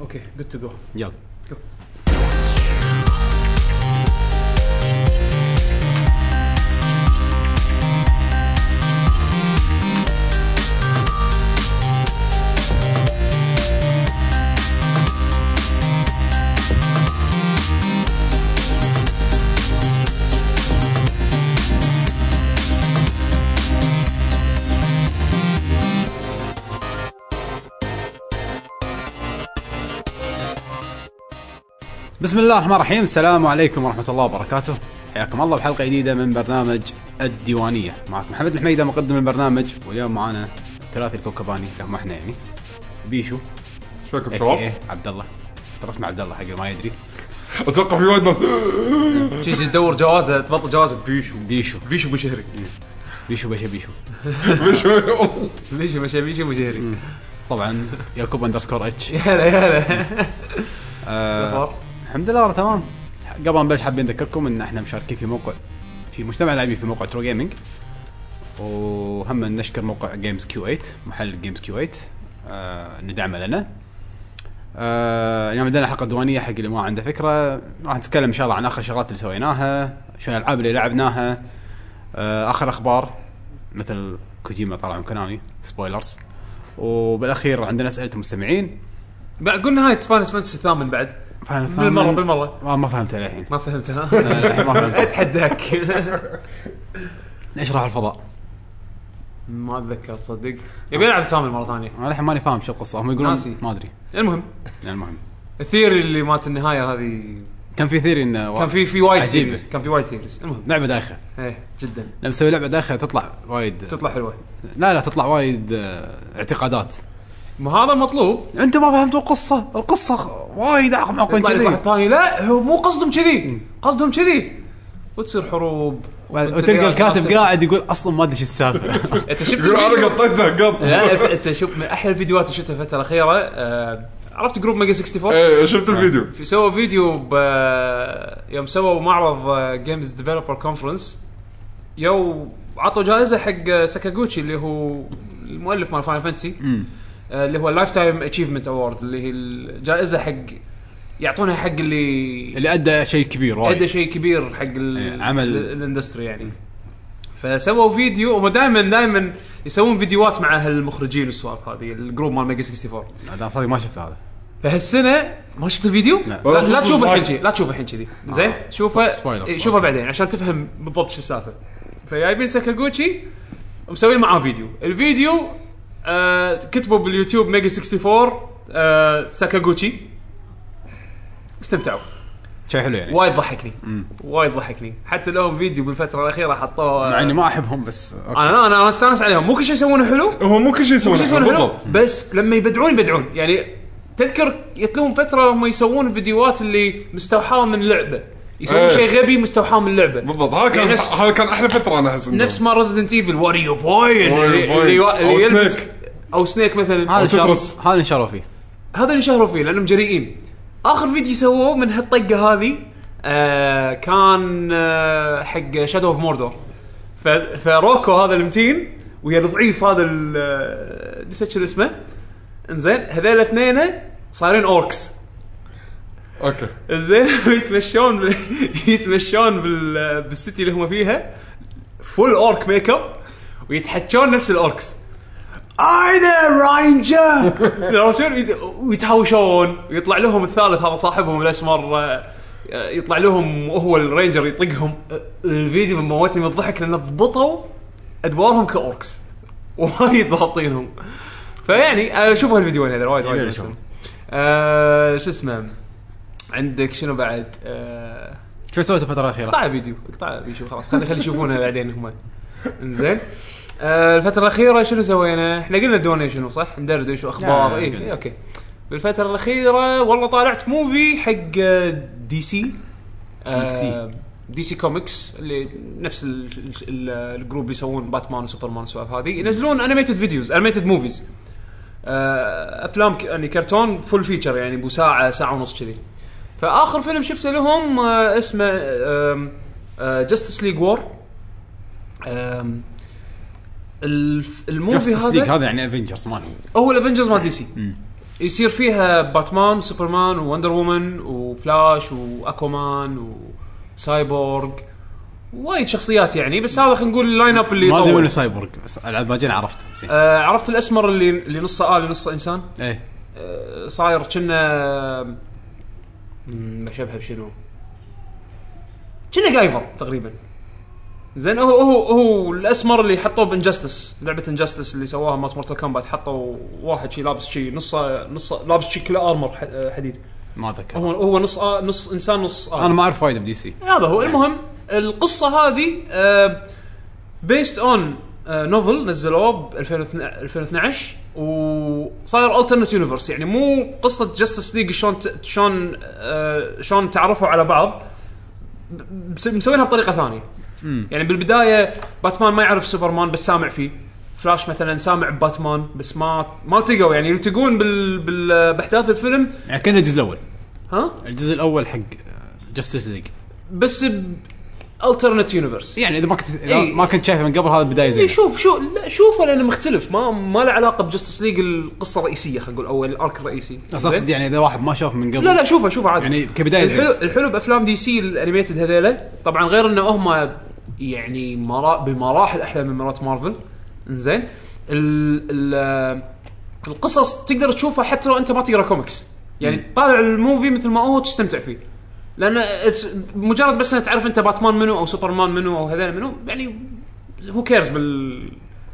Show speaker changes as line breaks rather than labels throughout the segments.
اوكي جود تو جو
يلا
جو
بسم الله الرحمن الرحيم السلام عليكم ورحمة الله وبركاته حياكم الله بحلقة جديدة من برنامج الديوانية معكم محمد الحميدة مقدم البرنامج واليوم معانا ثلاثي الكوكباني لهم احنا يعني بيشو
شلونكم
AKA
شباب؟
عبد الله ترى اسمه عبد الله حق اللي ما يدري
اتوقع في وايد ناس
شي شي تدور جوازه تبطل جوازك بيشو
بيشو
بيشو ابو شهري
بيشو باشا بيشو
مش
بيشو مشى بيشو ابو شهري
طبعا يعقوب اندرسكور اتش
يا هلا يا هلا
آه،
أخبار؟
الحمد لله والله تمام قبل ما نبلش حابين نذكركم ان احنا مشاركين في موقع في مجتمع لاعبين في موقع ترو جيمنج وهم نشكر موقع جيمز كيو 8 محل جيمز كيو 8 آه ندعمه لنا آه اليوم عندنا حلقه دوانيه حق اللي ما عنده فكره راح نتكلم ان شاء الله عن اخر شغلات اللي سويناها شنو الالعاب اللي لعبناها آه اخر اخبار مثل كوجيما طلع من كونامي سبويلرز وبالاخير عندنا اسئله المستمعين
بقى قول نهايه فاينل فانتسي الثامن بعد
فاينل ثامن-
بالمره بالمره
آه، ما فهمت للحين
ما فهمت ها
ما فهمت.
اتحداك
ليش راح الفضاء؟
ما اتذكر تصدق يبي يلعب الثامن مره ثانيه
انا الحين ماني فاهم شو القصه هم يقولون
ناسي.
ما ادري
المهم
يعني المهم
الثيوري اللي مات النهايه هذه
كان في ثيري انه و-
كان في في وايد
عجيبة.
ثيريز كان في وايد ثيريز المهم
لعبه دايخه
ايه جدا
لما تسوي لعبه دايخه تطلع وايد
تطلع حلوه
لا لا تطلع وايد آه، اعتقادات
ما هذا المطلوب
انتم ما فهمتوا القصه القصه خ- وايد اعمق من
يطلع لك واحد
كذي
ثاني لا هو مو قصدهم كذي قصدهم كذي وتصير حروب
و- وتلقى الكاتب قاعد يقول اصلا ما ادري شو السالفه
انت شفت
يقول انا
الفيديو؟
قطيته قط
لا انت انت شوف من احلى الفيديوهات اللي شفتها الفتره الاخيره آه، عرفت جروب ميجا 64
إيه، شفت الفيديو
في سووا فيديو ب آه، يوم سووا معرض آه، جيمز ديفلوبر كونفرنس يو عطوا جائزه حق ساكاغوتشي اللي هو المؤلف مال فاين فانتسي اللي هو اللايف تايم اتشيفمنت اوورد اللي هي الجائزه حق يعطونها حق اللي
اللي ادى شيء كبير
ادى
وايد
شيء كبير حق ال...
إيه، عمل.
ال- الاندستري يعني فسووا فيديو هم دائما دائما يسوون فيديوهات مع هالمخرجين والسوالف هذه الجروب مال ميجا 64
انا صدق ما شفت هذا
فهالسنه ما شفت الفيديو؟
لا.
لا, لا
والله
تشوفه
صدق.
الحين شي- لا تشوفه الحين كذي زين
آه،
شوفه
سبويلرز.
إيه، شوفه
أوكي.
بعدين عشان تفهم بالضبط شو السالفه فجايبين ساكاغوتشي ومسويين معاه فيديو الفيديو آه كتبوا باليوتيوب ميجا 64 آه ساكاغوتشي استمتعوا
شيء حلو يعني
إيه. وايد ضحكني وايد ضحكني حتى لهم فيديو بالفتره الاخيره حطوه آه،
مع اني ما احبهم بس أوكي.
انا انا انا استانس عليهم مو كل شيء يسوونه حلو
هو مو كل
مو كل
شيء يسوونه
شيء يسوونه حلو
بالضبط
بس لما يبدعون يبدعون يعني تذكر جت لهم فتره هم يسوون فيديوهات اللي مستوحاه من لعبه يسوون
إيه.
شيء غبي مستوحاه من لعبه
بالضبط هذا
يعني
كان
نفس-
هذا كان احلى فتره انا احس إنه.
نفس ما ريزدنت ايفل واريو بوي
Warrior
اللي,
Boy.
اللي,
أو
اللي يلبس او سنيك مثلا
هذا اللي شاروا-
وتترس.
هذا اللي شاروا فيه
هذا اللي شهروا فيه لانهم جريئين اخر فيديو سووه من هالطقه هذه آه كان آه حق شادو اوف موردور ف- فروكو هذا المتين ويا الضعيف هذا ال- آه، نسيت شو اسمه انزين هذول اثنين صايرين اوركس
اوكي
زين يتمشون بال- يتمشون بال... آه، بالسيتي اللي هم فيها فول اورك ميك اب ويتحكون نفس الاوركس انا راينجر عرفت شلون؟ يت- ويتهاوشون ويطلع لهم الثالث هذا صاحبهم الاسمر آه، يطلع لهم وهو الرينجر يطقهم آه، الفيديو موتني من الضحك لان ضبطوا ادوارهم كاوركس وايد ضابطينهم فيعني آه، شوفوا الفيديوين هذول وايد وايد
يبينا
يونسون.
نشوف.
آه، شو اسمه عندك شنو بعد؟ آه،
شو سويت الفتره الاخيره؟
اقطع فيديو اقطع فيديو خلاص خلي خلي يشوفونه بعدين هم انزين آه، الفترة الأخيرة شنو سوينا؟ احنا قلنا دونيشن صح؟ ندردش واخبار
لا،
اي
قلنا.
إي، اوكي. إيه، بالفترة الأخيرة والله طالعت موفي حق آه، دي سي
دي سي.
آه، دي سي كوميكس اللي نفس ال- ال- ال- الجروب اللي يسوون باتمان وسوبرمان والسوالف هذه ينزلون انيميتد فيديوز انيميتد موفيز افلام ك- يعني كرتون فول فيتشر يعني بو ساعه ساعه ونص كذي فاخر فيلم شفته لهم آه، اسمه آه، جاستس ليج وور الف-
جاست
الموفي
تصديق
هذا
هذا يعني افنجرز ما هو
هو الافنجرز مال دي سي يصير فيها باتمان وسوبرمان ووندر وومن وفلاش واكوامان وسايبورغ وايد شخصيات يعني بس هذا خلينا نقول اللاين اب اللي
ما ادري
طول.
وين سايبورغ بس يعني الباجين عرفتهم زين
آه عرفت الاسمر اللي اللي نصه الي نصه انسان
ايه
آه، صاير كنا بشبهه بشنو؟ كنا جايفر تقريبا زين هو هو هو الاسمر اللي حطوه بانجستس لعبه انجستس اللي سواها مات مورتال كومبات حطوا واحد شي لابس شي نصه نصه لابس شي كله ارمر ح- آه، حديد
ما اذكر
هو هو نص آه، نص انسان نص آه.
انا ما اعرف وايد بدي سي
هذا هو المهم القصه هذه آه، بيست اون نوفل نزلوه آه، ب 2012 2012 وصاير الترنت يونيفرس يعني مو قصه جاستس ليج شلون ت- شلون آه، شلون تعرفوا على بعض ب- بس- مسوينها بطريقه ثانيه يعني بالبدايه باتمان ما يعرف سوبرمان بس سامع فيه فلاش مثلا سامع باتمان بس ما ما التقوا يعني يلتقون بال... بال... باحداث الفيلم
يعني كنا الجزء الاول
ها
الجزء الاول حق آه، جاستس ليج
بس ب الترنت يونيفرس
يعني اذا ما كنت إذا
إيه.
ما كنت شايفه من قبل هذا بدايه
إيه
زينه
شوف شو لا شوفه لانه مختلف ما ما له علاقه بجستس ليج القصه الرئيسيه خلينا نقول او الارك الرئيسي
بس
زين؟
اقصد يعني اذا واحد ما شاف من قبل
لا لا شوفه شوفه عادي
يعني كبداية
الحلو
زين.
الحلو بافلام دي سي الانيميتد هذيله طبعا غير انه هم يعني مرا بمراحل احلى من مرات مارفل زين ال ال القصص تقدر تشوفها حتى لو انت ما تقرا كوميكس يعني تطالع الموفي مثل ما هو تستمتع فيه لان it's- مجرد بس انك تعرف انت باتمان منو او سوبرمان منو او هذول منو يعني هو كيرز بال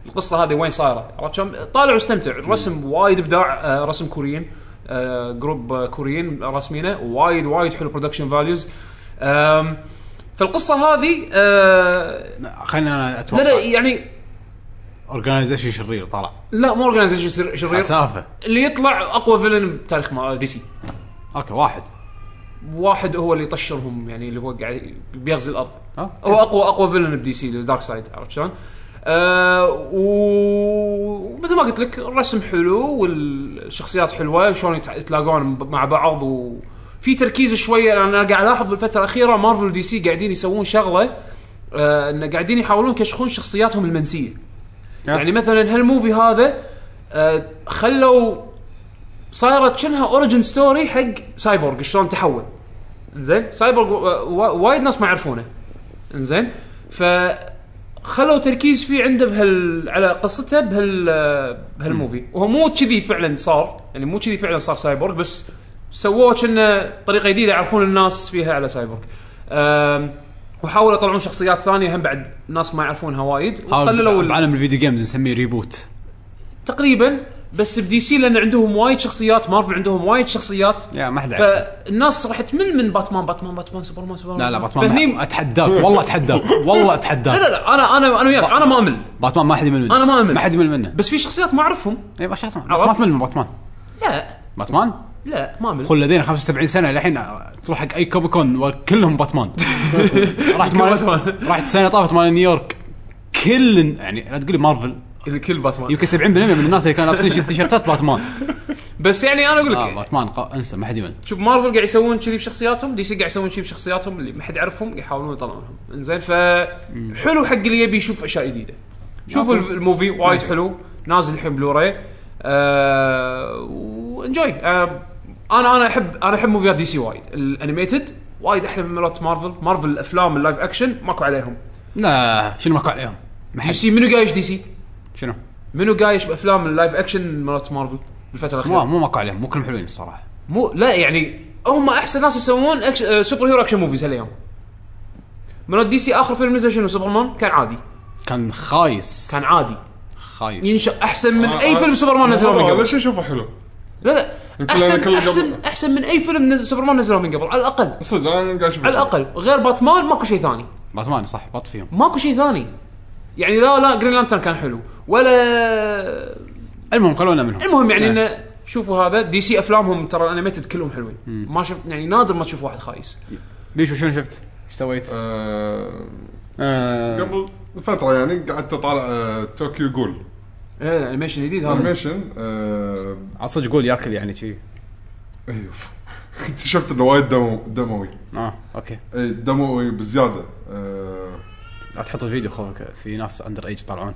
القصه هذه وين صايره عرفت شلون؟ طالع واستمتع الرسم وايد ابداع آه، رسم كوريين آه، جروب آه، كوريين راسمينه وايد وايد حلو برودكشن فاليوز فالقصه هذه آه،
خلينا انا
لا لا أيوه.
اتوقع
يعني
اورجنايزيشن شرير طلع
لا مو اورجنايزيشن شرير
سالفه
اللي يطلع اقوى فيلن بتاريخ آه، ما- دي سي
اوكي واحد
واحد هو اللي يطشرهم يعني اللي هو قاعد بيغزي الارض
ها؟
هو اقوى اقوى فيلن بدي سي دارك سايد عرفت شلون؟ آه و- ومثل ما قلت لك الرسم حلو والشخصيات حلوه شلون يتع- يتلاقون مع بعض وفي تركيز شويه لان انا قاعد الاحظ بالفتره الاخيره مارفل ودي سي قاعدين يسوون شغله آه انه قاعدين يحاولون يكشخون شخصياتهم المنسيه يعني مثلا هالموفي هذا آه، خلوا صارت شنها اوريجن ستوري حق سايبورغ شلون تحول زين سايبورغ و- و- وايد ناس ما يعرفونه زين ف خلوا تركيز فيه عنده بهال على قصته بهال بهالموفي وهو مو كذي فعلا صار يعني مو كذي فعلا صار سايبورغ بس سووه كنا طريقه جديده يعرفون الناس فيها على سايبورغ أم، وحاولوا يطلعون شخصيات ثانيه هم بعد ناس ما يعرفونها وايد وقللوا
قللوا
ال-
بعالم الفيديو جيمز نسميه ريبوت
تقريبا بس بدي سي لان عندهم وايد شخصيات مارفل عندهم وايد شخصيات
يا ما حد يعرف.
فالناس راح تمل من باتمان باتمان باتمان سوبرمان سوبرمان
لا لا باتمان ما-
فهني
اتحداك والله اتحداك والله اتحداك
لا لا لا انا انا انا وياك انا ما امل
باتمان ما حد يمل منه
أنا ما أمل.
ما حد يمل منه
بس في شخصيات ما اعرفهم
اي ما شاء الله بس
عرفت؟
ما تمل من باتمان
لا
باتمان
لا ما امل
خل لدينا 75 سنه الحين تروح حق اي كوبي كون وكلهم باتمان رحت مال
باتمان.
رحت السنه طافت مال نيويورك كل يعني لا تقول لي مارفل
الكل باتمان
يمكن 70% من الناس اللي كانوا لابسين تيشيرتات باتمان
بس يعني انا اقول لك
آه باتمان قا- انسى ما حد يمل
شوف مارفل قاعد يسوون كذي بشخصياتهم دي سي قاعد يسوون كذي بشخصياتهم اللي ما حد يعرفهم قاعد يحاولون يطلعونهم انزين فحلو حق اللي يبي يشوف اشياء جديده شوفوا الف- الموفي وايد حلو نازل الحين بلوراي آه وانجوي آه انا انا احب انا احب موفيات دي سي وايد الانيميتد وايد احلى من مرات مارفل مارفل الافلام اللايف اكشن ماكو عليهم
لا شنو ماكو عليهم ما
دي
حد
سي منو قايش دي سي
شنو
منو قايش بافلام اللايف اكشن مرات مارفل بالفتره
مو
الاخيره
مو ماكو عليهم مو كلهم حلوين الصراحه
مو لا يعني هم احسن ناس يسوون أكش... آه، سوبر هيرو اكشن موفيز هالايام مرات دي سي اخر فيلم نزل شنو سوبرمان كان عادي
كان خايس
كان عادي
خايس
ينشا احسن من اي
آه،
فيلم سوبرمان نزلوه من
هذا
قبل
شيء اشوفه حلو
لا لا
يمكن لأن
احسن
كل
احسن
قبل-
احسن من اي فيلم نزل سوبرمان نزلوه من قبل على الاقل
صدق انا قاعد اشوف
على الاقل غير باتمان ماكو شيء ثاني
باتمان صح بط فيهم
ماكو شيء ثاني يعني لا لا جرين لانترن كان حلو ولا
المهم خلونا منهم
المهم يعني
نعم.
انه شوفوا هذا دي سي افلامهم ترى الانيميتد كلهم حلوين ما شفت يعني نادر ما تشوف واحد خايس
بيشو شنو شفت؟ ايش سويت؟
آه،
آه،
قبل فتره يعني قعدت اطالع آه، طوكيو جول
ايه الانيميشن الجديد هذا
انيميشن آه،
عاد صدق قول ياكل يعني شي
ايوه اكتشفت انه وايد دمو- دموي
اه اوكي
اي دموي بزياده آه،
لا تحط الفيديو خوفك في ناس اندر ايج يطلعون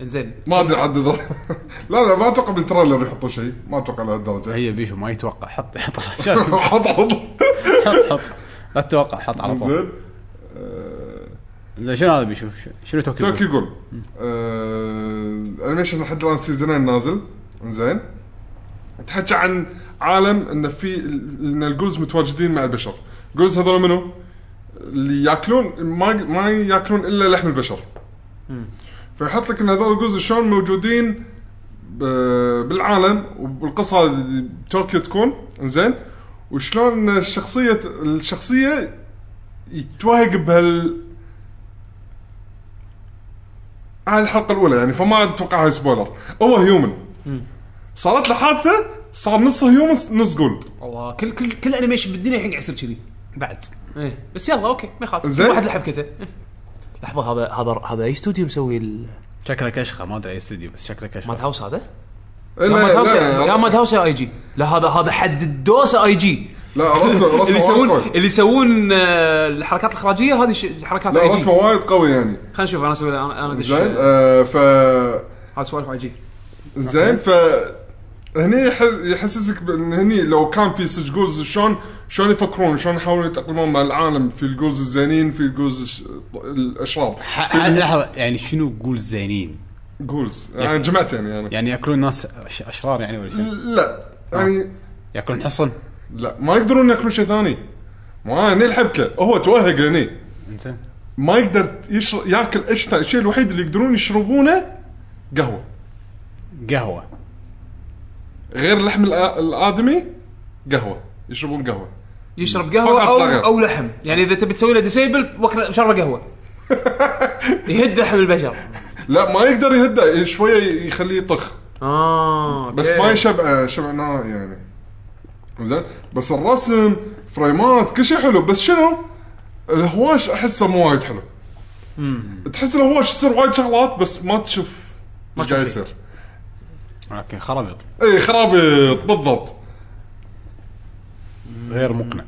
انزين
ما ادري عاد لا لا ما اتوقع بالتريلر يحطوا شيء ما اتوقع لهالدرجه
هي بيشو ما يتوقع حط حط عشان حط
حط حط
حط لا تتوقع حط على طول
زين آه،
زين شنو هذا بيشو ش- شنو توكيو
توكي
توكيو
جول آه، انيميشن لحد الان سيزونين نازل زين تحكي عن عالم ان في ان الجولز متواجدين مع البشر جولز هذول منو؟ اللي ياكلون ما ما ياكلون الا لحم البشر فيحط لك ان هذول الجزء شلون موجودين ب- بالعالم والقصه هذه بطوكيو تكون زين وشلون الشخصيه الشخصيه يتوهق بهال على الحلقه الاولى يعني فما اتوقعها سبويلر هو هيومن صارت له حادثه صار نص هيومن نص جول
الله كل كل كل انيميشن بالدنيا الحين قاعد يصير كذي
بعد
ايه بس يلا اوكي ما يخاف
زين.
كل واحد لحبكته إيه.
لحظه هذا هذا هذا اي استوديو مسوي ال-
شكله كشخه ما ادري اي استوديو بس شكله
مات
كشخه
هاوس هذا؟
لا
ماد هاوس
لا
لا
لا,
ماد هاوس يا اي جي لا هذا هذا حد الدوسه اي جي
لا رسمه رسمه
اللي يسوون
وايد قوي
اللي يسوون آه، الحركات الاخراجيه هذه ش- حركات
لا
اي جي
رسمه وايد قوي يعني
خلينا نشوف انا اسوي انا انا ادش
زين
آه،
آه، ف
هذا سوالف اي جي
زين ف هني يحس- يحسسك بان هني لو كان في صدق جولز شلون شلون يفكرون شلون يحاولون يتاقلمون مع العالم في الجولز الزينين في الجولز الش- الاشرار
ح- عاد لحظه يعني شنو قول زينين
جولز يعني جمعتين يعني
يعني ياكلون ناس أش- اشرار يعني ولا شيء
لا يعني
ياكلون حصن
لا ما يقدرون ياكلون شيء ثاني ما هني الحبكه هو توهق هني
انت
ما يقدر يشرب ياكل اشنى الشيء الوحيد اللي يقدرون يشربونه قهوه
قهوه
غير لحم الآ- الادمي قهوه يشربون قهوه
يشرب قهوه
فقط
او
لا غير.
او لحم يعني اذا تبي تسوي له ديسيبل وكله شرب قهوه يهد لحم البشر
لا ما يقدر يهده شويه يخليه يطخ
اه
بس
أوكي.
ما يشبع شبعناه يعني زين بس الرسم فريمات كل شيء حلو بس شنو الهواش احسه مو وايد حلو تحس الهواش يصير وايد شغلات بس ما تشوف ما قاعد يصير
اوكي خرابيط
اي خرابيط إيه، بالضبط
غير مقنع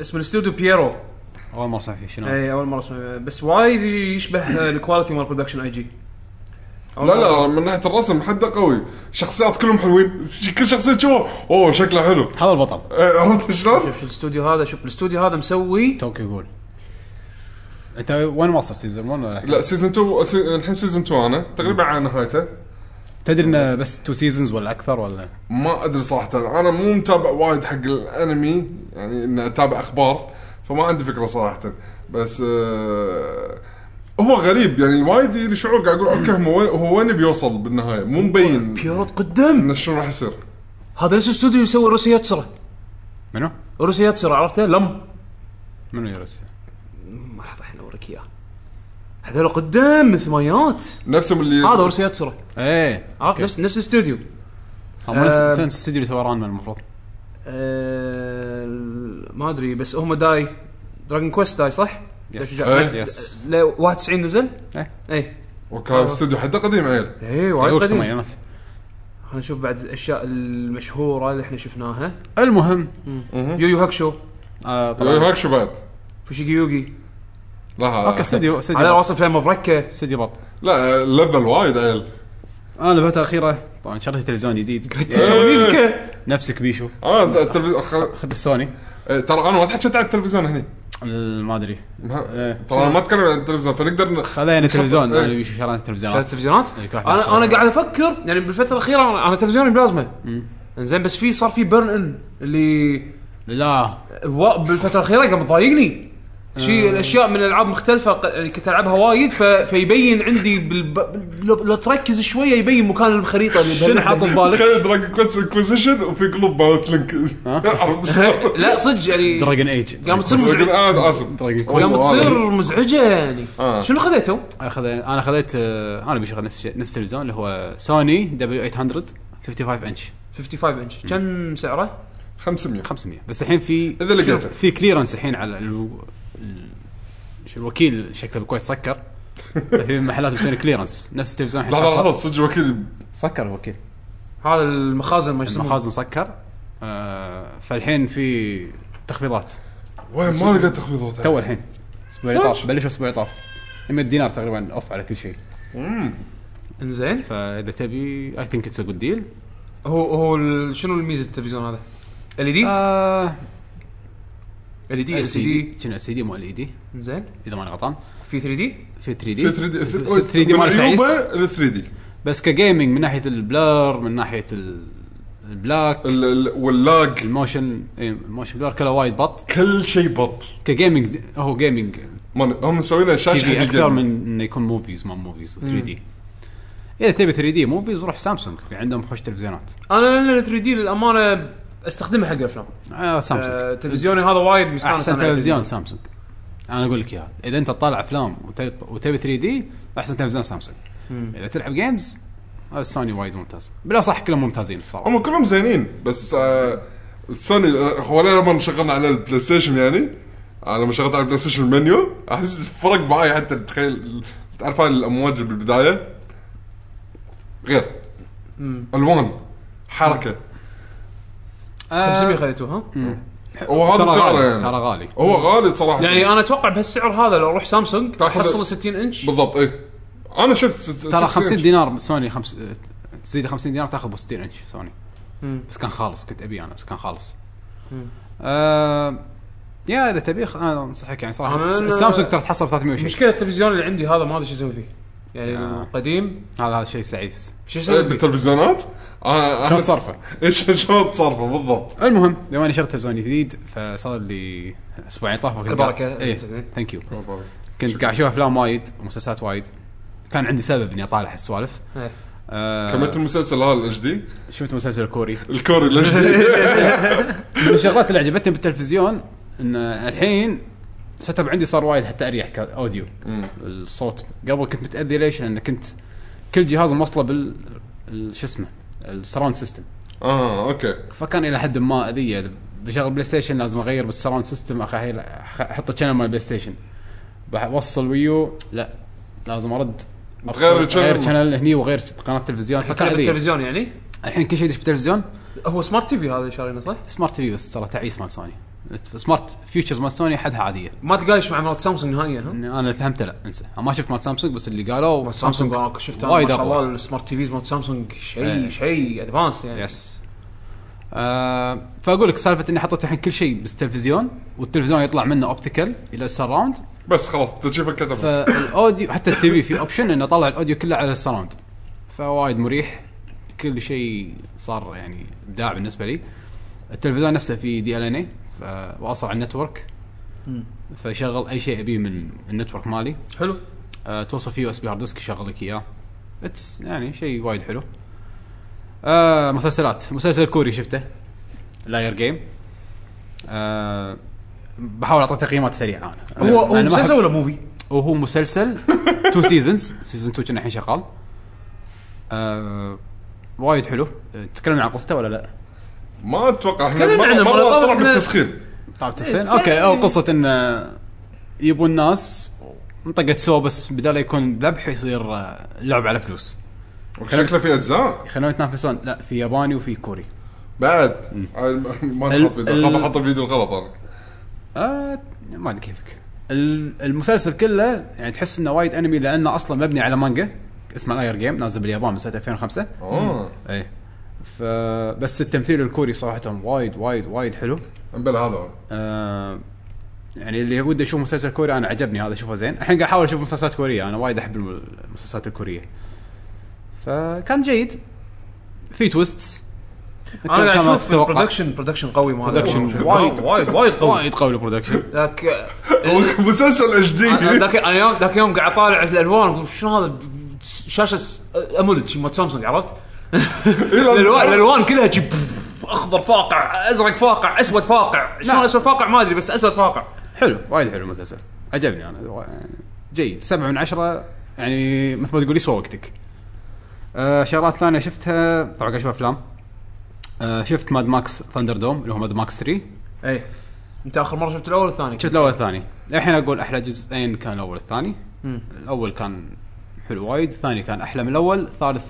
اسم الاستوديو بييرو
اول مره اسمع فيه شنو
اي اول مره اسمع بس وايد يشبه الكواليتي مال برودكشن اي جي
لا لا من ناحيه الرسم حده قوي شخصيات كلهم حلوين كل شخصيه تشوفها اوه شكله حلو
هذا البطل
إيه، عرفت شلون؟
شوف شو الاستوديو هذا شوف الاستوديو هذا مسوي
توكيو جول انت وين واصل سيزون 1 ولا
لا سيزون 2 سي- الحين سيزون 2 انا تقريبا على نهايته
تدري انه بس تو سيزونز ولا اكثر ولا
ما ادري صراحه انا مو متابع وايد حق الانمي يعني ان اتابع اخبار فما عندي فكره صراحه بس آه هو غريب يعني وايد لي شعور قاعد اقول اوكي هو وين هو وين بيوصل بالنهايه مو مبين
بييرو تقدم
انه شنو راح يصير
هذا نفس الاستوديو يسوي روسيا يتسرى
منو؟
روسيا يتسرى عرفته لم
منو يرس؟
لحظه الحين اوريك اياه هذول قدام من الثمانينات
نفسهم اللي
هذا روسيا يتسرى
ايه
عرفت نفس نفس الاستوديو
هم نفس
آه.
نفس الاستديو اللي سوى رانما المفروض
آه، ما ادري بس هم داي دراجون كويست داي صح؟
يس
إيه.
يس
لا 91 نزل؟
إيه.
اي
وكان استوديو حده قديم عيل
اي إيه، وايد قديم
يقول الثمانينات
خلينا نشوف بعد الاشياء المشهوره اللي احنا شفناها
المهم
يو يو هاكشو
آه
يو
طبعا
هاك شو بعد
فوشيجي يوغي
لا
اوكي
هذا-
استديو
على
استديو
راسه فيلم اوف ركه
استديو بط
لا ليفل وايد إيه. عيل
انا الفتره الاخيره طبعا شريت تلفزيون جديد
إيه؟ ميزكا
نفسك بيشو
انا التلفزيون أخ-
اخذت السوني
إيه، ترى انا ما حكيت عن التلفزيون هني
ال- ما ادري
ما-
إيه.
ترى أنا ما اتكلم عن التلفزيون فنقدر ن-
خذينا تلفزيون
إيه.
انا بيشو شرينا تلفزيونات
تلفزيونات
إيه، كل واحد
انا
يشتغل.
انا قاعد افكر يعني بالفتره الاخيره أنا- انا تلفزيوني بلازما زين بس في صار في بيرن ان اللي
لا
و- بالفتره الاخيره قام تضايقني
آه.
شيء الاشياء من الالعاب مختلفه ق- يعني كنت العبها وايد ف... فيبين عندي بال... بال- لو... لو تركز شويه يبين مكان الخريطه اللي
شنو حاط ببالك؟
تخيل دراجون كويست انكوزيشن وفي قلوب مالت لينك عرفت شلون؟
لا صدق يعني
دراجون ايج
قام تصير
دراجون
مزعجه
آه، اسف
دراجون
قام
كويست
والله.
تصير مزعجه يعني
آه.
شنو خذيته؟
اخذ انا خذيت آه، انا بشغل نفس نفس التلفزيون اللي هو سوني دبليو 800 55 انش
55 انش كم سعره؟
500
500 بس الحين في
إذا لقيته.
شوف، في كليرنس الحين على ال... ال... شو الوكيل شكله بالكويت سكر في محلات مسوين كليرنس نفس التلفزيون الحين
لحظه لحظه صدق وكيل
سكر الوكيل
هذا المخازن ما يسمونه
المخازن سكر آه فالحين في تخفيضات
وين ما لقيت تخفيضات طيب.
تو الحين الاسبوع اللي طاف بلشوا الاسبوع اللي طاف 100 دينار تقريبا اوف على كل شيء
انزين
فاذا تبي اي ثينك اتس ا جود ديل
هو هو ال- شنو الميزه التلفزيون هذا؟ E ال اي
آه.
دي؟
E
ال اي دي ال سي دي
E شنو ال سي دي مو ال اي دي
انزين
اذا ماني غلطان
في 3 دي؟
في 3
في
دي
3 دي
3 إيه؟ دي مال تعيس
عيوبه ال 3 دي
بس كجيمنج من ناحيه البلر من ناحيه ال- البلاك
ال- ال- واللاج
الموشن اي الموشن بلر إيه، كله وايد بط
كل شيء بط
كجيمنج د- هو جيمنج
مان، هم مسوينها
تي
شاشه
في
حق
اكثر
الجيم.
من انه يكون موفيز ما موفيز 3 دي اذا تبي 3 دي موفيز روح سامسونج في عندهم خوش تلفزيونات
انا 3 دي للامانه استخدمها حق الافلام
آه سامسونج
آه، تلفزيوني هذا وايد مستانس
احسن
أنا على
تلفزيون سامسونج انا اقول لك اياها اذا انت تطالع افلام وتبي وتبي 3 دي احسن تلفزيون سامسونج اذا تلعب جيمز آه، سوني وايد ممتاز بلا صح كلهم ممتازين الصراحه
هم كلهم زينين بس آه، سوني آه، هو أنا لما شغلنا على البلاي ستيشن يعني آه، لما شغلت على البلاي ستيشن المنيو احس فرق معي حتى تخيل تعرف هاي الامواج بالبدايه غير الوان حركه
آه،
500 خذيتوها
هو
ترى
هذا سعره
غالي
يعني
ترى غالي
هو غالي صراحه
يعني انا اتوقع بهالسعر هذا لو اروح سامسونج
تاخذ-
تحصل 60 انش
بالضبط ايه انا شفت ست-
ترى
60.
50 دينار سوني خمس آه، تزيد 50 دينار تاخذ ب 60 انش سوني بس كان خالص كنت ابي انا بس كان خالص آه يا اذا تبي خ- انا انصحك يعني صراحه
أنا-
السامسونج ترى تحصل ب 320
مشكله التلفزيون اللي عندي هذا ما ادري شو اسوي فيه يعني
آه.
القديم
هذا هذا شيء سعيس
شو
إيه،
اسوي فيه؟
بالتلفزيونات آه، انا
شلون تصرفه؟
ايش شلون تصرفه بالضبط
المهم بما اني شريت تلفزيون جديد فصار لي اسبوعين طافوا كنت
البركة.
قاعد- ايه ثانك يو كنت قاعد اشوف افلام وايد ومسلسلات وايد كان عندي سبب اني اطالع هالسوالف
إيه.
آه،
كملت المسلسل هذا الاتش دي
شفت مسلسل كوري
الكوري الاتش دي
من الشغلات اللي عجبتني بالتلفزيون ان الحين سيت اب عندي صار وايد حتى اريح كاوديو الصوت قبل كنت متاذي ليش؟ لان كنت كل جهاز موصله بال ال- شو اسمه السراوند سيستم
اه اوكي
فكان الى حد ما اذيه بشغل بلاي ستيشن لازم اغير بالسراوند سيستم اخيل احط الشانل مال بلاي ستيشن بوصل ويو لا لازم ارد
تغير
أفصل-
الشانل.
اغير channel هني واغير قناه تلفزيون فكان
كان
اذيه
بالتلفزيون يعني
الحين كل شيء يدش بالتلفزيون
هو سمارت تي في هذا اللي شارينه صح؟
سمارت تي في بس ترى تعيس مال سوني سمارت فيوتشرز مال سوني حدها عاديه
ما تقايش مع مرات سامسونج نهائيا ها؟
انا اللي فهمته لا انسى أنا ما شفت مال سامسونج بس اللي قالوا
سامسونج أنا شفت أنا ما
وايد
شاء الله
اقوى
السمارت تي فيز مال سامسونج شيء
إيه.
شيء ادفانس يعني
يس آه فاقول لك سالفه اني حطيت الحين كل شيء بالتلفزيون والتلفزيون يطلع منه اوبتيكال الى سراوند
بس خلاص تشوف الكتب
فالاوديو حتى التي في في اوبشن انه طلع الاوديو كله على السراوند فوايد مريح كل شيء صار يعني ابداع بالنسبه لي التلفزيون نفسه في دي ال ان اي واصل على النتورك فشغل اي شيء ابيه من النتورك مالي
حلو
آه، توصل فيه يو اس بي هارد ديسك يشغل لك اياه اتس يعني شيء وايد حلو آه مسلسلات مسلسل كوري شفته لاير جيم آه بحاول اعطي تقييمات سريعه انا
هو هو
أنا ما أحب-
مسلسل ولا موفي؟
وهو مسلسل تو سيزونز سيزون 2 كنا الحين شغال آه وايد حلو آه، تكلمنا عن قصته ولا لا؟
ما اتوقع احنا
تكلمنا عنه مرة،
مره مره طلع
طبعاً.
بالتسخين
إيه،
طيب تسخين اوكي او قصه ان آه، يبون ناس منطقه سو بس بدال يكون ذبح يصير آه، لعب على فلوس
شكله في اجزاء
يخلون يتنافسون لا في ياباني وفي كوري
بعد هاي ما- ما
ال-
نحط فيديو اخاف
ال-
احط الفيديو الغلط انا
آه ما ادري كيفك ال- المسلسل كله يعني تحس انه وايد انمي لانه اصلا مبني على مانجا اسمه لاير جيم نازل باليابان من سنه 2005
اه
اي فبس التمثيل الكوري صراحه وايد وايد وايد حلو
بلا هذا هو.
آه يعني اللي وده يشوف مسلسل كوري انا عجبني هذا اشوفه زين الحين قاعد احاول اشوف مسلسلات كوريه انا وايد احب الم- المسلسلات الكوريه فكان جيد في تويست
انا قاعد اشوف البرودكشن برودكشن قوي مال
برودكشن
وايد وايد وايد قوي
وايد قوي البرودكشن
ذاك
هو مسلسل اتش
أنا-
دي
ذاك انا يوم ذاك يوم قاعد اطالع الالوان اقول شنو هذا شاشه س- امولد شي مال سامسونج عرفت؟ الالوان الالوان كلها شي بف- اخضر فاقع ازرق فاقع اسود فاقع شلون اسود فاقع ما ادري بس اسود فاقع
حلو وايد حلو المسلسل عجبني انا وا- يعني جيد سبعة من عشرة يعني مثل ما تقول يسوى وقتك آه شغلات ثانية شفتها طبعا قاعد اشوف افلام آه شفت ماد ماكس ثاندر دوم اللي هو ماد ماكس 3
اي انت اخر مره شفت الاول والثاني
شفت الاول والثاني الحين اقول احلى جزئين كان الاول والثاني
مم.
الاول كان حلو وايد الثاني كان احلى من الاول الثالث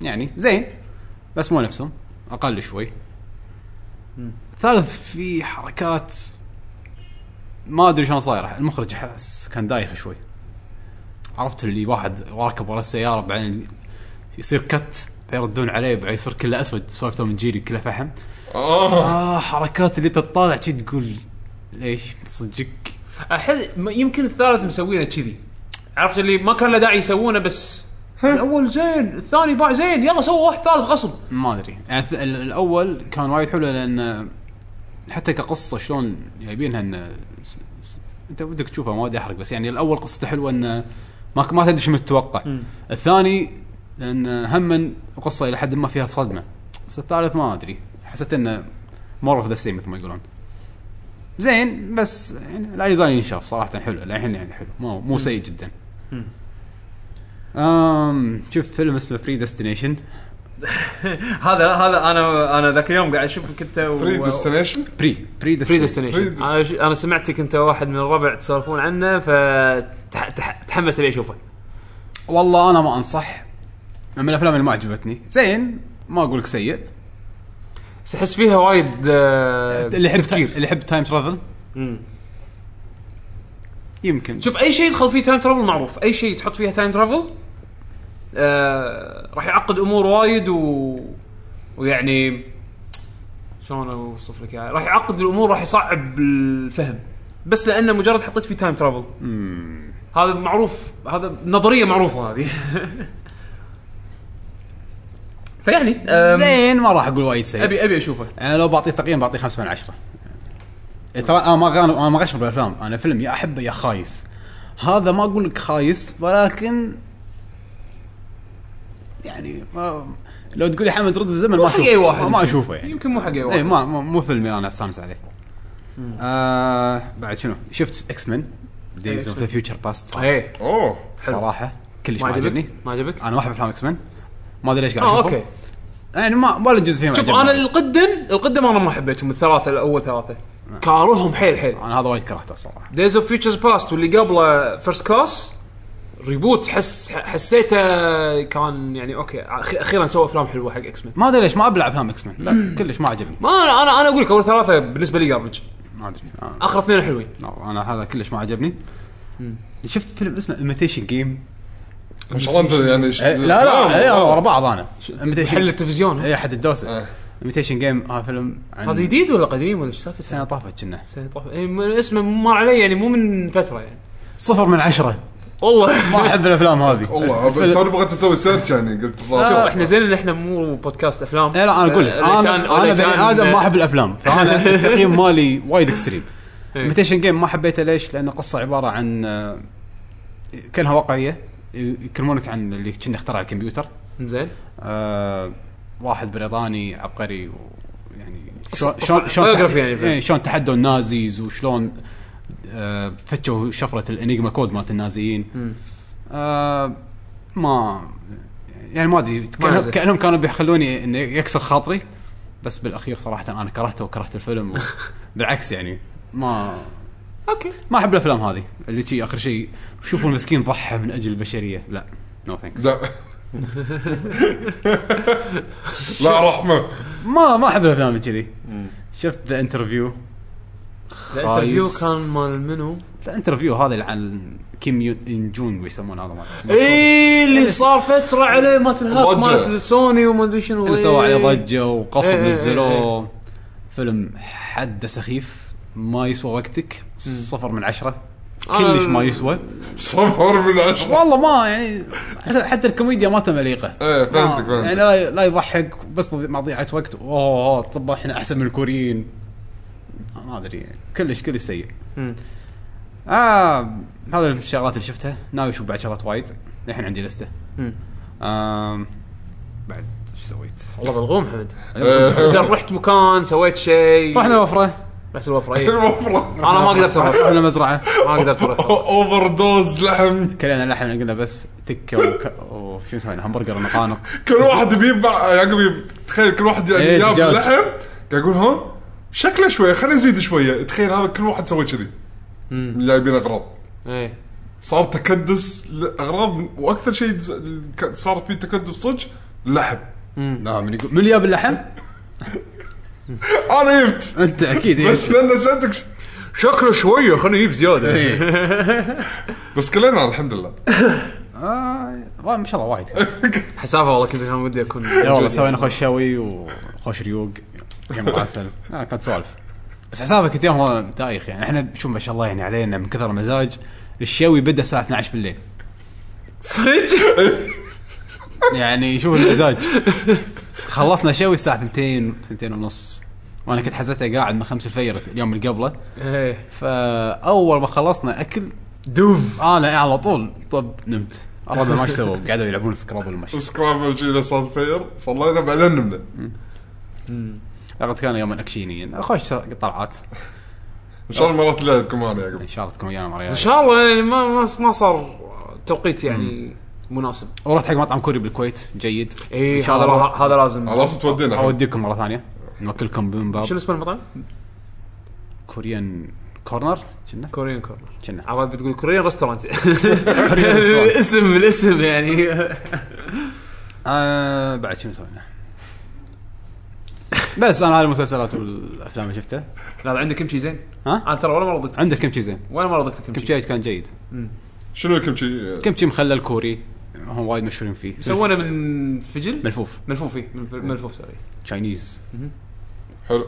يعني زين بس مو نفسهم اقل شوي الثالث في حركات ما ادري شلون صايره المخرج حس كان دايخ شوي عرفت اللي واحد راكب ورا السياره بعدين يصير كت يردون عليه بعدين يصير كله اسود سوالف توم جيري كله فحم
اه
اه حركات اللي تطالع شي تقول ليش صدقك
احس م- يمكن الثالث مسوينه كذي عرفت اللي ما كان له داعي يسوونه بس الاول زين الثاني باع زين يلا سووا واحد ثالث غصب
ما ادري يعني الث- ال- الاول كان وايد حلو لان حتى كقصه شلون جايبينها ان س- س- انت بدك تشوفها ما ودي احرق بس يعني الاول قصته حلوه انه ما ك- ما تدري شو متوقع الثاني لان هم قصه الى حد ما فيها صدمه بس الثالث ما ادري حسيت انه مور اوف ذا سيم مثل ما يقولون زين بس يعني لا يزال ينشاف صراحه حلو للحين يعني حلو مو مو سيء جدا امم شوف فيلم اسمه بري ديستنيشن
هذا هذا انا انا ذاك اليوم قاعد اشوفك انت و...
فري ديستنيشن
بري بري
فري
ديستنيشن
ديستنيشن
Predestination.
انا ش... انا سمعتك انت واحد من الربع تسولفون عنه فتحمست ابي اشوفه
والله انا ما انصح من الافلام اللي ما عجبتني زين ما اقول لك سيء
بس احس فيها وايد آه،
اللي يحب
تفكير
اللي يحب تايم ترافل يمكن
شوف اي شيء يدخل فيه تايم ترافل معروف اي شيء تحط فيها تايم ترافل آه راح يعقد امور وايد و... ويعني شلون اوصف لك يعني راح يعقد الامور راح يصعب الفهم بس لانه مجرد حطيت فيه تايم ترافل هذا معروف هذا نظريه معروفه هذه فيعني آم،
زين ما راح اقول وايد سيء
ابي ابي اشوفه
انا لو بعطيه تقييم بعطيه خمسة من عشرة ترى انا ما غان- انا ما غشر بالافلام انا فيلم يا احبه يا خايس هذا ما اقول لك خايس ولكن يعني ما لو تقول لي حمد رد بالزمن ما
مو حق أي واحد.
ما- ما اشوفه يعني
يمكن مو حق اي
اي
واحد
ما ما- مو فيلم اللي انا استانس عليه آه بعد شنو شفت اكس مان دايز اوف ذا فيوتشر باست
ايه
اوه
صراحه كلش
ما
ما آه،
عجبك
عجبني
ما عجبك
انا ما احب افلام اكس مان ما ادري ليش قاعد
اه
اشوفه
اوكي
يعني ما ولا جزء فيه ما
شوف
عجبني.
انا القدم القدم انا ما حبيتهم الثلاثه الاول ثلاثه كارههم حيل حيل
انا هذا وايد كرهته صراحه
دايز اوف فيوتشرز باست واللي قبله فيرست كلاس ريبوت حس حسيته كان يعني اوكي أخي- اخيرا سوى افلام حلوه حق اكس مان
ما ادري ليش ما ابلع افلام اكس مان لا كلش ما عجبني
ما انا انا, أنا اقول لك اول ثلاثه بالنسبه لي جاربج
ما ادري آه.
اخر اثنين حلوين
لا، انا هذا كلش ما عجبني شفت فيلم اسمه ايميتيشن جيم
ما شاء الله انت يعني ش-
لا لا إيه، ورا بعض انا
حل
imitation-
التلفزيون ها؟
اي حد الدوسه
إيه.
ايميتيشن جيم هذا فيلم عن
هذا جديد ولا قديم ولا ايش سالفه؟
سنه طافت كنا
سنة طاف- إيه، ما- اسمه مر علي يعني مو من فتره يعني
صفر من عشرة
والله
ما احب الافلام هذه
والله أب- توني بغيت اسوي سيرش يعني قلت
شوف
ضاف.
احنا زين ان احنا مو بودكاست افلام
اي إيه، لا انا اقول لك
آه،
انا
لجان-
انا
لجان-
بني ادم ما احب الافلام فانا التقييم مالي وايد اكستريم ميتيشن جيم ما حبيته ليش؟ لان القصه عباره عن آه، كانها واقعيه يكلمونك عن اللي كنا اخترع الكمبيوتر
زين
آه، واحد بريطاني عبقري ويعني شلون
قصة-
شلون شلون
biography
تح-
يعني فيلم.
إيه، شلون تحدوا النازيز وشلون آه، فتشوا شفره الانيجما كود مالت النازيين آه، ما يعني ما ادري كأنهم-
نزل.
كانهم كانوا بيخلوني انه يكسر خاطري بس بالاخير صراحه انا كرهته وكرهت الفيلم و- بالعكس يعني ما
اوكي
ما احب الافلام هذه اللي شي اخر شيء شوفوا المسكين ضحى من اجل البشريه لا نو ثانكس
لا لا رحمه
ما ما احب الافلام اللي كذي شفت ذا انترفيو
الانترفيو كان مال منو؟
ذا انترفيو هذا اللي عن كيم يو- ان جون ويسمونه هذا مال
اي إيه،
يعني
اللي صار فتره عليه مالت الهاك
ضجة.
مالت سوني وما ادري شنو
اللي سوى عليه ضجه وقصد
إيه إيه إيه
نزلوه فيلم حده سخيف ما يسوى وقتك صفر من عشرة كلش ما يسوى
صفر من عشرة
والله ما يعني حتى, حتى الكوميديا ما مليقه
إيه.
ايه فهمتك
ما- يعني
فهمتك
لا, لا يضحك بس مضي- مضيعه وقت اوه أوه، طب احنا احسن من الكوريين ما ادري يعني كلش كلش سيء
مم.
آه هذا الشغلات اللي شفتها ناوي اشوف بعد شغلات وايد الحين عندي لسته
مم.
آم بعد ايش سويت؟
والله بالغوم حمد
إيه.
زين رحت مكان سويت شيء
رحنا الوفره
رحت الوفره إي.
المفرق
انا ما قدرت اروح
رحنا المزرعه
ما قدرت اروح
اوفر دوز لحم
كلنا لحم قلنا بس تكه وك- وشو اسمه همبرجر ومقانق
كل واحد يبيب مع يعقوب يب- تخيل كل واحد يعني
إيه،
جاب
دجاج.
لحم قاعد يقول ها شكله شويه خلينا نزيد شويه تخيل هذا كل واحد سوى كذي جايبين اغراض
ايه
صار تكدس الاغراض واكثر شيء ز- ك- صار فيه تكدس صدق لحم
لا من يقول من اللي جاب اللحم؟
انا جبت
انت اكيد إيه.
بس لان سالتك
شكله شويه خلينا نجيب زياده
إيه.
بس كلنا الحمد لله
آه، والله ما شاء الله وايد
حسافه والله كنت كان ودي اكون
اي والله سوينا خوش شوي وخوش ريوق جنب عسل آه كانت سوالف بس حسابك كنت يوم تاريخ يعني احنا شوف ما شاء الله يعني علينا من كثر مزاج الشوي بدا الساعه 12 بالليل
صدق
يعني شوف المزاج خلصنا شوي الساعه 2 2 ونص وانا كنت حزتها قاعد من 5 الفجر اليوم اللي قبله
إيه.
فاول ما خلصنا اكل دوف انا على طول طب نمت الربع ما ايش سووا قعدوا يلعبون سكرابل وما إيش.
سكرابل شيء صار فير صلينا بعدين نمنا
لقد كان يوما اكشينيا خوش طلعات
ان شاء الله المرات اللي عندكم انا يا عقب
ان شاء الله تكون ويانا مرة
ان شاء الله يعني ما ما ما صار توقيت يعني مناسب
ورحت حق مطعم كوري بالكويت جيد
اي
ان
إيه،
شاء
هذا
الله
راح- هذا لازم
خلاص تودينا حق.
اوديكم مره ثانيه نوكلكم من باب
شنو اسم المطعم؟
كوريان كورنر كنا
كوريان كورنر
كنا
عرفت بتقول كوريان ريستورانت
كوريان ريستورانت.
الاسم الاسم يعني
آه بعد شنو سوينا؟ بس انا هذه المسلسلات والافلام اللي شفتها
لا لا، عندك كمشي زين
ها؟
انا ترى ولا مره ضقت
عندك كمشي زين
ولا مره ضقت الكمشي
كمشي كان جيد
شنو الكمشي
كمشي مخلل كوري هم وايد مشهورين فيه
سوونا من فجل
ملفوف
ملفوف فيه ملف- ملفوف سوري
تشاينيز
حلو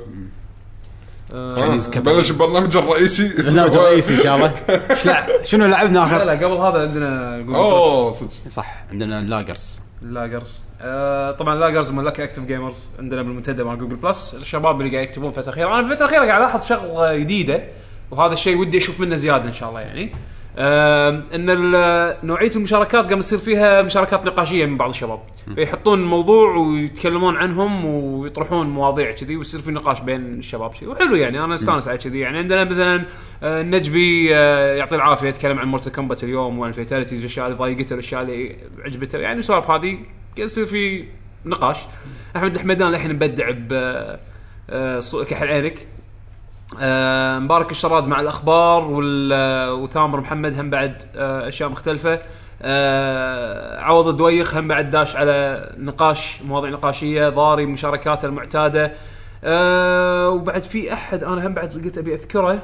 آه،
تشاينيز
آه،
كباب.
بلش البرنامج الرئيسي
برنامج رئيسي ان شاء الله إيش لع- شنو لعبنا
لا
اخر
لا قبل هذا عندنا جوجل بلس.
اوه صدق
صح عندنا لاجرز
اللاجرز آه طبعا اللاجرز ملاك اكتف جيمرز عندنا بالمنتدى مال جوجل بلس الشباب اللي قاعد يكتبون الفتره الاخيره انا الفتره الاخيره قاعد الاحظ شغله جديده وهذا الشيء ودي اشوف منه زياده ان شاء الله يعني آم، ان ال- نوعيه المشاركات قام يصير فيها مشاركات نقاشيه من بعض الشباب يحطون موضوع ويتكلمون عنهم ويطرحون مواضيع كذي ويصير في نقاش بين الشباب كذي وحلو يعني انا استانس على كذي يعني عندنا مثلا آه، النجبي آه، يعطيه العافيه يتكلم عن مورتال كومبات اليوم وعن الفيتاليتيز والاشياء اللي ضايقته والاشياء اللي عجبته يعني السوالف هذه قاعد يصير في نقاش احمد الحمدان الحين مبدع ب آه، آه، صو- كحل عينك آه، مبارك الشراد مع الاخبار وال- آه، وثامر محمد هم بعد آه، اشياء مختلفه آه، عوض الدويخ هم بعد داش على نقاش مواضيع نقاشيه ضاري مشاركاته المعتاده آه، وبعد في احد انا هم بعد قلت ابي اذكره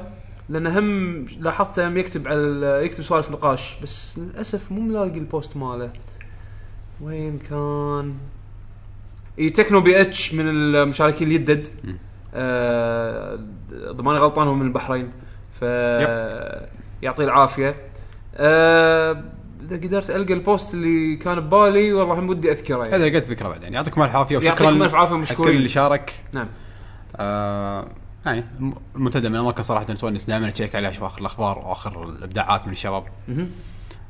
لان هم لاحظته هم يكتب على ال- يكتب سوالف نقاش بس للاسف مو ملاقي البوست ماله وين كان اي تكنو بي اتش من المشاركين اليدد آه، ضماني غلطان هو من البحرين ف يعطيه العافيه آه، اذا قدرت القى البوست اللي كان ببالي والله هم ودي اذكره يعني.
هذا قلت ذكره بعدين يعطيكم الف عافيه وشكرا
يعطيكم الف عافيه
حق كل اللي
مشكورين
شارك
نعم
آه يعني الم- المنتدى من الاماكن صراحه تونس دائما نشيك عليها شوف اخر الاخبار واخر الابداعات من الشباب.
مهم.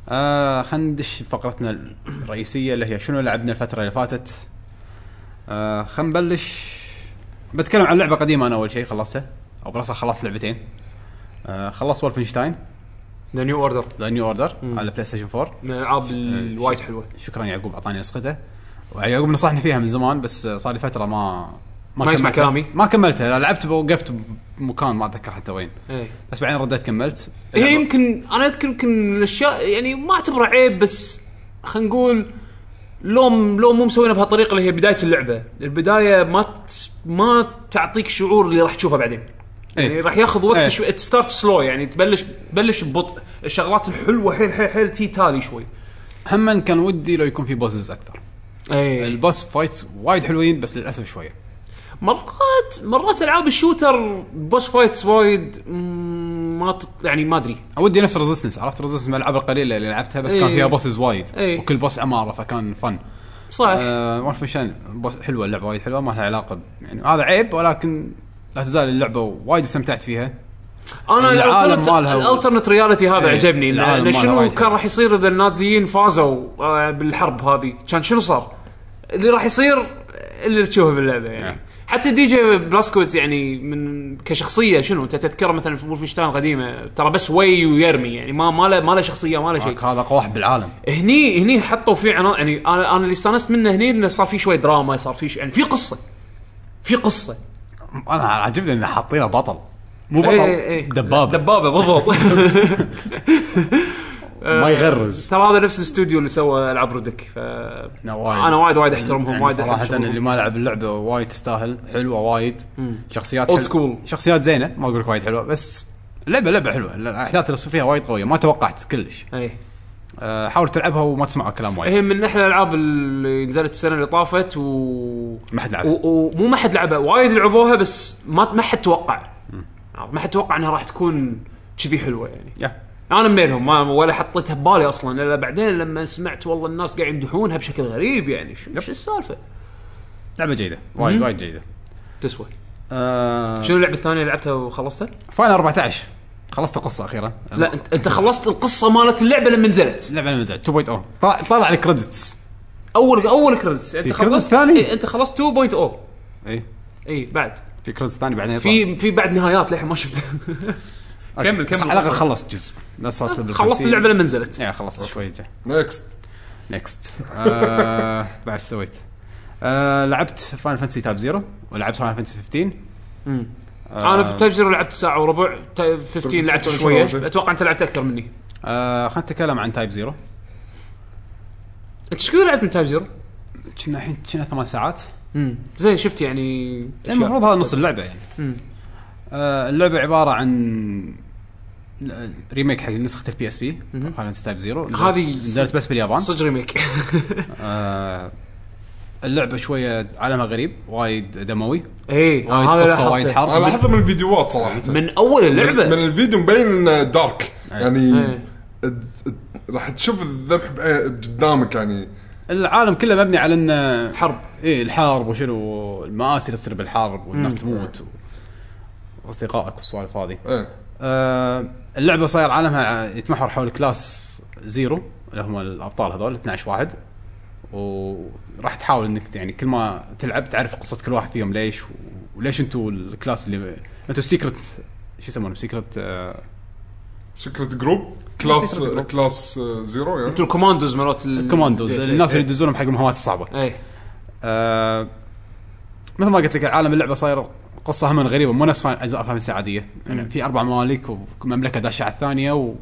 آه خلينا ندش فقرتنا الرئيسيه اللي هي شنو لعبنا الفتره اللي فاتت. آه خلينا نبلش بتكلم عن لعبه قديمه انا اول شيء خلصتها او بالاصح خلصت لعبتين. آه خلصت ولفنشتاين
ذا نيو اوردر
ذا نيو اوردر على بلاي ستيشن 4
من الالعاب
إيه،
الوايد حلوه
شكرا يعقوب اعطاني نسخته ويعقوب نصحني فيها من زمان بس صار لي فتره ما
ما يسمع
كملتها.
كلامي.
ما كملتها لا لعبت وقفت بمكان ما اتذكر حتى وين
ايه
بس بعدين رديت كملت إيه.
هي إيه، يمكن انا اذكر يمكن الاشياء يعني ما اعتبرها عيب بس خلينا نقول لوم لوم مو مسوينها بهالطريقه اللي هي بدايه اللعبه، البدايه ما ت... ما تعطيك شعور اللي راح تشوفه بعدين. يعني
إيه.
راح ياخذ وقت
إيه.
شوي تستارت سلو يعني تبلش تبلش ببطء، الشغلات الحلوه حيل حيل حيل تي تالي شوي.
هم كان ودي لو يكون في بوسز اكثر
اي
البوس فايتس وايد حلوين بس للاسف شويه
مرات مرات العاب الشوتر بوس فايتس وايد مم، ما ت... يعني ما ادري
ودي نفس ريزستنس عرفت ريزستنس من الالعاب القليله اللي لعبتها بس كان
إيه.
فيها بوسز وايد
إيه.
وكل بوس عماره فكان فن
صح
آه ون فيشن بوس حلوه اللعبه وايد حلوه ما لها علاقه ب- يعني هذا عيب ولكن لا تزال اللعبه وايد استمتعت فيها
انا
العالم مالها و-
الالترنت رياليتي هذا
إيه،
عجبني إن-
العالم
إن
مالها
شنو
وايد
كان
حلو.
راح يصير اذا النازيين فازوا آه، بالحرب هذه كان شنو صار اللي راح يصير اللي تشوفه باللعبه يعني
نعم.
حتى دي جي بلاسكويتس يعني من كشخصيه شنو انت تذكره مثلا في ولفنشتاين القديمه ترى بس وي ويرمي يعني ما ما له ما له شخصيه ما له شيء
هذا اقوى واحد بالعالم
هني هني حطوا فيه عنا يعني انا انا اللي استانست منه هني انه صار في شوي دراما صار في ش- يعني في قصه في قصه
انا عاجبني انه حاطينه بطل مو بطل
إيه، إيه.
دبابه
دبابه بالضبط
ما يغرز
آه، ترى هذا نفس الاستوديو اللي سوى العاب رودك ف
لا، وايد.
انا وايد وايد احترمهم
يعني
وايد
صراحه
أحب
اللي ما لعب اللعبه وايد تستاهل حلوه وايد شخصيات
Old
حلوة-
school.
شخصيات زينه ما اقول لك وايد حلوه بس لعبه لعبه حلوه الاحداث اللي تصير فيها وايد قويه ما توقعت كلش
اي
آه، حاول تلعبها وما تسمع كلام وايد
هي من احلى الالعاب اللي نزلت السنه اللي طافت و
ما حد لعبها.
و- ومو ما حد لعبها وايد لعبوها بس ما ما حد توقع ما حد توقع انها راح تكون كذي حلوه يعني
يا.
انا منهم ما ولا حطيتها ببالي اصلا الا بعدين لما سمعت والله الناس قاعد يمدحونها بشكل غريب يعني شو شو السالفه
لعبه جيده وايد وايد جيده
تسوى
آه،
شنو اللعبه الثانيه اللي لعبتها وخلصتها؟
فاينل 14 خلصت القصه اخيرا
لا انت انت خلصت القصه مالت اللعبه لما نزلت
اللعبه اللي نزلت 2.0 طلع طلع الكريدتس
اول اول كريدتس انت
في credits
خلصت
ثاني؟
إيه، انت خلصت 2.0
اي
اي إيه، بعد
في كريدتس ثاني بعدين يطلع.
في في بعد نهايات للحين ما شفت
أوكي.
كمل-
بس
كمل
على الاقل
قصة.
خلصت جزء لا صارت
خلصت
بالخمسين.
اللعبه لما نزلت
يا خلصت شوي جا
نكست
نكست آه، بعد شو سويت؟ آه، لعبت فاينل فانتسي تاب زيرو ولعبت فاينل فانتسي 15 آه.
انا في تايب زيرو لعبت ساعه وربع تايب 15 لعبت
شوي
شويه
شوي.
اتوقع انت لعبت اكثر مني
آه، خلينا نتكلم عن تايب زيرو
انت ايش كثر لعبت من تايب زيرو؟
كنا الحين كنا ثمان ساعات
امم زين شفت يعني أشياء.
إيه، المفروض هذا نص اللعبه يعني
مم.
آه، اللعبه عباره عن ريميك حق نسخه البي اس بي فاينل فانتسي تايب زيرو
هذه
نزلت بس باليابان
صدق ريميك
آه، اللعبه شويه عالمها غريب وايد دموي
اي
وايد
إيه، آه، هذا
قصه
لاحظته.
وايد
انا
حرب
لاحظها من الفيديوهات صراحه
من اول
من
اللعبه
الفيديو مبين انه دارك
إيه.
يعني
أي.
الد- الد- راح تشوف الذبح بأي- قدامك يعني
العالم كله مبني على انه
حرب
ايه الحرب وشنو المآسي اللي تصير بالحرب والناس تموت و... واصدقائك والسوالف هذه
ايه
آه اللعبه صاير عالمها ع- يتمحور حول كلاس زيرو اللي هم الابطال هذول 12 واحد وراح تحاول انك يعني كل ما تلعب تعرف قصه كل واحد فيهم ليش و- وليش انتوا الكلاس اللي انتوا السيكرت شو يسمونه سيكرت آه
سكرت جروب كلاس
secret group.
كلاس آه، زيرو يعني
انتوا الكوماندوز مرات ال-
كوماندوز
إيه،
الناس
إيه.
اللي يدزونهم حق المهمات الصعبه
اي
آه، مثل ما قلت لك عالم اللعبه صاير قصه هم غريبه مو نفس فاين- اجزاء فاينل عاديه يعني في اربع ممالك ومملكه داشه على الثانيه و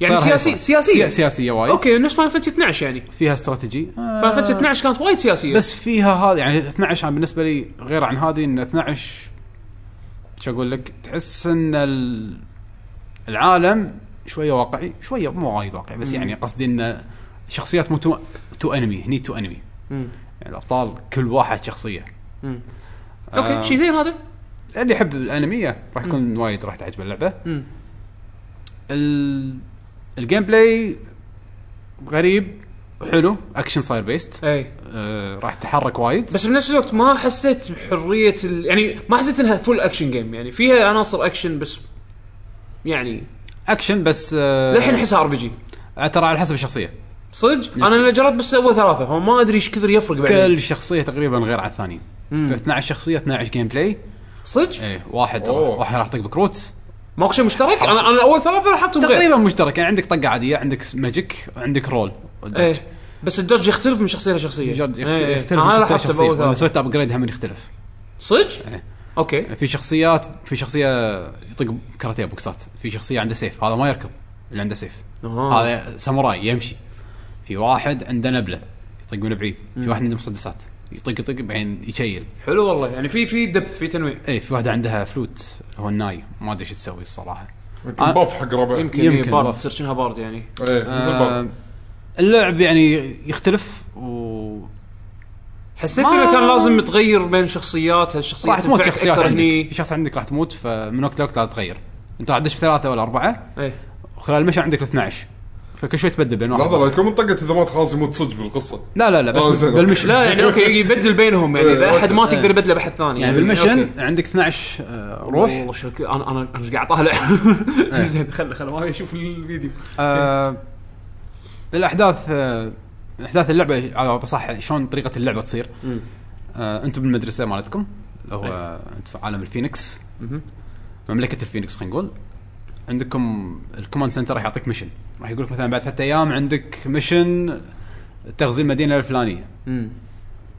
يعني
صار
سياسي
هيصة.
سياسيه
سيا- سياسيه وايد أوكي.
اوكي نفس فاينل فانتسي 12 يعني
فيها استراتيجي آه،
فاينل فانتسي 12 كانت وايد سياسيه
بس فيها هذا يعني 12 عن بالنسبه لي غير عن هذه ان 12 شو اقول لك تحس ان ال- العالم شويه واقعي شويه مو وايد واقعي بس يعني قصدي ان شخصيات مو تو, تو انمي هني تو انمي
مم.
يعني الابطال كل واحد شخصيه آه.
اوكي شيء زين هذا
اللي يحب الانمي راح يكون وايد راح تعجبه اللعبه
مم.
ال... الجيم بلاي غريب حلو اكشن صاير بيست
اي
آه راح تتحرك وايد
إيه. بس بنفس الوقت ما حسيت بحريه ال... يعني ما حسيت انها فول اكشن جيم يعني فيها عناصر اكشن بس يعني
اكشن بس آه
للحين احسها ار بي جي
آه، ترى على حسب الشخصيه
صدق انا اللي جربت بس اول ثلاثه فما ادري ايش كثر يفرق بعدين
كل شخصيه تقريبا غير عن الثانيين في 12 شخصيه 12 جيم بلاي
صدق
ايه واحد راح
أوه.
واحد راح يطق بكروت
ماكو شيء مشترك انا انا اول ثلاثه لاحظتهم غير
تقريبا مشترك يعني عندك طقه عاديه عندك ماجيك وعندك رول والدج.
ايه بس الدوج يختلف من شخصيه لشخصيه
يجر- يخت-
إيه، إيه.
يختلف
أنا
من شخصيه
لاحظته
لشخصيه
بأول
واذا
ثلاثة.
سويت ابجريد هم يختلف
صدق
إيه.
اوكي
في شخصيات في شخصيه يطق كاراتيه بوكسات في شخصيه عنده سيف هذا ما يركض اللي عنده سيف
آه.
هذا ساموراي يمشي في واحد عنده نبله يطق من بعيد في واحد عنده مسدسات يطق يطق بعدين يشيل
حلو والله يعني في في دب في تنويع
اي في واحده عندها فلوت هو الناي ما ادري شو تسوي الصراحه
يمكن باف حق ربع
يمكن
يمكن
يمكن بارد
بارد.
تصير شنها بارد يعني
ايه مثل باف
آه، اللعب يعني يختلف و
حسيت
ما-
انه كان لازم تغير بين شخصيات هالشخصية
راح تموت
تنفعك
شخصيات
أكثر
عندك
هني.
في شخص عندك راح تموت فمن وقت لوقت لازم تغير انت راح تدش بثلاثه ولا اربعه
ايه
وخلال المشي عندك 12 فكل شوي تبدل بين واحد
لحظه لا يكون طقت اذا مات خلاص يموت صدق بالقصه
لا لا لا
آه،
بس
زين.
بالمشي
لا يعني اوكي يبدل بينهم يعني اذا احد ما تقدر يبدله بحد ثاني
يعني بالمشن عندك 12 آه، روح
والله شرك... انا انا انا ايش قاعد إيه. اطالع زين خل خل ما يشوف الفيديو
آه، الاحداث آه، احداث اللعبه على صح شلون طريقه اللعبه تصير آه، انتم بالمدرسه مالتكم اللي هو انتم في عالم الفينيكس مملكه الفينيكس خلينا نقول عندكم الكوماند سنتر راح يعطيك ميشن راح يقول لك مثلا بعد ثلاث ايام عندك ميشن تغزي المدينه الفلانيه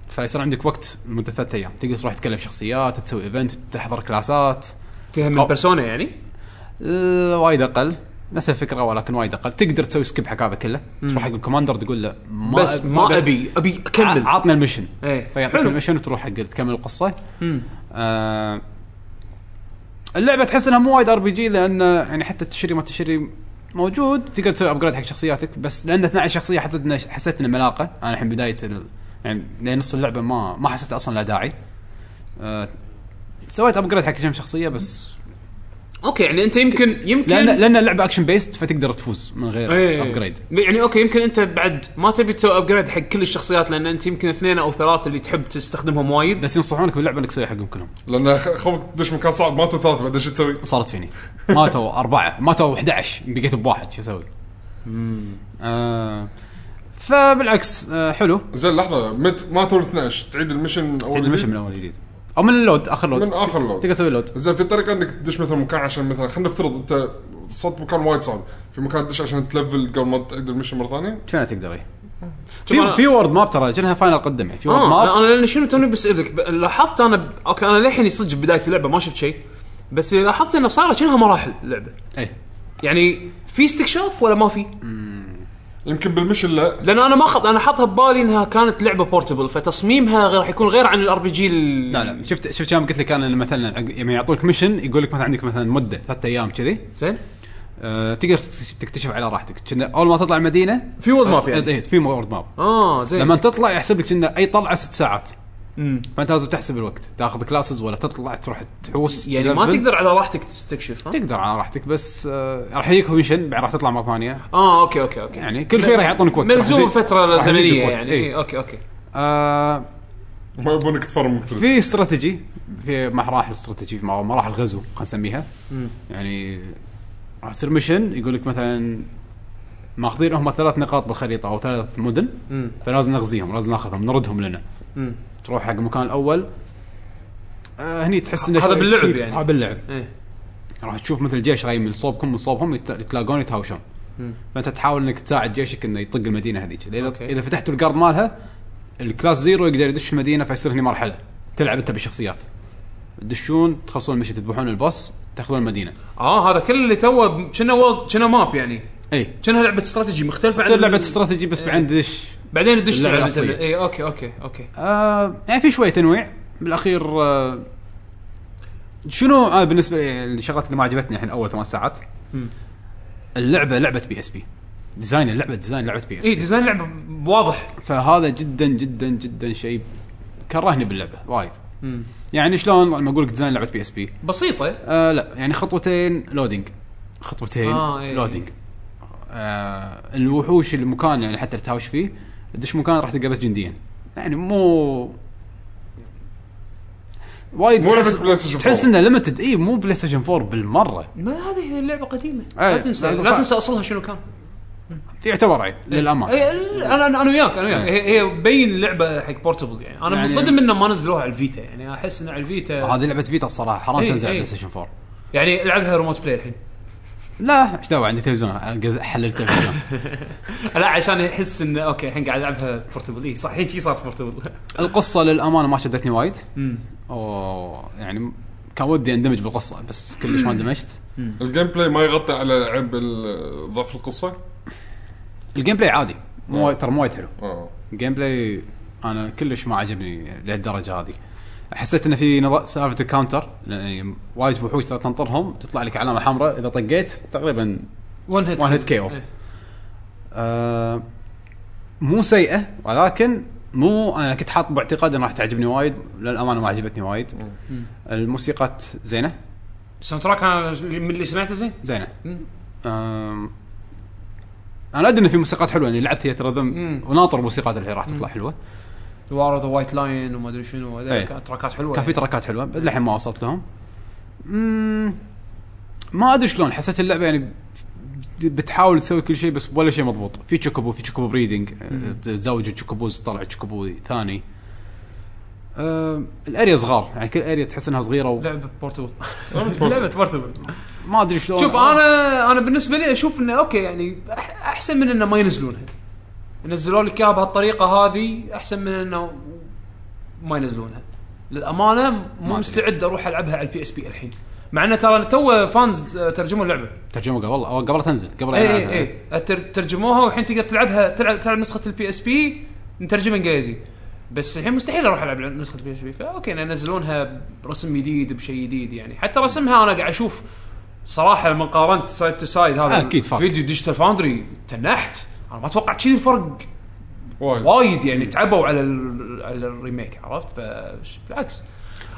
فيصير عندك وقت لمده ثلاث ايام تقدر تروح تتكلم شخصيات تسوي ايفنت تحضر كلاسات
فيها من
أو-
بيرسونا يعني
آه، وايد اقل نفس الفكره ولكن وايد اقل تقدر تسوي سكيب حق هذا كله تروح حق الكوماندر تقول له ما
بس ما ابي ابي
ع-
اكمل
عطنا المشن
ايه
فيعطيك
حلو.
المشن وتروح حق تكمل القصه
مم.
آه اللعبه آه، تحس انها مو وايد ار بي جي لان يعني حتى التشري ما تشري موجود تقدر تسوي ابجريد حق شخصياتك بس لان 12 شخصيه حسيت إنه- حسيت انه ملاقه انا الحين بدايه ال... يعني لين نص اللعبه ما ما حسيت اصلا لا داعي أه... سويت ابجريد حق كم شخصيه بس
اوكي يعني انت يمكن يمكن
لان لان اللعبه اكشن بيست فتقدر تفوز من غير
إيه.
ابجريد
يعني اوكي يمكن انت بعد ما تبي تسوي ابجريد حق كل الشخصيات لان انت يمكن اثنين او ثلاثه اللي تحب تستخدمهم وايد
بس ينصحونك باللعبه انك تسوي حقهم كلهم
لان خ- خوفك تدش مكان صعب ماتوا ثلاثه بعدين شو تسوي؟
وصارت فيني ماتوا اربعه ماتوا 11 بقيت بواحد شو اسوي؟ آه فبالعكس آه حلو
زين لحظه مت ماتوا ال 12 تعيد المشن اول
تعيد المشن من اول جديد او من اللود اخر لود
من اخر
تقدر
لود
تسوي لود
زين في طريقه انك تدش مثلا مكان عشان مثلا خلينا نفترض انت صرت مكان وايد صعب في مكان تدش عشان تلفل قبل ما تعيد المشن مره ثانيه
شنو تقدر اي في
شوف
في وورد ماب ترى جنها فاينل قدم يعني في وورد
اه لا،
ماب
انا لان شنو توني بسالك ب- لاحظت انا ب... اوكي انا للحين صدق بدايه اللعبه ما شفت شيء بس اللي لاحظت انه صارت كأنها مراحل اللعبه
اي
يعني في استكشاف ولا ما في؟
يمكن بالمشن لا
لان انا ما خط انا حاطها ببالي انها كانت لعبه بورتبل فتصميمها غير راح يكون غير عن الار بي جي
لا لا شفت شفت كم قلت لك انا إنه مثلا عق- لما يعني يعطوك ميشن يقول لك مثلا عندك مثلا مده ثلاثة ايام كذي
زين
آه تقدر تكتشف على راحتك كنا اول ما تطلع المدينه
في وورد ماب يعني.
إيه، في وورد ماب
اه زين
لما تطلع يحسب لك كنا اي طلعه ست ساعات
مم.
فانت لازم تحسب الوقت تاخذ كلاسز ولا تطلع تروح تحوس
يعني ما
تلفل.
تقدر على راحتك تستكشف ها؟
تقدر على راحتك بس آه راح يجيك ميشن بعد راح تطلع مره ثانيه
اه اوكي اوكي اوكي
يعني كل شيء راح يعطونك وقت
ملزوم
راح يزيد-
فتره
راح يزيدك
زمنيه
وقت.
يعني
إيه.
إيه. اوكي اوكي
آه
ما يبونك تفرم من الفلوس.
في استراتيجي في مراحل استراتيجي في مراحل غزو خلينا نسميها يعني راح يصير ميشن يقول لك مثلا ماخذين هم ثلاث نقاط بالخريطه او ثلاث مدن
مم.
فلازم نغزيهم لازم ناخذهم نردهم لنا
مم.
تروح حق المكان الاول آه هني تحس انه
هذا
شوي-
باللعب
شيء-
يعني.
آه باللعب
إيه.
راح تشوف مثل جيش جاي من صوبكم من صوبهم يت- يتلاقون يتهاوشون فانت تحاول انك تساعد جيشك انه يطق المدينه هذيك اذا
أوكي.
اذا فتحتوا القرض مالها الكلاس زيرو يقدر يدش المدينه فيصير هني مرحله تلعب انت بالشخصيات تدشون تخلصون المشي تذبحون البوس تاخذون المدينه
اه هذا كل اللي توه كنا وورد كنا ماب يعني
اي
كنا لعبه استراتيجي مختلفه عن
إيه. تصير لعبه استراتيجي بس بعدين تدش
بعدين تدش
اللعبة
تلعب إيه، مثلاً.
الأصلية.
اي اوكي اوكي اوكي
آه يعني في شويه تنويع بالاخير آه شنو آه بالنسبه لي الشغلات اللي ما عجبتني الحين اول ثمان ساعات اللعبه لعبه بي اس بي ديزاين اللعبه ديزاين لعبه بي اس
اي
بي
إيه، ديزاين لعبه واضح
فهذا جدا جدا جدا شيء كرهني باللعبه وايد يعني شلون لما اقول لك ديزاين لعبه بي اس بي
بسيطه
آه لا يعني خطوتين لودينج خطوتين
آه، إيه.
لودينج آه الوحوش المكان يعني حتى تهاوش فيه تدش مكان راح تلقى بس جنديين يعني مو وايد
مو
تحس-
لعبة بلاي ستيشن
تحس
4.
انه ليمتد اي مو بلاي ستيشن 4 بالمره
ما هذه اللعبه قديمه
إيه.
لا تنسى
لا،
لا
فعلا.
تنسى اصلها شنو كان
يعتبر عيب
إيه.
للامان
اي ال- انا انا أنا وياك انا وياك
إيه.
هي هي بين لعبه حق بورتبل يعني انا
يعني-
منصدم انه ما نزلوها على الفيتا يعني احس انه على الفيتا
هذه لعبه فيتا الصراحه حرام
إيه،
تنزل على
إيه.
بلاي ستيشن 4
يعني العبها ريموت بلاي الحين
لا ايش دعوه عندي تلفزيون أقز- حلل تلفزيون
لا عشان يحس انه اوكي الحين قاعد العبها بورتبل اي صح الحين شي صار بورتبل
القصه للامانه ما شدتني وايد اوه يعني كان ودي اندمج بالقصه بس كلش ما اندمجت
الجيم بلاي ما يغطي على عيب ال- ضعف القصه
الجيم بلاي عادي مو وايد- ترى مو وايد حلو
اه
الجيم بلاي انا كلش ما عجبني لهالدرجه هذه حسيت انه في نظ- سالفه الكاونتر يعني وايد وحوش ترى تنطرهم تطلع لك علامه حمراء اذا طقيت تقريبا
ون هيت
One hit KO.
إيه.
آه مو سيئه ولكن مو انا كنت حاط باعتقاد انها راح تعجبني وايد للامانه ما عجبتني وايد الموسيقى زينه
الساوند تراك انا من اللي سمعته زين
زينه
مم.
أم... انا ادري ان في موسيقات حلوه يعني لعبت ثياتر ذم
مم.
وناطر موسيقات اللي راح تطلع حلوه
دوار ذا وايت لاين وما ادري شنو هذول
إيه.
كان تراكات حلوه
كان في
يعني.
تراكات حلوه بس للحين ما وصلت لهم مم، ما ادري شلون حسيت اللعبه يعني بتحاول تسوي كل شيء بس ولا شيء مضبوط في تشوكوبو في تشوكوبو آه، بريدنج تزوج التشوكوبوز تطلع تشوكوبو ثاني أم، الاريا صغار يعني كل اريا تحس انها صغيره وما
لعبه بورتبل لعبه بورتبل
ادري شلون
شوف انا انا بالنسبه لي اشوف انه اوكي يعني أح- احسن من انه ما ينزلونها نزلوا لك اياها بهالطريقه هذه احسن من انه ما ينزلونها للامانه مو
أدري.
مستعد اروح العبها على البي اس بي الحين مع انه ترى تو فانز آه، ترجموا اللعبه
ترجمه قبل أو قبل لا تنزل قبل لا
اي
ينعرض.
اي اي تر- ترجموها والحين تقدر تلعبها تلعب, تلعب نسخه البي اس بي مترجمه انجليزي بس الحين مستحيل اروح العب نسخه بي اس بي فاوكي إن ينزلونها برسم جديد بشيء جديد يعني حتى رسمها انا قاعد اشوف صراحه لما قارنت سايد تو سايد هذا
آه، أكيد فرق.
فيديو ديجيتال فاوندري تنحت انا ما توقعت كذي فرق
وايد
وايد يعني تعبوا على ال- على الريميك عرفت فبالعكس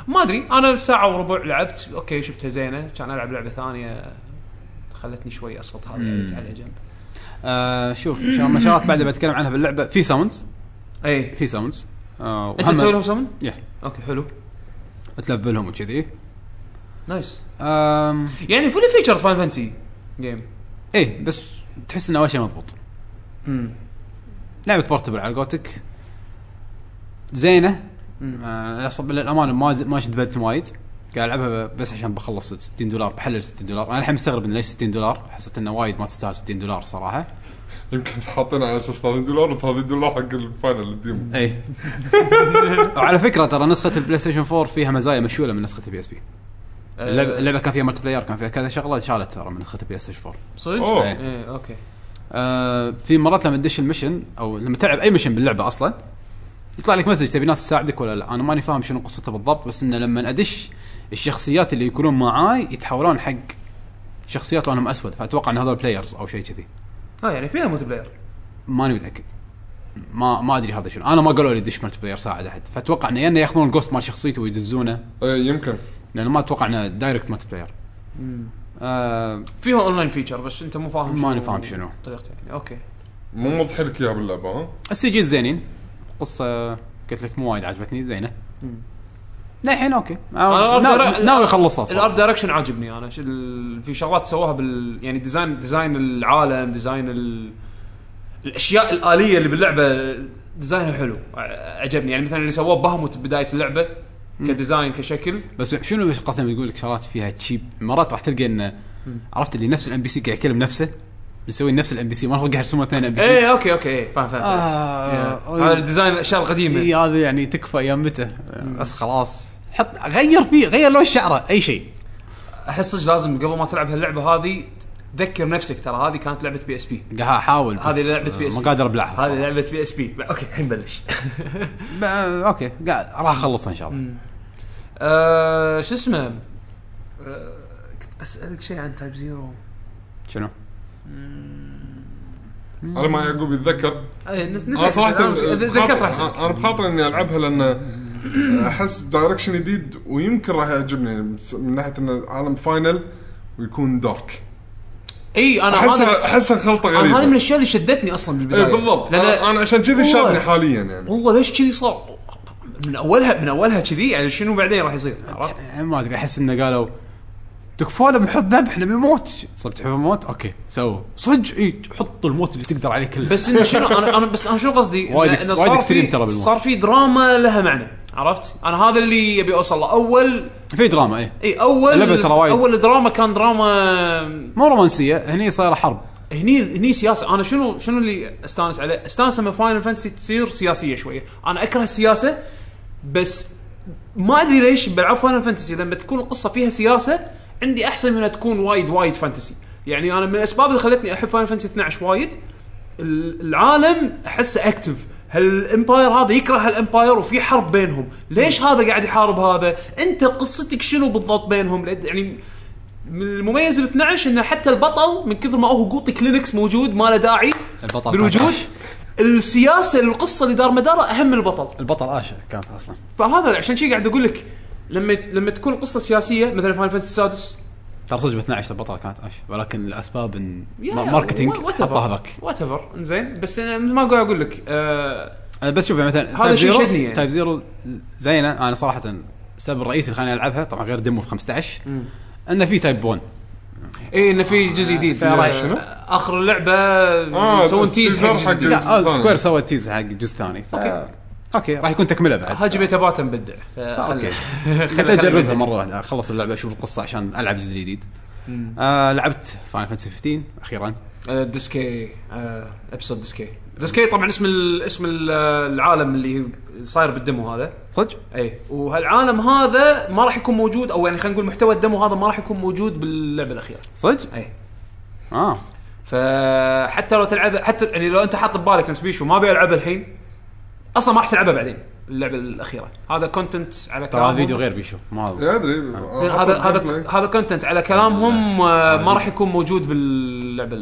ما ادري انا ساعه وربع لعبت اوكي شفتها زينه كان العب لعبه ثانيه خلتني شوي اصفط هذا على جنب
آه شوف ان شاء الله شغلات بعد بتكلم عنها باللعبه في ساوندز
اي
في ساوندز آه
انت
وهم-
إيه. تسوي لهم سمن؟
يا
اوكي حلو
تلفلهم وكذي
نايس
آم،
يعني فول فيتشر فاين فانسي جيم
ايه بس تحس انه اول شيء مضبوط
امم
لعبه بورتبل على قولتك زينه آه أصب- للامانه ما ز- ما شد بالي وايد قاعد العبها ب- بس عشان بخلص 60 دولار بحلل 60 دولار انا الحين مستغرب انه ليش 60 دولار حسيت انه وايد ما تستاهل 60 دولار صراحه
يمكن حاطين على اساس 30 دولار و30 دولار حق الفاينل الديمو
اي وعلى فكره ترى نسخه البلاي ستيشن 4 فيها مزايا مشوله من نسخه البي اس بي
آه، أه.
اللعبه اللعبة كان فيها ملتي بلاير كان فيها كذا شغله شالت ترى من نسخه البلاي ستيشن 4
صدق؟
أوه.
ايه اوكي
آه، في مرات لما تدش المشن او لما تلعب اي مشن باللعبه اصلا يطلع لك مسج تبي ناس تساعدك ولا لا انا ماني فاهم شنو قصته بالضبط بس انه لما ادش الشخصيات اللي يكونون معاي يتحولون حق شخصيات لونهم اسود فاتوقع ان هذول بلايرز او شيء كذي
اه يعني فيها ملتي بلاير
ماني متاكد ما ما ادري هذا شنو انا ما قالوا لي دش ملتي بلاير ساعد احد فاتوقع انه يا إنه ياخذون الجوست مال شخصيته ويدزونه
اي إيه، يمكن
لانه ما اتوقع انه دايركت ملتي بلاير آه
فيها اونلاين فيتشر بس انت مو فاهم
ماني فاهم شنو.
طريقته يعني اوكي
مو موضح لك اياها باللعبه ها
السي جي زينين قصه قلت لك مو وايد عجبتني زينه للحين اوكي
أنا
ناوي
أرد-
ناوي اخلصها
الارت
صراحة.
دايركشن عاجبني انا ش... ال- في شغلات سووها بال يعني ديزاين ديزاين العالم ديزاين ال... الاشياء الاليه اللي باللعبه ديزاينها حلو ع- عجبني يعني مثلا اللي سووه بهمت بدايه اللعبه كديزاين كشكل
بس شنو بس قصدي يقول لك شغلات فيها تشيب مرات راح تلقى انه عرفت اللي نفس الام بي سي قاعد يكلم نفسه مسوي نفس الام بي سي ما هو قاعد يرسمون اثنين ام بي
ايه
سي
اوكي اوكي ايه فاهم فاهم فاهم.
آه،
Yeah.
أوي.
هذا الديزاين الاشياء القديمه
هذا يعني تكفى ايام متى بس خلاص حط غير فيه غير لون شعره اي شيء
احس صدق لازم قبل ما تلعب هاللعبه هذه تذكر نحسك ترى هذه كانت لعبه بي اس بي
قاعد احاول بس
هذه لعبة
آه،
بي اس
ما قادر ابلعها
هذه
صراحة.
لعبه بي اس بي اوكي الحين نبلش
ب- اوكي قاعد راح اخلصها ان شاء الله
آه، شو اسمه آه، كنت بسالك شيء عن تايب زيرو
شنو؟
انا مع يعقوب يتذكر انا
انا
صراحه
ذكرت راح
بخاطر-
أسألك.
انا آه، بخاطر اني العبها لان احس دايركشن جديد ويمكن راح يعجبني من ناحيه انه عالم فاينل ويكون دارك
اي انا
احسها
إيه، هذا
احسها خلطه
أنا هذه من
غريبه
الاشياء اللي شدتني اصلا بالبدايه
اي إيه، بالضبط انا أنا
لان
عشان كذي
هو-
شادني حاليا يعني
هو ليش كذي صار من اولها من اولها كذي يعني شنو بعدين راح يصير عرفت؟
يعني ما ادري احس انه قالوا تكفون بنحط ذبح نبي موت صرت تحب الموت اوكي سووا صدق اي حط الموت اللي تقدر عليه كله
بس انه شنو انا انا بس انا شنو قصدي؟
وايد
إنه-
إكس-
إنه
وايد
صار
إكستريم
في-
ترى بالموضوع.
صار في دراما لها معنى عرفت؟ انا هذا اللي ابي اوصل له اول
في دراما ايه
اي اول
اللعبة ترى وايد.
اول دراما كان دراما
مو رومانسيه هني صايره حرب
هني هني سياسه انا شنو شنو اللي استانس عليه؟ استانس لما فاينل فانتسي تصير سياسيه شويه، انا اكره السياسه بس ما ادري ليش بلعب فاينل فانتسي لما تكون القصه فيها سياسه عندي احسن من انها تكون وايد وايد فانتسي، يعني انا من الاسباب اللي خلتني احب فاينل فانتسي 12 وايد ال- العالم احسه اكتف هالامباير هذا يكره هالامباير وفي حرب بينهم، ليش هذا قاعد يحارب هذا؟ انت قصتك شنو بالضبط بينهم؟ لأن- يعني من المميز ب 12 انه حتى البطل من كثر ما هو قوطي كلينكس موجود ما له داعي
البطل
بالوجود السياسه القصه اللي دار مدارها اهم من البطل
البطل اشا كانت اصلا
فهذا عشان شي قاعد اقول لك لما لما تكون قصه سياسيه مثلا فاين فانتسي السادس
ترى صدق ب 12 البطل كانت اشا ولكن الاسباب ان ماركتينج حطها هذاك
وات ايفر انزين بس انا مثل ما قاعد اقول لك آه
أنا بس شوف يعني مثلا
هذا شيء
Type Zero-
شدني يعني.
Type Zero زينه انا صراحه السبب الرئيسي اللي خلاني العبها طبعا غير ديمو في 15 انه في تايب 1
ايه انه في جزء جديد
فيها رايح
آه،
شنو؟
اخر اللعبه يسوون تيز حق
التيزر
جزء
حق
جديد.
ال-
لا
ثاني.
سكوير سوى تيز حق جزء ثاني ف...
أوكي.
اوكي اوكي راح يكون تكمله بعد
هاجمي تباتا مبدع فخله
اوكي حتى اجربها مره واحده اخلص اللعبه اشوف القصه عشان العب جزء جديد آه لعبت فاين فانتسي 15 اخيرا
آه، ديسكي آه، ابسود ديسكي ديسكي طبعا اسم ال- اسم ال- العالم اللي صاير بالدمو هذا
صدق
اي وهالعالم هذا ما راح يكون موجود او يعني خلينا نقول محتوى الدمو هذا ما راح يكون موجود إيه. باللعبه الاخيره
صدق
اي
اه
فحتى لو تلعب حتى يعني لو انت حاط ببالك نفس بيشو ما ابي العبها الحين اصلا ما راح تلعبها بعدين اللعبه الاخيره هذا كونتنت على
ترى
كلامهم
هذا فيديو غير بيشو ما هذا.
إيه، ادري
هذا
أحط gameplay.
هذا هذا كونتنت على كلامهم آه، ما راح يكون موجود باللعبه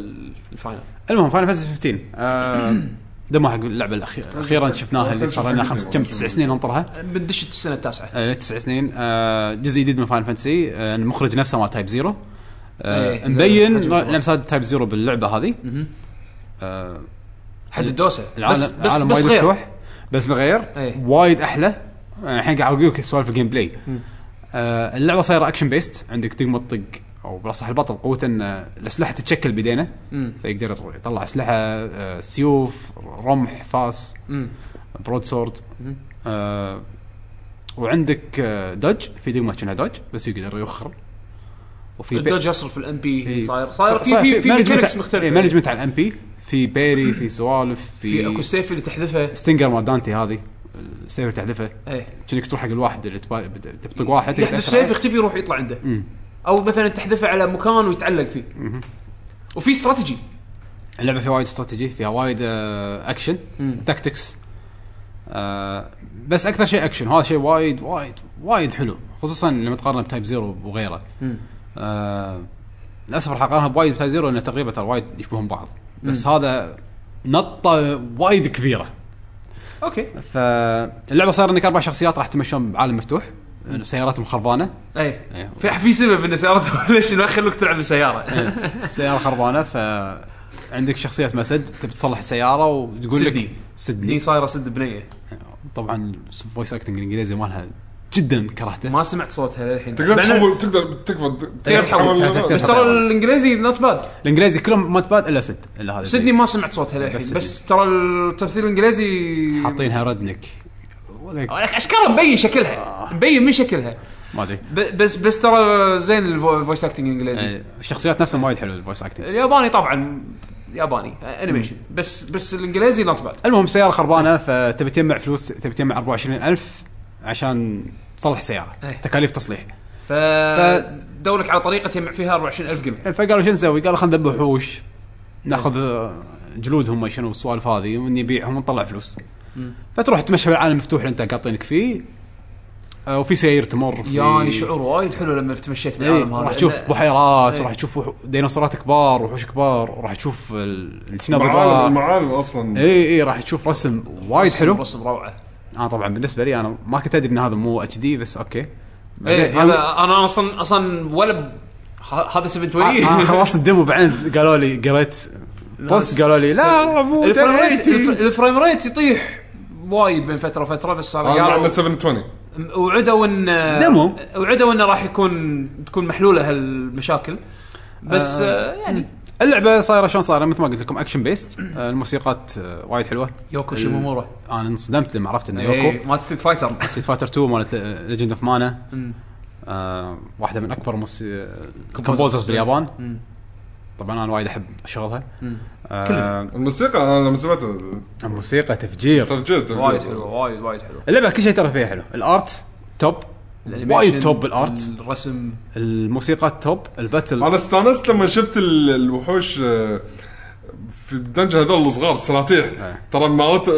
الفاينل
المهم فاينل فانتسي 15 آه، ده ما حق اللعبه الاخيره اخيرا شفناها اللي صار لنا خمس كم تسع سنين ننطرها
بندش السنه التاسعه
آه، تسع سنين آه، جزء جديد من فاينل فانتسي آه، المخرج نفسه مال تايب زيرو آه،
إيه.
مبين
حجم الشغل.
لمسات تايب زيرو باللعبه هذه آه،
حد الدوسه
العالم
بس بس
العالم
بس
وايد
غير
مفتوح بس مغير
إيه.
وايد احلى أنا الحين قاعد اقول لك سوالف الجيم بلاي آه اللعبه صايره اكشن بيست عندك تقمة طق او بالاصح البطل قوته ان آه، الاسلحه تتشكل بيدينه
مم.
فيقدر يطلع اسلحه آه سيوف رمح فاس
مم.
برود سورد آه وعندك آه دج في دقمه كأنها دج بس يقدر يوخر وفي بي-
الدوج يصرف الام بي
إيه.
صاير صاير في في في
مانجمنت-
ميكانكس
إيه،
مختلفه
مانجمنت على الام بي في بيري في سوالف
في اكو سيف اللي تحذفه
ستينجر مال دانتي هذه السيف اللي تحذفه
ايه
كأنك تروح حق الواحد اللي تبا- بت- تبطق واحد
يحذف سيف يختفي يروح يطلع عنده
مم.
او مثلا تحذفه على مكان ويتعلق فيه وفي استراتيجي
اللعبه فيها وايد استراتيجي فيها وايد آه، اكشن تاكتكس آه، بس اكثر شيء اكشن هذا شيء وايد وايد وايد حلو خصوصا لما تقارنه بتايب زيرو وغيره آه، للاسف راح اقارنها بوايد بتايب زيرو لان تقريبا ترى وايد يشبهون بعض بس هذا نطه وايد كبيره
اوكي
فاللعبه صار انك اربع شخصيات راح تمشون بعالم مفتوح سياراتهم خربانه
اي
إيه.
في في سبب ان سيارته ليش ما خلوك تلعب بالسياره
السياره خربانه ف عندك شخصيه مسد تبي تصلح السياره وتقول
سدني.
لك
هني
سدني
صايره سد بنيه
طبعا فويس اكتنج الانجليزي مالها جدا كرهته
ما سمعت صوتها للحين
تقدر
بعدين-
تحول تقدر تقفل
تقدر تحول.
تقدر
بس ترى الانجليزي نوت باد
الانجليزي كلهم ما تباد الا سد الا هذا
سدني ما سمعت صوتها
بس
للحين
سدني.
بس ترى التمثيل الانجليزي
حاطينها ردنك ولك
ولك اشكالها مبين
آه.
شكلها مبين من شكلها
ما ادري
ب- بس بس ترى زين الفويس اكتنج الانجليزي
آه، الشخصيات نفسهم وايد حلو الفويس اكتنج
الياباني طبعا ياباني انيميشن بس بس الانجليزي نوت باد
المهم السياره خربانه فتبي تجمع فلوس تبي تجمع 24000 عشان تصلح
إيه.
سياره تكاليف تصليح
ف دورك على طريقه تجمع فيها 24000 قلم
فقالوا شو نسوي؟ قالوا خلينا نذبح وحوش ناخذ آه، جلودهم ما شنو السوالف هذه ونبيعهم ونطلع فلوس. فتروح تمشى بالعالم المفتوح اللي انت قاطينك فيه آه، وفي سير تمر في
ياني يعني شعور وايد حلو لما تمشيت
إيه،
بالعالم هذا
راح تشوف
لأن-
بحيرات
إيه.
راح تشوف وح- ديناصورات كبار وحوش كبار راح تشوف ال- الكناب
المعالم
الكبار
المعالم
إيه،
اصلا
اي اي إيه، راح تشوف رسم وايد
رسم-
حلو
رسم روعه
انا طبعا بالنسبه لي انا ما كنت ادري ان هذا مو اتش دي بس اوكي
ايه
بعدين-
هذا انا اصلا اصلا ولا ب- ه- هذا 720
انا خلصت الديمو بعدين قالوا لي قريت بوست قالوا لي لا مو إيه،
الفريم ريت
1080.
الفر- الفريم ريت يطيح وايد بين فتره وفتره بس انا
انا عندنا
قالوا
720
وعدوا ان
ديمو.
وعدوا انه راح يكون تكون محلوله هالمشاكل بس آه يعني
اللعبه صايره شلون صايره مثل ما قلت لكم اكشن بيست الموسيقات آه، وايد حلوه
يوكو شيمومورا
انا انصدمت لما عرفت ان
ايه
يوكو
مالت ستيت فايتر
ستيت فايتر 2 مالت ليجند اوف مانا واحده آه، من اكبر موسي... كومبوزرز باليابان طبعا انا وايد احب شغلها آه
الموسيقى انا لما سمعتها
الموسيقى تفجير
تفجير
وايد
تفجير
حلو وايد وايد حلو
اللعبه كل شيء ترى فيها حلو الارت توب وايد توب بالارت
الرسم
الموسيقى توب الباتل
انا استانست لما شفت ال- الوحوش آه، في الدنجن هذول الصغار السلاطيح ترى مالت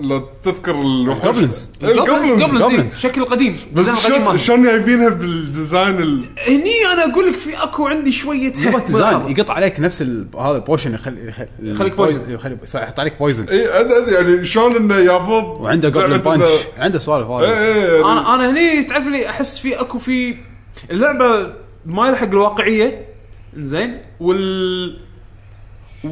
لو تذكر الوحوش
Goblins.
إيه، الجوبلنز
قبل
Goblins.
شكل قديم
بس
ديزاين قديم
شلون
مالها.
شلون جايبينها بالديزاين ال-
هني انا اقول لك في اكو عندي شويه
يبغى
هيك
ديزاين
بالأرض.
يقط عليك نفس ال- هذا البوشن يخلي يخلي-
يخليك poison.
يخلي يحط عليك بويزن
اي أنا- أنا يعني شلون انه يابوب
وعنده جوبلن بانش عنده سوالف
إيه،
هذا
اي
انا انا هني تعرف لي احس في اكو في اللعبه ما يلحق الواقعيه زين وال و-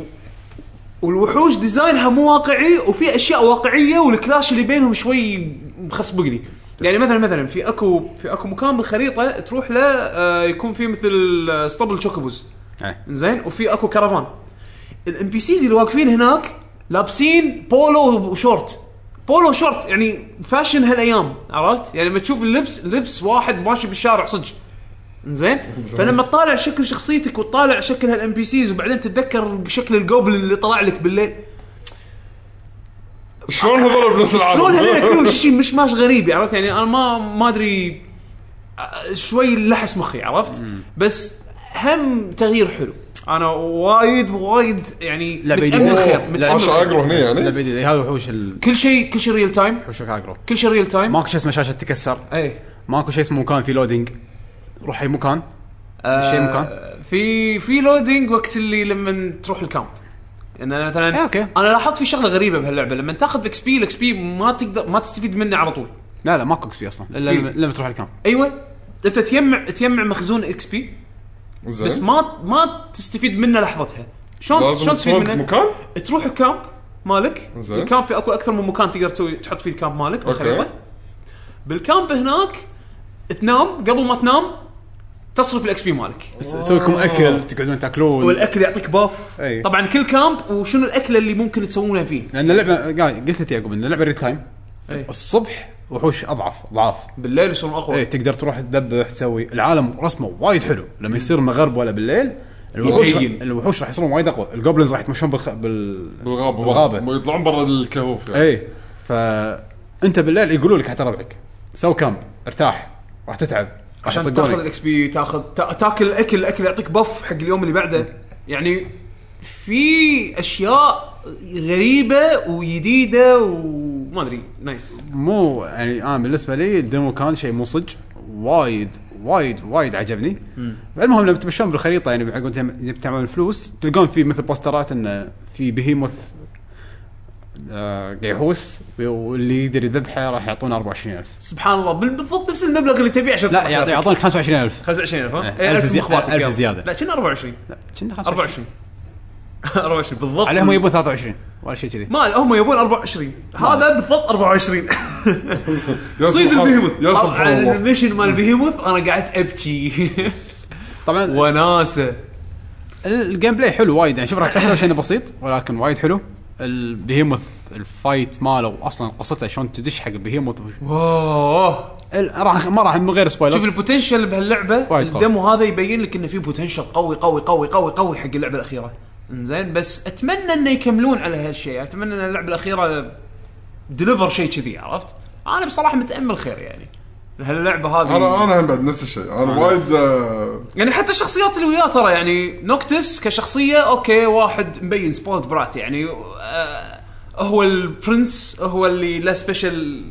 والوحوش ديزاينها مو واقعي وفي اشياء واقعيه والكلاش اللي بينهم شوي مخصبقني يعني مثلا مثلا في اكو في اكو مكان بالخريطه تروح له آه، يكون في مثل آه، اسطبل تشوكوبوز
إيه.
زين وفي اكو كرفان الام بي سيز اللي واقفين هناك لابسين بولو وشورت بولو شورت يعني فاشن هالايام عرفت يعني لما تشوف اللبس لبس واحد ماشي بالشارع صدق زين فلما تطالع شكل شخصيتك وتطالع شكل هالام بي سيز وبعدين تتذكر شكل الجوبلن اللي طلع لك بالليل
شلون هذول بنفس العالم
شلون هذول كلهم شيء مش ماش غريب عرفت يعني انا ما ما ادري آه، شوي لحس مخي عرفت بس هم تغيير حلو انا وايد وايد يعني
لا،
متامل
بيجي-
الخير
أوه،
متامل
لا.
الخير.
عشان اقرا هنا
لا
يعني
بعيد هذا وحوش ال...
كل شيء كل شيء ريل تايم
وحوشك اقرا
كل شيء إيه. ريل تايم
ماكو شيء اسمه شاشه تكسر
اي
ماكو شيء اسمه مكان في لودينج روح اي مكان آه شيء مكان
في في لودينج وقت اللي لما تروح الكامب يعني مثلا
إيه، أوكي.
انا لاحظت في شغله غريبه بهاللعبه لما تاخذ اكس بي الاكس بي ما تقدر ما تستفيد منه على طول
لا لا ماكو اكس بي اصلا الا
في-
لما- لما تروح الكامب
ايوه انت تجمع تجمع مخزون اكس بي بس
زين
ما ما تستفيد منه لحظتها شلون
لازم
شلون تستفيد
تفوت
منه؟
مكان
تروح الكامب مالك
زين.
الكامب في اكو اكثر من مكان تقدر تسوي تحط فيه الكامب مالك
أوكي.
بالخريطه بالكامب هناك تنام قبل ما تنام تصرف الاكس بي مالك
تسوي لكم اكل تقعدون تاكلون
والاكل يعطيك باف
أي.
طبعا كل كامب وشنو الاكله اللي ممكن تسوونها فيه
لان اللعبه قاعد- قلت لك يا عقب ان اللعبه ريل تايم
أي.
الصبح وحوش اضعف اضعاف
بالليل يصيرون اقوى
ايه تقدر تروح تذبح تسوي العالم رسمه وايد حلو لما يصير مغرب ولا بالليل الوحوش
يبين.
الوحوش راح يصيرون وايد اقوى الجوبلنز راح يتمشون بالخ... بال
بالغابه
بالغابة.
ويطلعون برا الكهوف يعني
ايه فانت بالليل يقولوا لك حتى ربعك سو كامب ارتاح راح تتعب راح
عشان
يطقونك.
تاخذ الاكس بي تاخذ تا- تاكل الاكل الاكل يعطيك بف حق اليوم اللي بعده يعني في اشياء غريبه وجديده وما ادري نايس
مو يعني انا بالنسبه لي الديمو كان شيء مصج وايد وايد وايد عجبني المهم لما تمشون بالخريطه يعني عقب ما تعمل فلوس تلقون في مثل بوسترات انه في بهيموث آه، قاعد يحوس واللي يقدر يذبحه راح يعطونه 24000
سبحان الله بال- بالضبط نفس المبلغ اللي تبيه عشان
لا
تخلص
يعطي-
لك.
يعطونك 25000
25000 ها؟
إيه،
إيه،
ألف
ألف
زيادة-
مخبارتك
ألف
يلا.
زيادة.
لا كنا 24
لا كنا
24 24 بالضبط
عليهم يبون 23 ولا شيء كذي
ما هم يبون 24
نعم.
هذا بالضبط 24
يا
صيد
سبحان-
البهيموث
يا سبحان
على
الله
الميشن مال البهيموث انا قعدت ابكي
طبعا
وناسه
الجيم بلاي حلو وايد يعني شوف راح تحسه شيء بسيط ولكن وايد حلو البهيموث الفايت ماله اصلا قصته شلون تدش حق البهيموث
اوه
ال- راح ما راح من غير
شوف
سبويلرز
البوتنشل بهاللعبه
وايد قوي.
الدمو هذا يبين لك انه في بوتنشل قوي قوي قوي قوي قوي حق اللعبه الاخيره انزين بس اتمنى انه يكملون على هالشيء اتمنى ان اللعبه الاخيره ديليفر شيء كذي عرفت انا بصراحه متامل خير يعني هاللعبه هذه
انا انا هم بعد نفس الشيء انا وايد آه،
يعني حتى الشخصيات اللي وياه ترى يعني نوكتس كشخصيه اوكي واحد مبين سبولد برات يعني آه هو البرنس هو اللي له سبيشل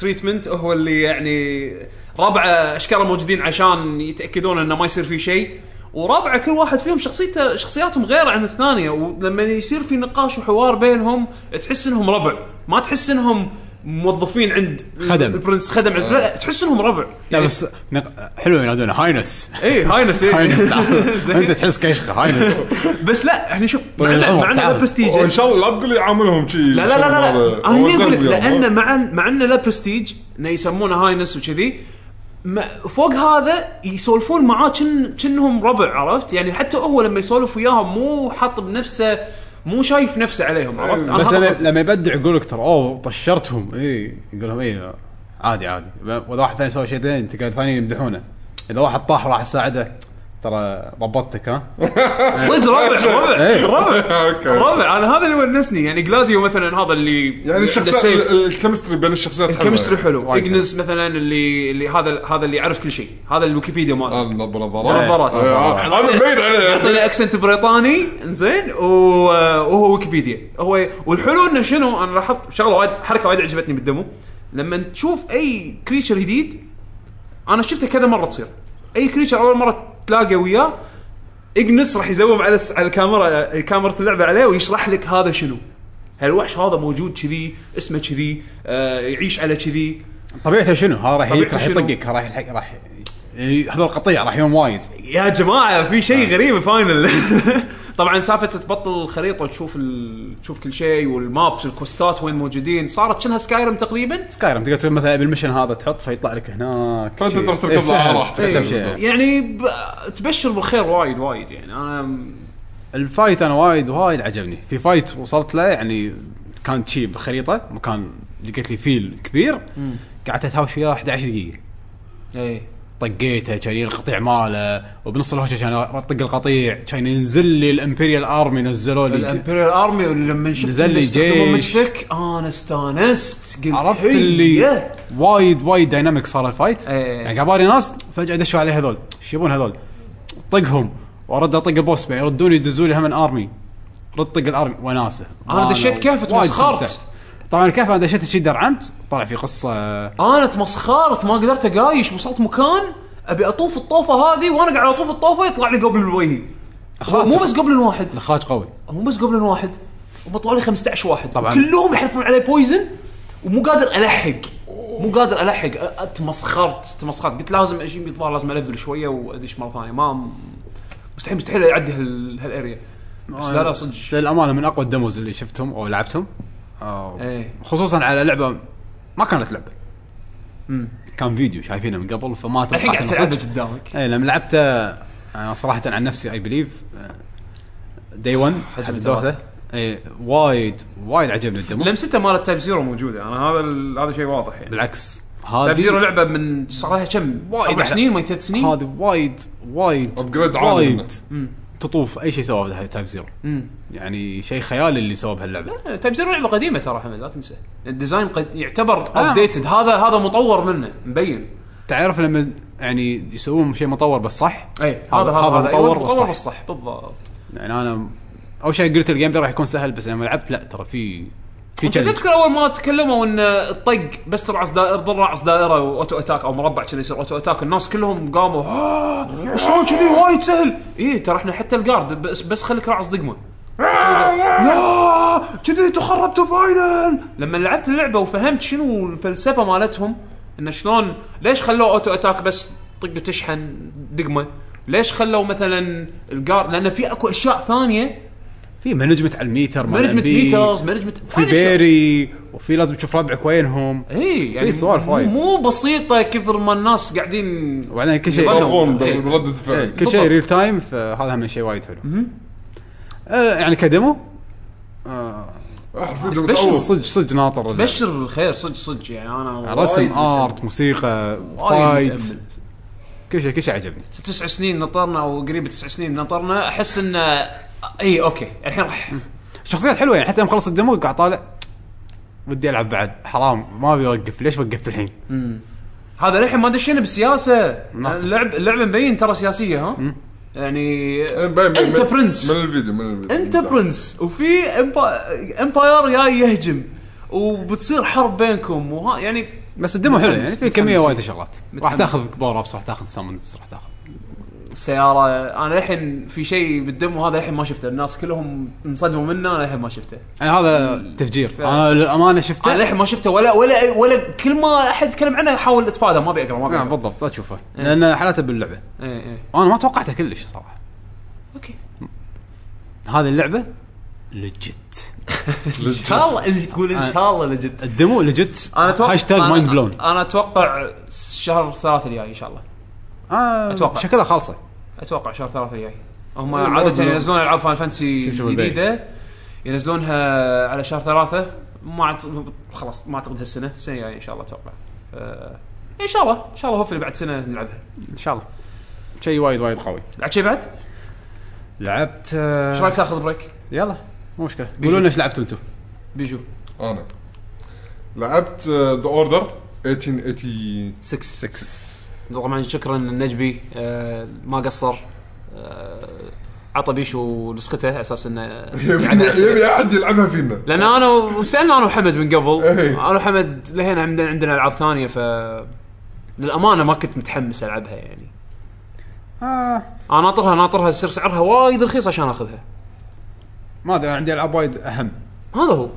تريتمنت هو اللي يعني ربعه اشكاله موجودين عشان يتاكدون انه ما يصير فيه شيء وربعه كل واحد فيهم شخصيته شخصياتهم غير عن الثانيه ولما يصير في نقاش وحوار بينهم تحس انهم ربع ما تحس انهم موظفين عند
خدم.
البرنس خدم عند لا لا، تحس انهم ربع
لا بس نق... حلو ينادونه هاينس
اي هاينس إيه.
هاينس نعم. تعال.
زين.
انت تحس كشخه هاينس
بس لا احنا شوف
طويل
معنا
العمر،
معنا
طيب، تعال.
لا برستيج
وان شاء الله لا تقول لي عاملهم شيء
لا لا لا لا, لا. انا ليه اقول لك لان مع معنا لا برستيج انه يسمونه هاينس وكذي ما- فوق هذا يسولفون معاه كن كنهم ربع عرفت يعني حتى هو لما يسولف وياهم مو حاط بنفسه مو شايف نفسه عليهم عرفت أنا
بس
هذا
لما,
قصدي.
لما يبدع يقول لك ترى اوه طشرتهم اي يقول لهم اي عادي عادي واذا واحد ثاني سوى شيء ثاني تلقى الثانيين يمدحونه اذا واحد طاح راح اساعده ترى ضبطتك ها
صدق ربع ربع
إيه.
ربع
اوكي
ربع انا هذا اللي ونسني يعني جلاديو مثلا هذا اللي
يعني
عنده
الشخصيات
سيف.
الكيمستري بين الشخصيات حلوة يعني.
الكيمستري حلو
وايد حلو.
اجنس مثلا اللي اللي هذا هذا اللي يعرف كل شيء هذا الويكيبيديا
آه،
ماله
نظارات
نظارات
آه، هذا مبين عليه آه،
يعطينا اكسنت بريطاني انزين و- وهو ويكيبيديا هو والحلو انه شنو انا لاحظت شغله وايد حركه وايد عجبتني بالدمو لما تشوف اي كريتشر جديد انا شفته كذا مره تصير اي كريتشر اول مره تلاقى وياه اجنس راح يزوم على الس- على الكاميرا كاميرا اللعبه عليه ويشرح لك هذا شنو هالوحش هذا موجود كذي اسمه كذي آه يعيش على كذي
طبيعته شنو؟ ها راح يجيك
طبيعته
راح
شنو؟
يطقك راح يلحق راح ي- هذول قطيع راح يوم وايد
يا جماعه في
آه.
شيء غريب فاينل طبعا سالفه تبطل الخريطه وتشوف ال... تشوف كل شيء والمابس الكوستات وين موجودين صارت شنها سكايرم تقريبا
سكايرم تقدر تقول مثلا بالمشن هذا تحط فيطلع لك هناك
فأنت
شيء.
تروح تركب
إيه، سهل.
على راحتك.
تركب
إيه.
شيء.
يعني ب... تبشر بالخير وايد وايد يعني انا
الفايت انا وايد وايد عجبني في فايت وصلت له يعني كان شي بخريطه مكان لقيت لي فيل كبير قعدت اتهاوش وياه 11 دقيقه إيه.
ايه
طقيته كان يجي القطيع ماله وبنص الهوشه كان اطق القطيع كان ينزل لي الامبيريال ارمي نزلوا لي
الامبريال ارمي لما شفت
نزل
اللي
لي
يستخدمون
جيش.
مجتك انا استانست قلت
عرفت
هي.
اللي وايد وايد دايناميك صار الفايت
إيه.
يعني عبالي ناس فجاه دشوا عليه هذول ايش يبون هذول طقهم وارد اطق البوس بعدين يردوني يدزوا لي هم ارمي رد طق الارمي وناسه
أنا دشيت كهف
وايد
وتمسخرت.
استمتعت. طبعا الكهف انا دشيت شي درعمت طلع في آه، قصه
انا تمسخرت ما قدرت اقايش وصلت مكان ابي اطوف الطوفه هذه وانا قاعد اطوف الطوفه يطلع لي قبل بوجهي مو بس قبل واحد
اخراج قوي
مو بس قبل واحد وبطلع لي 15 واحد
طبعاً.
طبعا كلهم يحذفون علي بويزن ومو قادر الحق مو قادر الحق أ- اتمسخرت تمسخرت قلت لازم اجيب الظاهر لازم الفل شويه وادش مره ثانيه ما مستحيل مستحيل اعدي هال... هالاريا بس لا لا صدق
للامانه من اقوى الدموز اللي شفتهم او لعبتهم أو
إيه.
خصوصا على لعبه ما كانت لعبه كان فيديو شايفينه من قبل فما
الحين قاعد
توقعت
تلعبها
الصدق.
قدامك
اي إيه، لما لعبته انا صراحه عن نفسي اي بليف دي 1 حجم الدوسه اي وايد وايد عجبني الدمو
لمسته مالت تايب زيرو موجوده انا هذا ال... هذا شيء واضح يعني
بالعكس
تايب زيرو
هذه
لعبه من صار لها كم
وايد
اربع
أحلى.
سنين ما ثلاث سنين
هذه وايد وايد
Upgrade عالي منه.
وايد تطوف اي شيء سواه بهاي تايب زيرو يعني شيء خيالي اللي سواه بهاللعبه
تايب زيرو لعبه قديمه ترى حمد لا تنسى الديزاين قد يعتبر ابديتد هذا هذا مطور منه مبين
تعرف لما يعني يسوون شيء مطور بس صح
اي هذا هذا هذا
مطور
أيوة،
بس
مطور
صح.
بس صح بالضبط
يعني انا اول شيء قلت الجيم بلاي راح يكون سهل بس لما لعبت لا ترى في في
انت
challenge.
تذكر اول ما تكلموا ان الطق بس ترعص دائره ترعص دائره واوتو اتاك او مربع كذا يصير اوتو اتاك الناس كلهم قاموا "آه، شلون كذي وايد سهل اي ترى احنا حتى الجارد بس بس خليك رعص دقمه لا كذي تخربت الفاينل لما لعبت اللعبه وفهمت شنو الفلسفه مالتهم انه شلون ليش خلوه اوتو اتاك بس طق وتشحن دقمه ليش خلوا مثلا الجارد لان في اكو اشياء ثانيه
في مانجمنت على الميتر مال
مانجمنت
MB.
ميترز مانجمنت
في بيري وفي لازم تشوف ربعك وينهم
اي يعني
في سوالف وايد.
مو بسيطه كثر ما الناس قاعدين
وبعدين كل شيء
يبرر.
يضربون
إيه.
برده
إيه،
الفعل
كل شيء
بالضبط.
ريل تايم فهذا هم شيء وايد حلو آه، يعني كدمو آه،
احرف وجهه
إيه. بس
متعور
صدق صدق ناطر ال-
بشر بالخير صدق صدق يعني انا
رسم
وايد
ارت موسيقى
وايد
فايت
متأمل.
كل شيء كل شيء عجبني
تسع سنين نطرنا او قريب تسع سنين نطرنا احس انه اي اوكي الحين راح
شخصيات حلوه يعني حتى لما خلص الدمو قاعد طالع ودي العب بعد حرام ما ابي اوقف ليش وقفت الحين؟
هذا للحين ما دشينا بالسياسه
نعم.
اللعب اللعبه مبين ترى سياسيه ها يعني
إيه، باين- باين-
انت
من-
برنس
من الفيديو من الفيديو
انت برنس وفي إمبا- امباير جاي يهجم وبتصير حرب بينكم وها يعني
بس الدمو حلو يعني في
متحمس.
كميه وايد شغلات راح
متحمس.
تاخذ باور ابس راح تاخذ سامونز راح تاخذ
السياره انا للحين في شيء بالدمو هذا للحين ما شفته الناس كلهم انصدموا منه انا للحين ما شفته
يعني هذا تفجير انا للامانه شفته
انا للحين ما شفته ولا ولا ولا كل ما احد يتكلم عنه احاول اتفادى ما ابي اقرا ما ابي
آه،
اقرا
بالضبط لا تشوفه لان حالاته باللعبه
إيه، إيه.
انا ما توقعتها كلش صراحه
اوكي
هذه اللعبه لجت
ان شاء الله يقول ان شاء الله لجد
الدمو لجت
انا اتوقع
هاشتاج
أنا-
مايند بلون
انا اتوقع شهر ثلاثة الجاي ان شاء الله أتوقع.
آه، شكلها خالصه
اتوقع شهر ثلاثة الجاي هم عادة ينزلون العاب فان فانسي
شوف شوف البيع.
جديدة ينزلونها على شهر ثلاثة ما أعت- خلاص ما اعتقد هالسنة السنة الجاية ان شاء الله اتوقع ف... ان شاء الله ان شاء الله هوفلي بعد سنة نلعبها
ان شاء الله شيء وايد وايد قوي
بعد شيء بعد؟
لعبت آه،
ايش رايك تاخذ بريك؟
يلا مو مشكله قولوا لنا ايش لعبتوا انتم
بيجو
انا لعبت آه، ذا اوردر 1880
6 6 طبعا شكرا للنجبي آه ما قصر آه عطى بيشو نسخته على اساس انه
يبي يبي احد يلعبها فينا
لان انا وسالنا انا وحمد من قبل
إيه.
انا وحمد لهنا عندنا عندنا العاب ثانيه ف للامانه ما كنت متحمس العبها يعني
آه
انا ناطرها ناطرها يصير سعرها وايد رخيص عشان اخذها
ما ادري أنا عندي العاب وايد اهم
هذا هو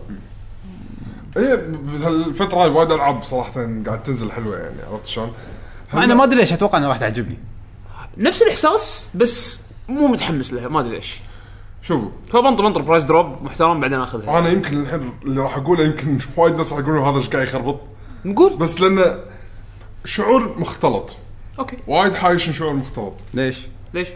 هي بهالفتره إيه، هاي وايد العاب صراحه قاعد تنزل حلوه يعني عرفت شلون؟
مع انا ما ادري ليش اتوقع انها راح تعجبني
نفس الاحساس بس مو متحمس لها ما ادري ليش
شوفوا
فبنطر بنطر برايس دروب محترم بعدين اخذها
انا يمكن الحين اللي راح اقوله يمكن وايد ناس راح يقولون هذا ايش قاعد يخربط
نقول
بس لانه شعور مختلط
اوكي
وايد حايش شعور مختلط
ليش؟
ليش؟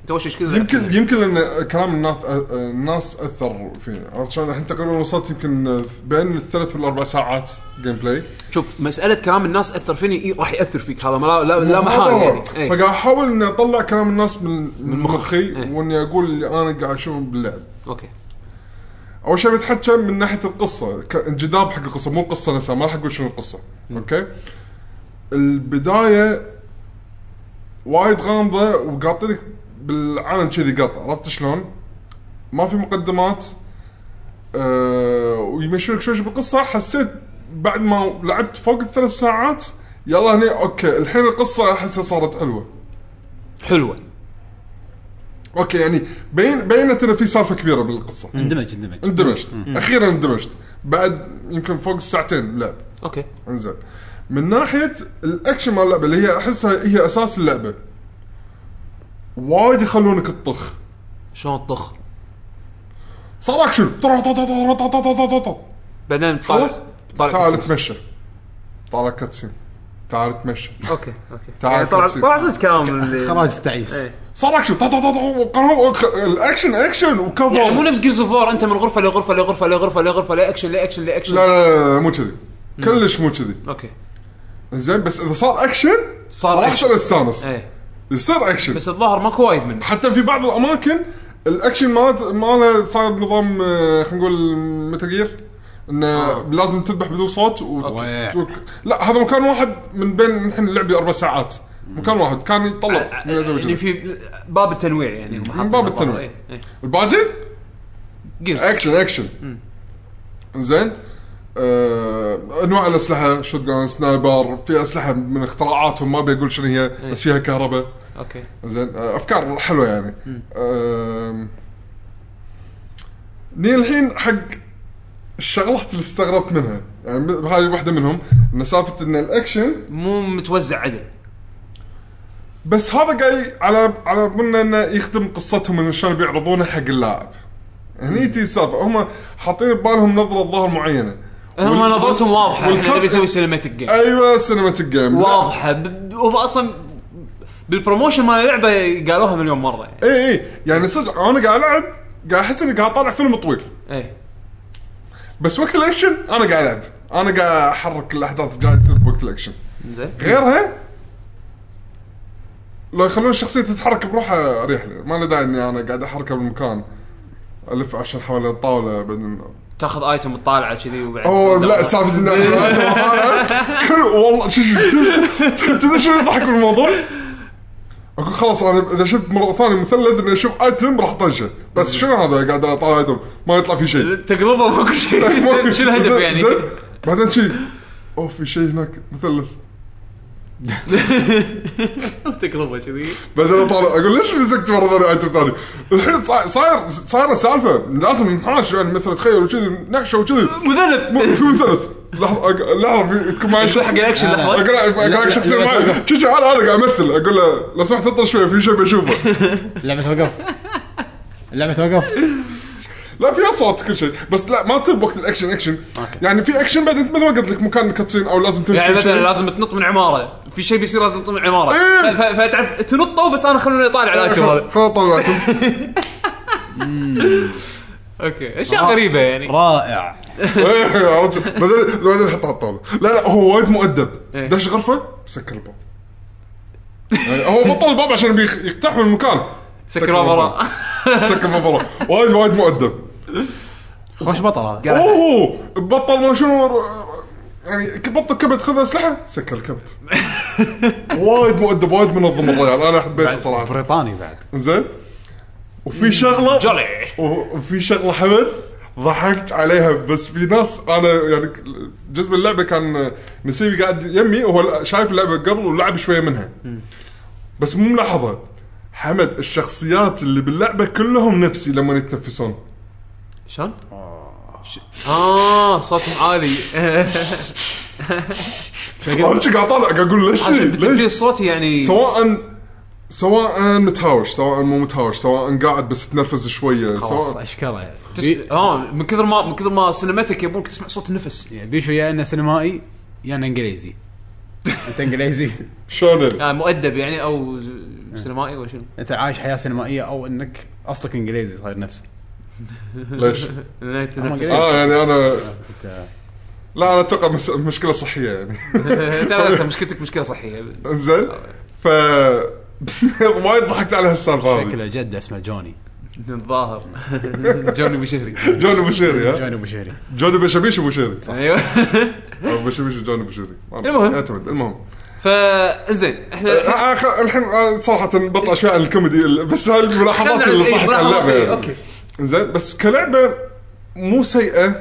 انت وش ايش كذا
يمكن يمكن ان كلام الناس الناس اثر فينا عرفت شلون؟ الحين تقريبا وصلت يمكن بين الثلاث والاربع ساعات جيم بلاي
شوف مساله كلام الناس اثر فيني إيه راح ياثر فيك هذا ما لا, لا, لا محال
هذا
يعني
هو.
إيه.
فقاعد احاول اني اطلع كلام الناس من من
مخك.
مخي
إيه.
واني اقول اللي انا قاعد اشوفه باللعب
اوكي
اول شيء بتحكى من ناحيه القصه ك- انجذاب حق القصه مو القصه نفسها ما راح اقول شنو القصه اوكي البدايه وايد غامضه وقاطلك بالعالم كذي قط عرفت شلون؟ ما في مقدمات أه ويمشونك شوي شوي بالقصه حسيت بعد ما لعبت فوق الثلاث ساعات يلا هني اوكي الحين القصه احسها صارت حلوه
حلوه
اوكي يعني بين بينت ان في سالفه كبيره بالقصه
اندمج اندمج
اندمجت اخيرا اندمجت بعد يمكن فوق الساعتين لعب
اوكي
انزين من ناحيه الاكشن مال اللعبه اللي هي احسها هي اساس اللعبه وايد يخلونك تطخ
شلون تطخ
صار اكشن طرا- طا- طا- طا- طا- طا- طا- طا- طا.
بعدين طالع
خلاص
طالع
تعال
كتسين.
تمشى طالع كاتسين تعال تمشى
اوكي اوكي
تعال
يعني طلع
كتسين.
طلع صدق كلام اللي-
خراج استعيس
إيه.
صار اكشن طا- طا- طا- طا- وقرا- وخ- الاكشن اكشن وكفر
يعني مو
لا
نفس جيرز اوف انت من غرفه لغرفه لغرفه لغرفه لغرفه لاكشن لاكشن لاكشن
لا لا لا، مو كذي كلش مو كذي
اوكي
زين بس اذا صار اكشن صار
أكشن.
اكشن استانس
ايه
يصير اكشن
بس الظاهر ماكو وايد منه
حتى في بعض الاماكن الاكشن مالت ماله صاير بنظام آه، خلينا نقول متل جير انه
آه.
لازم تذبح بدون صوت و...
أوكي.
و... لا هذا مكان واحد من بين نحن اللعبه اربع ساعات مكان واحد كان يطلع من أزواج
يعني في باب التنويع يعني هم حاطين
باب
الظاهر.
التنويع.
إيه، إيه.
الباجي
جيرز
اكشن اكشن زين آه، انواع الاسلحه شوت جان سنايبر في اسلحه من اختراعاتهم ما بقول شنو هي
إيه.
بس فيها كهرباء
اوكي
زين آه، افكار حلوه يعني آم، ني الحين حق الشغلات اللي استغربت منها يعني م- هاي واحده منهم ان سالفه ان الاكشن
مو متوزع عدل
بس هذا قاي على على بالنا انه يخدم قصتهم ان شلون بيعرضونها حق اللاعب هني تي السالفه هم حاطين ببالهم نظره ظهر معينه
هم
وال-
نظرتهم واضحه
والكم-
انه نبي يسوي سينماتيك جيم
ايوه سينماتيك جيم
واضحه ب- هو اصلا بالبروموشن مال اللعبه قالوها مليون مره يعني
اي اي يعني صدق انا قاعد العب قاعد احس اني قاعد اطالع فيلم طويل
ايه
بس وقت الاكشن انا قاعد العب انا قاعد احرك الاحداث اللي قاعد تصير بوقت الاكشن
زين
غيرها لو يخلون الشخصيه تتحرك بروحها اريح لي ما له داعي اني انا قاعد احركها بالمكان الف عشان حوالي الطاوله بعدين
تاخذ ايتم تطالعه كذي وبعدين
اوه لا سالفه ان كل والله شو شو تدري- تدري شو يضحك بالموضوع؟ اقول خلاص انا اذا شفت مره ثانيه مثلث اني اشوف ايتم راح طنشه بس شنو هذا قاعد اطالع ايتم ما يطلع في شيء
تقلبه ماكو شيء شو الهدف
زين-
يعني؟
زين. بعدين شي اوه في شيء هناك مثلث
تقلبه كذي
بعدين اطالع اقول ليش مسكت مره ثانيه ايتم ثاني؟ الحين صا- صاير صايره سالفه لازم نحاش يعني مثلا تخيل وكذي نحشه وكذي
مذنب
م- في مثلث لحظه أق- لحظه في- تكون معي
شو حق
شخص
الاكشن لحظه
اقرا اقرا شخص معي شو شو انا انا قاعد امثل اقول له لو سمحت اطلع شوي في شيء بشوفه
اللعبه توقف اللعبه توقف
لا في اصوات كل شيء بس لا ما تصير بوقت الاكشن اكشن يعني في اكشن بعدين مثل ما قلت لك مكان كاتسين او لازم تمشي
يعني مثلا
شيء.
لازم تنط من عماره في شيء بيصير لازم تنط من عماره
إيه.
ف- ف- فتعرف تنطوا بس انا خلوني اطالع على الايتم هذا
خل- خل طلعتهم
اوكي اشياء غريبه
آه.
يعني
رائع
إيه، عرفت بعدين بعدين حطها على الطاوله لا لا هو وايد مؤدب
إيه.
دش غرفه سكر الباب يعني هو بطل الباب عشان بيخ- يقتحم المكان
سكر ورا
سكر الباب ورا. وايد وايد مؤدب
خوش بطل
إيه.
هذا
اوه بطل ما شنو ر- ر- يعني ك- بطل كبت خذ اسلحه سكر الكبت وايد مؤدب وايد منظم الرجال انا حبيته صراحه
بريطاني بعد
زين وفي شغله
جلي
و- وفي شغله حمد ضحكت عليها بس في ناس انا يعني جزء من اللعبه كان نسيبي قاعد يمي وهو شايف اللعبه قبل ولعب شويه منها بس مو ملاحظه حمد الشخصيات اللي باللعبه كلهم نفسي لما يتنفسون
شلون؟
آه.
اه صوتهم عالي
انا شي قاعد طالع قاعد اقول ليش شي؟
في
ليش
الصوت يعني
سواء سواء متهاوش سواء مو متهاوش سواء قاعد بس تنرفز شويه
خلاص
سواء
اشكره
إيه.
تس... اه من كثر ما من كثر ما سينماتيك يبونك تسمع صوت النفس
يعني بيشو يا انه سينمائي يا انه انجليزي انت انجليزي
شلون
آه مؤدب يعني او ز- سينمائي ولا شنو
انت عايش حياه سينمائيه او انك اصلك انجليزي صاير نفسك
ليش؟
لأنه
أما
يتنفس.
قلت.
آه،
اه يعني انا
انت
لا انا اتوقع مس- مشكله صحيه يعني
لا لا انت مشكلتك مشكله صحيه
انزين
آه.
ف وايد ضحكت على هالسالفه هذه
شكله جد اسمه جوني
الظاهر جوني بشهري
جوني بشيري ها
جوني ابو شهري
جوني بشبيش ابو شيري
ايوه
او بشبيش جوني بشيري ما أعرف.
المهم.
يعتمد المهم
فانزين احنا
آه، آه، خ- الحين آه، صراحه بطلع شوي عن الكوميدي ال- بس هاي الملاحظات
خلنا-
اللي
إيه،
طاحت على
ملاحظات،
اللعبه
إيه،
يعني
أوكي.
زين بس كلعبه مو سيئه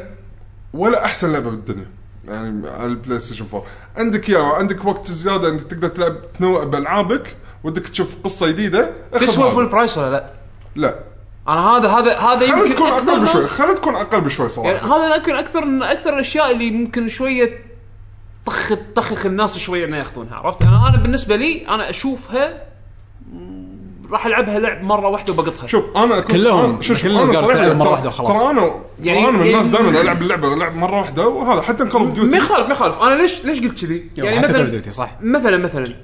ولا احسن لعبه بالدنيا يعني على البلاي ستيشن 4 عندك اياها عندك وقت زياده انك تقدر تلعب تنوع بالعابك ودك تشوف قصه جديده اخذ
تسوى
هذا.
فول برايس ولا لا؟
لا
انا هذا هذا هذا
خلينا
يمكن
تكون
أكثر
اقل بشوي
ناس-
خلينا تكون اقل بشوي
يعني
صراحه
هذا يمكن اكثر اكثر الاشياء اللي ممكن شويه طخ تخخ الناس شويه انه ياخذونها عرفت؟ انا انا بالنسبه لي انا اشوفها مم، راح العبها لعب مره واحده وبقطها
شوف انا أكون-
كلهم-
أنا- شوف،
كل الناس
أنا
قالت
صراحة
تلعب مرة
ترى-
واحدة وخلاص.
ترى انا
يعني-
يعني انا من الناس
يعني-
دائما العب اللعبه لعب مره واحده وهذا حتى كول اوف
ما
ديوتي
يخالف ما يخالف انا ليش ليش قلت كذي؟
يعني
يعني
حتى كول
مثلا
ديوتي صح
مثلا مثلا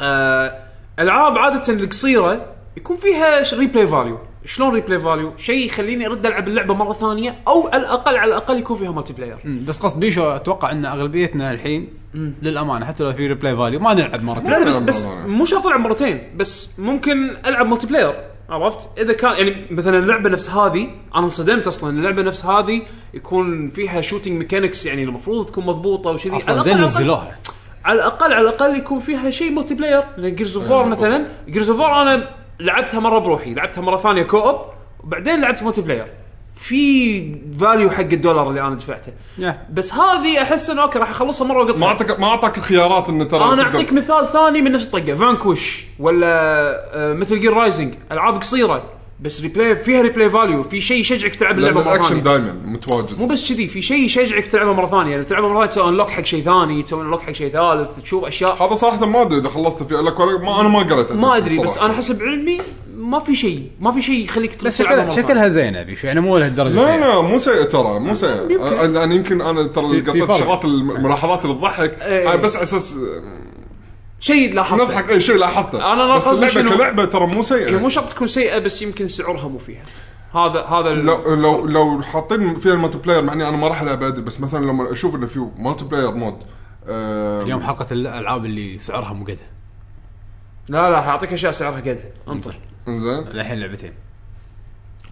آه العاب عاده القصيره يكون فيها ريبلاي فاليو شلون ريبلاي فاليو شيء يخليني ارد العب اللعبه مره ثانيه او على الاقل على الاقل يكون فيها مالتي بلاير
مم، بس قصد بيشو اتوقع ان اغلبيتنا الحين للامانه حتى لو في ريبلاي فاليو ما نلعب مره
لا
ثانيه
لا بس
نعم،
بس
نعم.
مو شرط العب مرتين بس ممكن العب ملتي بلاير عرفت؟ اذا كان يعني مثلا اللعبه نفس هذه انا انصدمت اصلا اللعبه نفس هذه يكون فيها شوتنج ميكانكس يعني المفروض تكون مضبوطه وشذي على الأقل-
اصلا زين
على الأقل-
نزلوها
على الاقل على الاقل يكون فيها شيء يعني ملتي بلاير لان جيرز اوف
آه،
وور مثلا جيرز اوف وور انا لعبتها مره بروحي لعبتها مره ثانيه كو اوب وبعدين لعبت ملتي بلاير في فاليو حق الدولار اللي انا دفعته
يا.
بس هذه احس انه اوكي راح اخلصها مره
ما
واقطعها
اعطاك ما اعطاك الخيارات انه ترى
انا
تقدر-
اعطيك مثال ثاني من نفس الطقه فانكوش ولا آه، مثل جير رايزنج العاب قصيره بس ريبلاي فيها ريبلاي فاليو في شيء يشجعك تلعب
لان
اللعبه مره
الاكشن
ثانيه
دائما متواجد
مو بس كذي في شيء يشجعك تلعبها مره ثانيه يعني تلعبها مره ثانيه تسوي انلوك حق شيء ثاني تسوي انلوك حق شيء ثالث تشوف اشياء
هذا صراحه ما ادري اذا خلصت فيه لك ولا ما انا ما قريت
ما ادري بس
صراحة.
انا حسب علمي ما في شيء ما في شيء يخليك تروح
بس
تلعبها
شكلها,
مرة ثانية.
شكلها زينه بيشو يعني مو لهالدرجه
لا
سيئة.
لا مو سيء ترى مو سيء انا أنا يمكن انا ترى
في- في
قطعت
فرق.
الشغلات الملاحظات اللي تضحك
إيه.
أنا بس على اساس
شيء لاحظته
نضحك اي شيء لاحظته
أنا
بس
لاحظت
اللعبه
شنو-
كلعبه ترى مو
هي
سيئه
مو شرط تكون سيئه بس يمكن سعرها مو فيها هذا هذا ال-
لو لو لو حاطين فيها المالتي بلاير مع اني انا ما راح العب ابد بس مثلا لما اشوف انه في مالتي بلاير مود آه،
اليوم حلقه الالعاب اللي سعرها مو قدها
لا لا حاعطيك اشياء سعرها قد انطر
زين
الحين لعبتين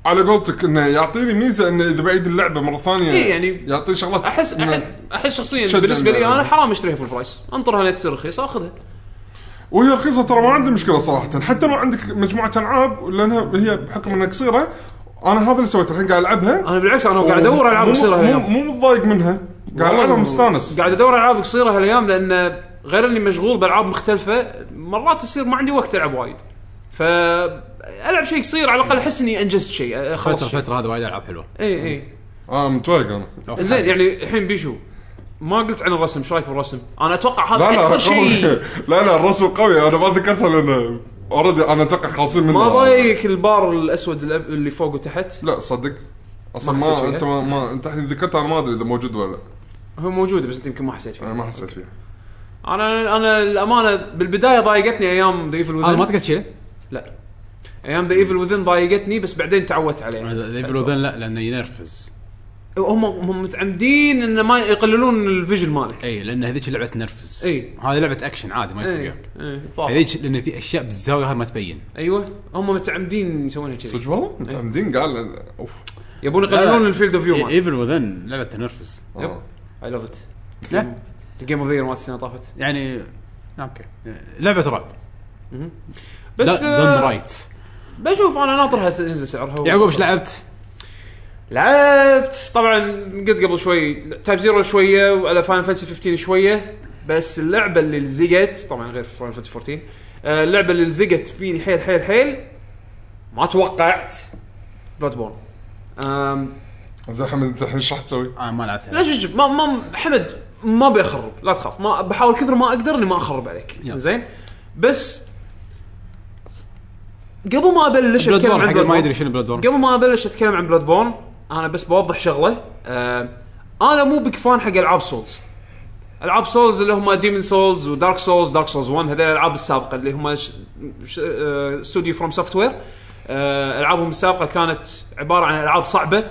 على قولتك انه يعطيني ميزه انه اذا بعيد اللعبه مره ثانيه
إيه، يعني
يعطيني شغلات
احس احس
إنه-
احس شخصيا
شجع
بالنسبه لي
الملعب.
انا حرام اشتريها في البرايس انطرها لين تصير رخيصه اخذها
وهي رخيصه ترى ما عندي مشكله صراحه حتى لو عندك مجموعه العاب لانها هي بحكم انها قصيره انا هذا اللي سويته الحين قاعد العبها
انا بالعكس انا قاعد ادور العاب
مو-
قصيره
مو
هالايام
مو متضايق منها قاعد العبها مستانس
قاعد ادور العاب قصيره هالايام لان غير اني مشغول بالعاب مختلفه مرات يصير ما عندي وقت العب وايد ف العب شيء قصير على الاقل احس اني انجزت شيء إيه،
فتره
خلاص
فتره هذا وايد العاب حلوه
اي اي
اه متضايق انا
أوف،
زين
حلو.
يعني الحين بيشو ما قلت عن الرسم ايش رايك بالرسم؟ انا اتوقع هذا
لا لا
اكثر
رقم-
شيء
لا لا الرسم قوي انا ما ذكرتها لان اوريدي انا اتوقع خالصين منه
ما ضايقك البار الاسود الأب- اللي فوق وتحت
لا صدق اصلا
ما حسيت
ما
فيها؟
انت ما, ما انت الحين ذكرتها انا ما ادري اذا موجود ولا لا
هو موجوده بس انت يمكن ما حسيت فيه
انا ما حسيت فيها
انا انا الامانه بالبدايه ضايقتني ايام ذا ايفل
هذا ما
وذن
تقدر تشيله
لا ايام ذا ايفل وذن ضايقتني بس بعدين تعودت عليه
ليبل وذن لا لانه ينرفز
هم هم متعمدين انه ما يقللون الفيجن ماله
اي لان إيه، هذيك لعبه تنرفز
إي.
هذه لعبه اكشن عادي ما يفرق إيه.
ايه
وياك
ايه فاهم.
هذيك لان في اشياء بالزاويه هاي ما تبين
ايوه هم متعمدين يسوونها كذي
صدق والله متعمدين قال اوف
يبون
لا، إيه،
يقللون
لا.
الفيلد اوف فيو
ايفل وذن لعبه تنرفز
آه.
يب اي لاف ات
إيه. لا
الجيم اوف ذا مالت السنه طافت
يعني اوكي لعبه رعب
بس
دون
آه،
رايت
بشوف انا ناطرها تنزل سعرها
يعقوب ايش لعبت؟
لعبت طبعا قلت قبل شوي تايب زيرو شويه وعلى فاين فانتسي 15 شويه بس اللعبه اللي لزقت طبعا غير فاين فانتسي 14 آه، اللعبه اللي لزقت فيني حيل حيل حيل ما توقعت بلاد بورن
زين حمد انت الحين ايش راح تسوي؟
انا آه، ما لعبت
لا شوف شوف ما ما حمد ما بيخرب لا تخاف ما بحاول كثر ما اقدر اني ما اخرب عليك
يلا.
زين بس قبل ما ابلش
بلاد
اتكلم
بورن
عن
حق
Bloodborne-
ما يدري شنو بلاد بورن
قبل ما ابلش اتكلم عن بلاد بورن انا بس بوضح شغله آه انا مو بيك فان حق العاب سولز العاب سولز اللي هم ديمن سولز ودارك سولز دارك سولز 1 هذول الالعاب السابقه اللي هم ش- ش- آه، استوديو فروم سوفت وير العابهم السابقه آه، كانت عباره عن آه، العاب صعبه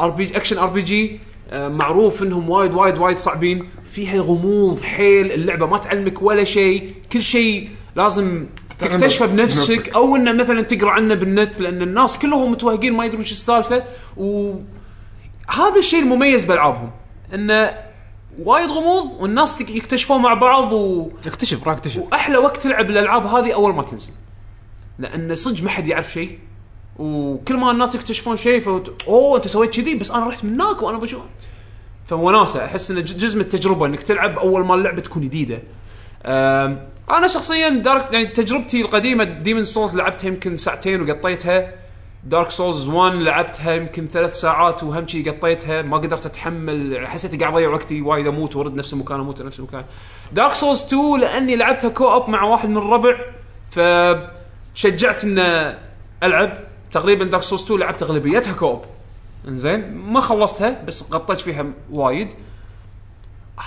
ار بي اكشن ار بي جي آه، معروف انهم وايد وايد وايد صعبين فيها غموض حيل اللعبه ما تعلمك ولا شيء كل شيء لازم
تتعلمه
تكتشفه بنفسك
بنفسك.
او انه مثلا تقرا عنه بالنت لان الناس كلهم متوهقين ما يدرون شو السالفه وهذا الشيء المميز بالعابهم انه وايد غموض والناس تك- يكتشفون مع بعض و...
اكتشف روح اكتشف
واحلى وقت تلعب الالعاب هذه اول ما تنزل لان صدق ما حد يعرف شيء وكل ما الناس يكتشفون شيء فوت اوه انت سويت كذي بس انا رحت من هناك وانا بشوف فوناسه احس انه ج- جزء من التجربه انك تلعب اول ما اللعبه تكون جديده أم، انا شخصيا دارك يعني تجربتي القديمه ديمن سولز لعبتها يمكن ساعتين وقطيتها دارك سولز 1 لعبتها يمكن ثلاث ساعات وهم شي قطيتها ما قدرت اتحمل حسيت قاعد اضيع وقتي وايد اموت وارد نفس المكان اموت نفس المكان دارك سولز 2 لاني لعبتها كو اب مع واحد من الربع فشجعت ان العب تقريبا دارك سولز 2 لعبت اغلبيتها كو اب انزين ما خلصتها بس غطيت فيها وايد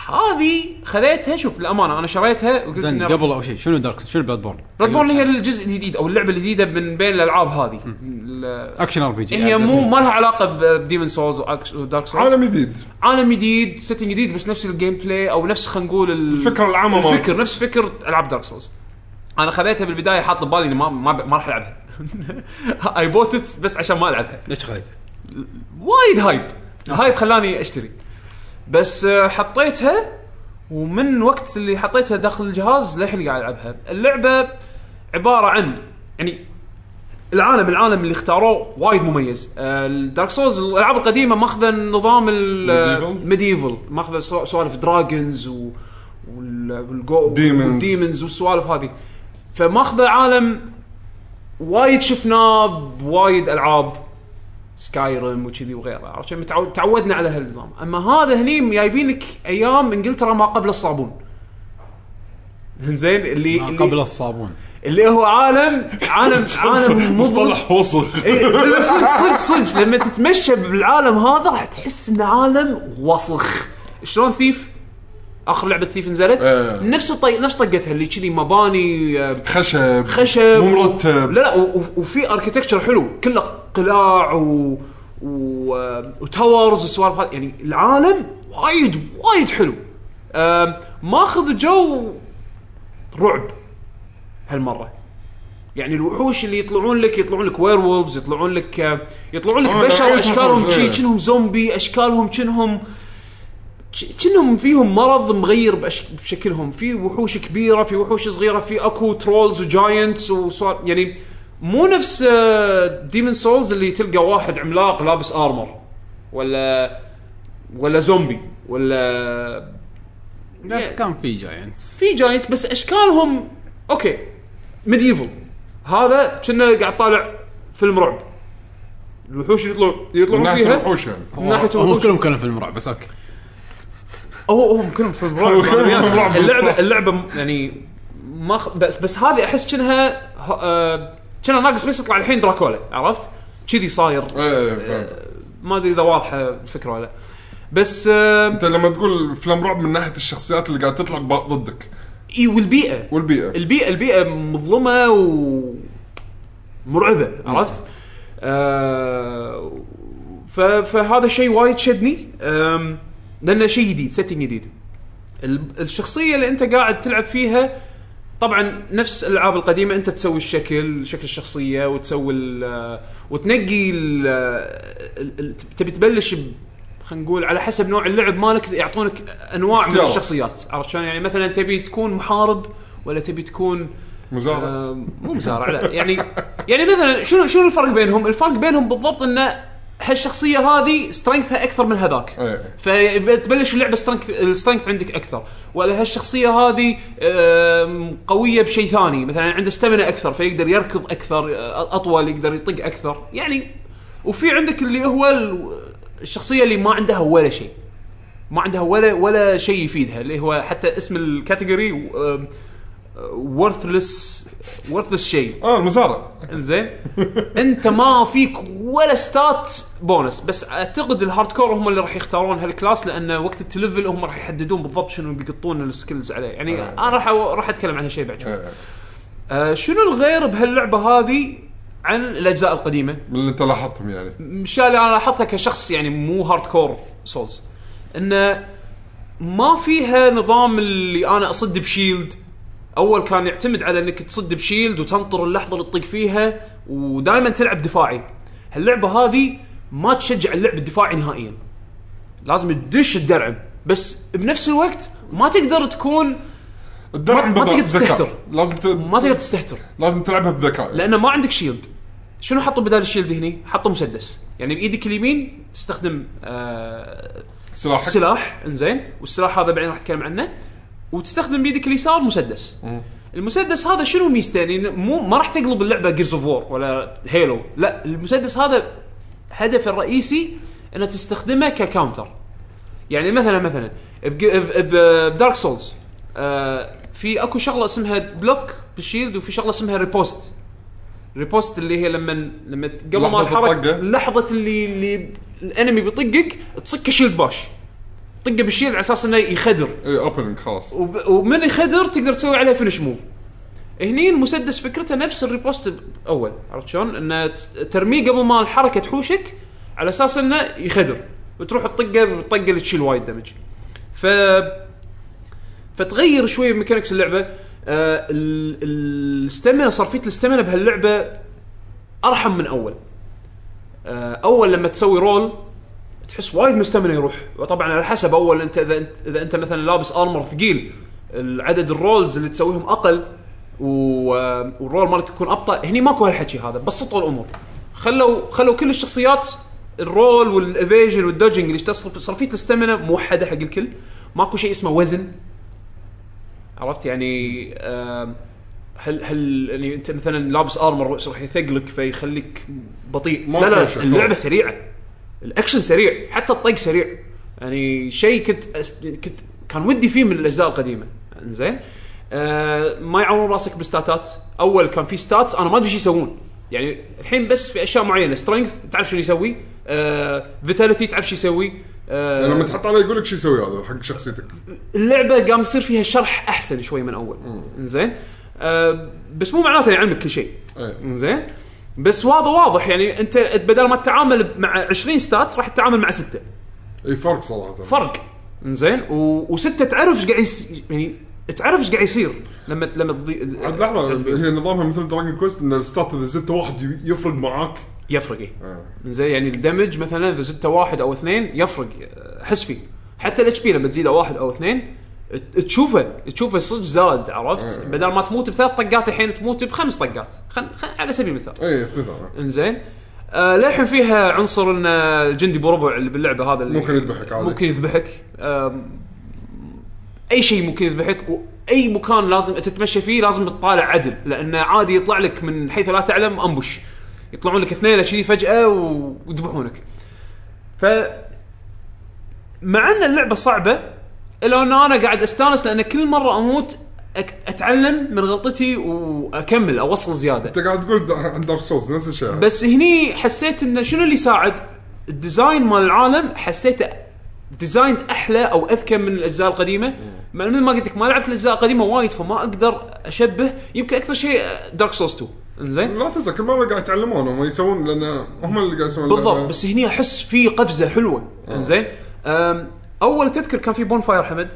هذه خذيتها شوف للامانه انا شريتها وقلت
زين
إنها-
قبل اول شيء شنو دارك شنو بلاد بورن؟
ريد بورن هي الجزء الجديد او اللعبه الجديده من بين الالعاب هذه ال-
اكشن ار بي جي
هي مو ما لها علاقه بديمن سولز ودارك سولز
عالم جديد
عالم جديد سيتنج جديد بس نفس الجيم بلاي او نفس خلينا نقول ال-
الفكرة العامة مالت.
الفكر نفس فكر العاب دارك سولز انا خذيتها بالبدايه حاط ببالي اني ما ما, ما راح العبها اي بوت بس عشان ما العبها
ليش خذيته؟
وايد هايب الهايب خلاني اشتري بس آه، حطيتها ومن وقت اللي حطيتها داخل الجهاز للحين قاعد العبها اللعبه عباره عن يعني العالم العالم اللي اختاروه وايد مميز آه، الدارك سولز الالعاب القديمه ماخذه نظام
Medieval.
الميديفل ماخذه سو- سوالف دراجونز و والجو
Demons.
والديمونز والسوالف هذه فماخذه عالم وايد شفناه بوايد العاب سكايرم وكذي وغيره عرفت شلون؟ متعود تعودنا على هالنظام اما هذا هني جايبين لك ايام انجلترا ما قبل الصابون زين اللي
ما
اللي,
آه، قبل الصابون
اللي هو عالم عالم عالم مظلم
مصطلح وصل
إيه، لا، صدق صدق صدق لما تتمشى بالعالم هذا راح تحس انه عالم وسخ شلون ثيف اخر لعبه ثيف نزلت
إيه.
نفس الطي نفس طقتها اللي كذي مباني آه،
خشب
خشب
مو مرتب
لا لا و- و- وفي اركتكتشر حلو كله قلاع و... و... وتاورز وسوالف هذه يعني العالم وايد وايد حلو آم، ماخذ جو رعب هالمره يعني الوحوش اللي يطلعون لك يطلعون لك وير وولفز يطلعون لك آه، يطلعون لك
آه،
بشر
لقيتهم
اشكالهم
زين.
شي كأنهم زومبي اشكالهم كأنهم كأنهم فيهم مرض مغير بأش- بشكلهم في وحوش كبيره في وحوش صغيره في اكو ترولز وجاينتس وصار يعني مو نفس ديمن سولز اللي تلقى واحد عملاق لابس ارمر ولا ولا زومبي ولا
كان في جاينتس
في جاينتس بس اشكالهم اوكي ميديفل هذا كنا قاعد طالع فيلم رعب الوحوش اللي يطلعون
من
يطلعون
ناحيه
فيها
الوحوش يعني
من ناحيه
هم
الوحوش
كلهم كانوا فيلم رعب بس اوكي
هو هو كلهم فيلم رعب
كلهم
أنا وياك.
فيلم رعب
اللعبه
بالضبط.
اللعبه م- يعني ما خ... بس بس هذه احس كأنها ه- آه، كأنها ناقص بس يطلع الحين دراكولا عرفت؟ كذي صاير
ايه فهمت.
ما ادري اذا واضحه الفكره ولا لا. بس آه،
انت لما تقول فيلم رعب من ناحيه الشخصيات اللي قاعد تطلع ب- ضدك
اي والبيئه
والبيئه
البيئه البيئه مظلمه ومرعبه عرفت؟ آه ف... فهذا شيء وايد شدني آم، لانه شيء جديد سيتنج جديد ال- الشخصيه اللي انت قاعد تلعب فيها طبعا نفس الالعاب القديمه انت تسوي الشكل شكل الشخصيه وتسوي ال وتنقي ال ال- تبي تبلش ب- خلينا نقول على حسب نوع اللعب مالك يعطونك انواع من
اختيارات.
الشخصيات عرفت شلون يعني مثلا تبي تكون محارب ولا تبي تكون
مزارع
آه، مو مزارع لا يعني يعني مثلا شنو شنو الفرق بينهم؟ الفرق بينهم بالضبط انه هالشخصيه هذه سترينثها اكثر من هذاك
ايه
فتبلش اللعبه strength- السترينث عندك اكثر ولا هالشخصيه هذه آم، قويه بشيء ثاني مثلا عنده ستامنا اكثر فيقدر يركض اكثر آه، اطول يقدر يطق اكثر يعني وفي عندك اللي هو ال- الشخصيه اللي ما عندها ولا شيء ما عندها ولا ولا شيء يفيدها اللي هو حتى اسم الكاتيجوري worthless worthless شيء
اه المزارع
انزين انت ما فيك ولا ستات بونس بس اعتقد الهارد كور هم اللي راح يختارون هالكلاس لان وقت التلفل هم راح يحددون بالضبط شنو بيقطون السكيلز عليه يعني
آه.
انا راح راح اتكلم عن هالشيء بعد شوي
إيه.
آه شنو الغير بهاللعبه هذه عن الاجزاء القديمه
من اللي انت لاحظتهم يعني
الاشياء اللي انا لاحظتها كشخص يعني مو هارد كور سولز انه ما فيها نظام اللي انا اصد بشيلد اول كان يعتمد على انك تصد بشيلد وتنطر اللحظه اللي تطق فيها ودائما تلعب دفاعي هاللعبه هذه ما تشجع اللعب الدفاعي نهائيا لازم تدش الدرع بس بنفس الوقت ما تقدر تكون
الدرع
ما- ما
بذكاء.
تقدر تستهتر.
لازم ت...
ما تقدر تستهتر
لازم تلعبها بذكاء يعني.
لانه ما عندك شيلد شنو حطوا بدال الشيلد هني؟ حطوا مسدس يعني بايدك اليمين تستخدم آه
سلاحك
سلاح انزين والسلاح هذا بعدين راح اتكلم عنه وتستخدم بيدك اليسار مسدس المسدس هذا شنو ميزته يعني مو ما راح تقلب اللعبه جيرز اوف وور ولا هيلو لا المسدس هذا هدفه الرئيسي انه تستخدمه ككاونتر يعني مثلا مثلا بدارك سولز آه، في اكو شغله اسمها بلوك بالشيلد وفي شغله اسمها ريبوست ريبوست اللي هي لما لما ت- قبل
لحظة
ما تحرك
الطقة.
لحظه اللي اللي الانمي بيطقك تصك شيلد باش طقه بالشيلد على اساس انه يخدر
اي اوبننج إيه، خلاص
وب- ومن يخدر تقدر تسوي عليه فينش موف هني المسدس فكرته نفس الريبوست اول عرفت شلون؟ انه تس- ترميه قبل ما الحركه تحوشك على اساس انه يخدر وتروح تطقه بالطقه اللي تشيل وايد دمج. ف فتغير شوي ميكانكس اللعبه آه ال- ال- الستامينا صرفيه الستامينا بهاللعبه ارحم من اول. آه اول لما تسوي رول تحس وايد مستمنه يروح وطبعا على حسب اول انت اذا انت اذا انت مثلا لابس ارمر ثقيل العدد الرولز اللي تسويهم اقل و... والرول مالك يكون ابطا هني ماكو هالحكي هذا بسطوا الامور خلوا خلوا كل الشخصيات الرول والايفيجن والدوجنج اللي تصرف صرفيه الاستمنه موحده حق الكل ماكو شيء اسمه وزن عرفت يعني آم، هل هل يعني انت مثلا لابس ارمر راح يثقلك فيخليك بطيء
ما
لا لا
في شيء.
اللعبه سريعه الاكشن سريع حتى الطق سريع يعني شيء كنت أس- كنت كان ودي فيه من الاجزاء القديمه زين آه ما يعورون راسك بالستاتات اول كان في ستاتس انا ما ادري ايش يسوون يعني الحين بس في اشياء معينه سترينث تعرف شنو يسوي آه فيتاليتي تعرف شو يسوي آه
يعني لما تحط عليه يقول لك شو يسوي هذا حق شخصيتك
اللعبه قام يصير فيها شرح احسن شوي من اول زين آه بس مو معناته يعلمك كل شيء
إيه.
زين بس واضح واضح يعني انت بدل ما تتعامل مع 20 ستات راح تتعامل مع سته
اي إيه، فرق صراحه
فرق زين و... وسته تعرف ايش قاعد يس... يعني تعرف ايش قاعد يصير لما لما تضي
عاد لحظه هي نظامها مثل دراجون كويست ان الستات اذا زدت واحد ي- يفرق معاك
يفرق إيه. اي
آه.
زين يعني الدمج مثلا اذا زدته واحد او اثنين يفرق احس فيه حتى الاتش بي لما تزيده واحد او اثنين ت- تشوفه تشوفه صدق زاد عرفت بدل ما تموت بثلاث طقات الحين تموت بخمس طقات خل... خل... على سبيل المثال
اي إيه، في مثال
انزين آه للحين فيها عنصر ان الجندي بربع اللي باللعبه هذا اللي
ممكن يذبحك عادي.
ممكن يذبحك آم، اي شيء ممكن يذبحك واي مكان لازم تتمشى فيه لازم تطالع عدل لانه عادي يطلع لك من حيث لا تعلم امبش يطلعون لك اثنين كذي فجاه و- ويذبحونك ف مع ان اللعبه صعبه الا ان انا قاعد استانس لان كل مره اموت أك- اتعلم من غلطتي واكمل اوصل زياده
انت قاعد تقول دا- عن دارك سولز نفس الشيء
بس هني حسيت انه شنو اللي ساعد الديزاين مال العالم حسيته ديزاين احلى او اذكى من الاجزاء القديمه مع مثل ما قلت لك ما لعبت الاجزاء القديمه وايد فما اقدر اشبه يمكن اكثر شيء آه، دارك سولز 2 انزين
لا تنسى كل مره قاعد يتعلمون هم يسوون لان هم اللي قاعد يسوون
بالضبط
اللعبة.
بس هني احس في قفزه حلوه انزين أم، اول تذكر كان في بون فاير حمد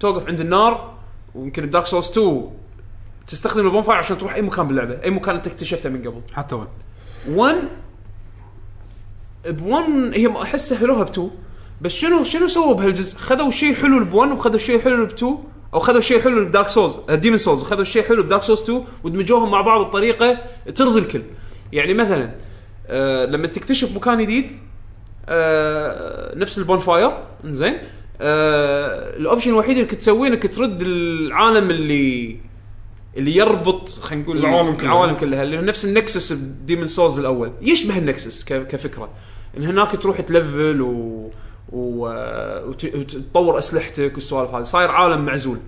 توقف عند النار ويمكن بدارك سولز 2 تستخدم البون فاير عشان تروح اي مكان باللعبه اي مكان انت اكتشفته من قبل
حتى وين
1 ب 1 هي ما- احس سهلوها ب 2 بس شنو شنو سووا بهالجزء؟ خذوا الشيء الحلو ب 1 وخذوا الشيء الحلو ب 2 او خذوا الشيء الحلو بدارك سولز ديمن سولز وخذوا الشيء الحلو بدارك سولز 2 ودمجوهم مع بعض بطريقه ترضي الكل. يعني مثلا آه لما تكتشف مكان جديد آه نفس البون فاير زين آه الاوبشن الوحيد اللي كنت تسويه انك ترد العالم اللي اللي يربط خلينا نقول
العوالم كلها.
العوالم كلها اللي هو نفس النكسس بديمن سولز الاول يشبه النكسس ك- كفكره ان هناك تروح تلفل و و- آه، وت- وتطور اسلحتك والسوالف هذه صاير عالم معزول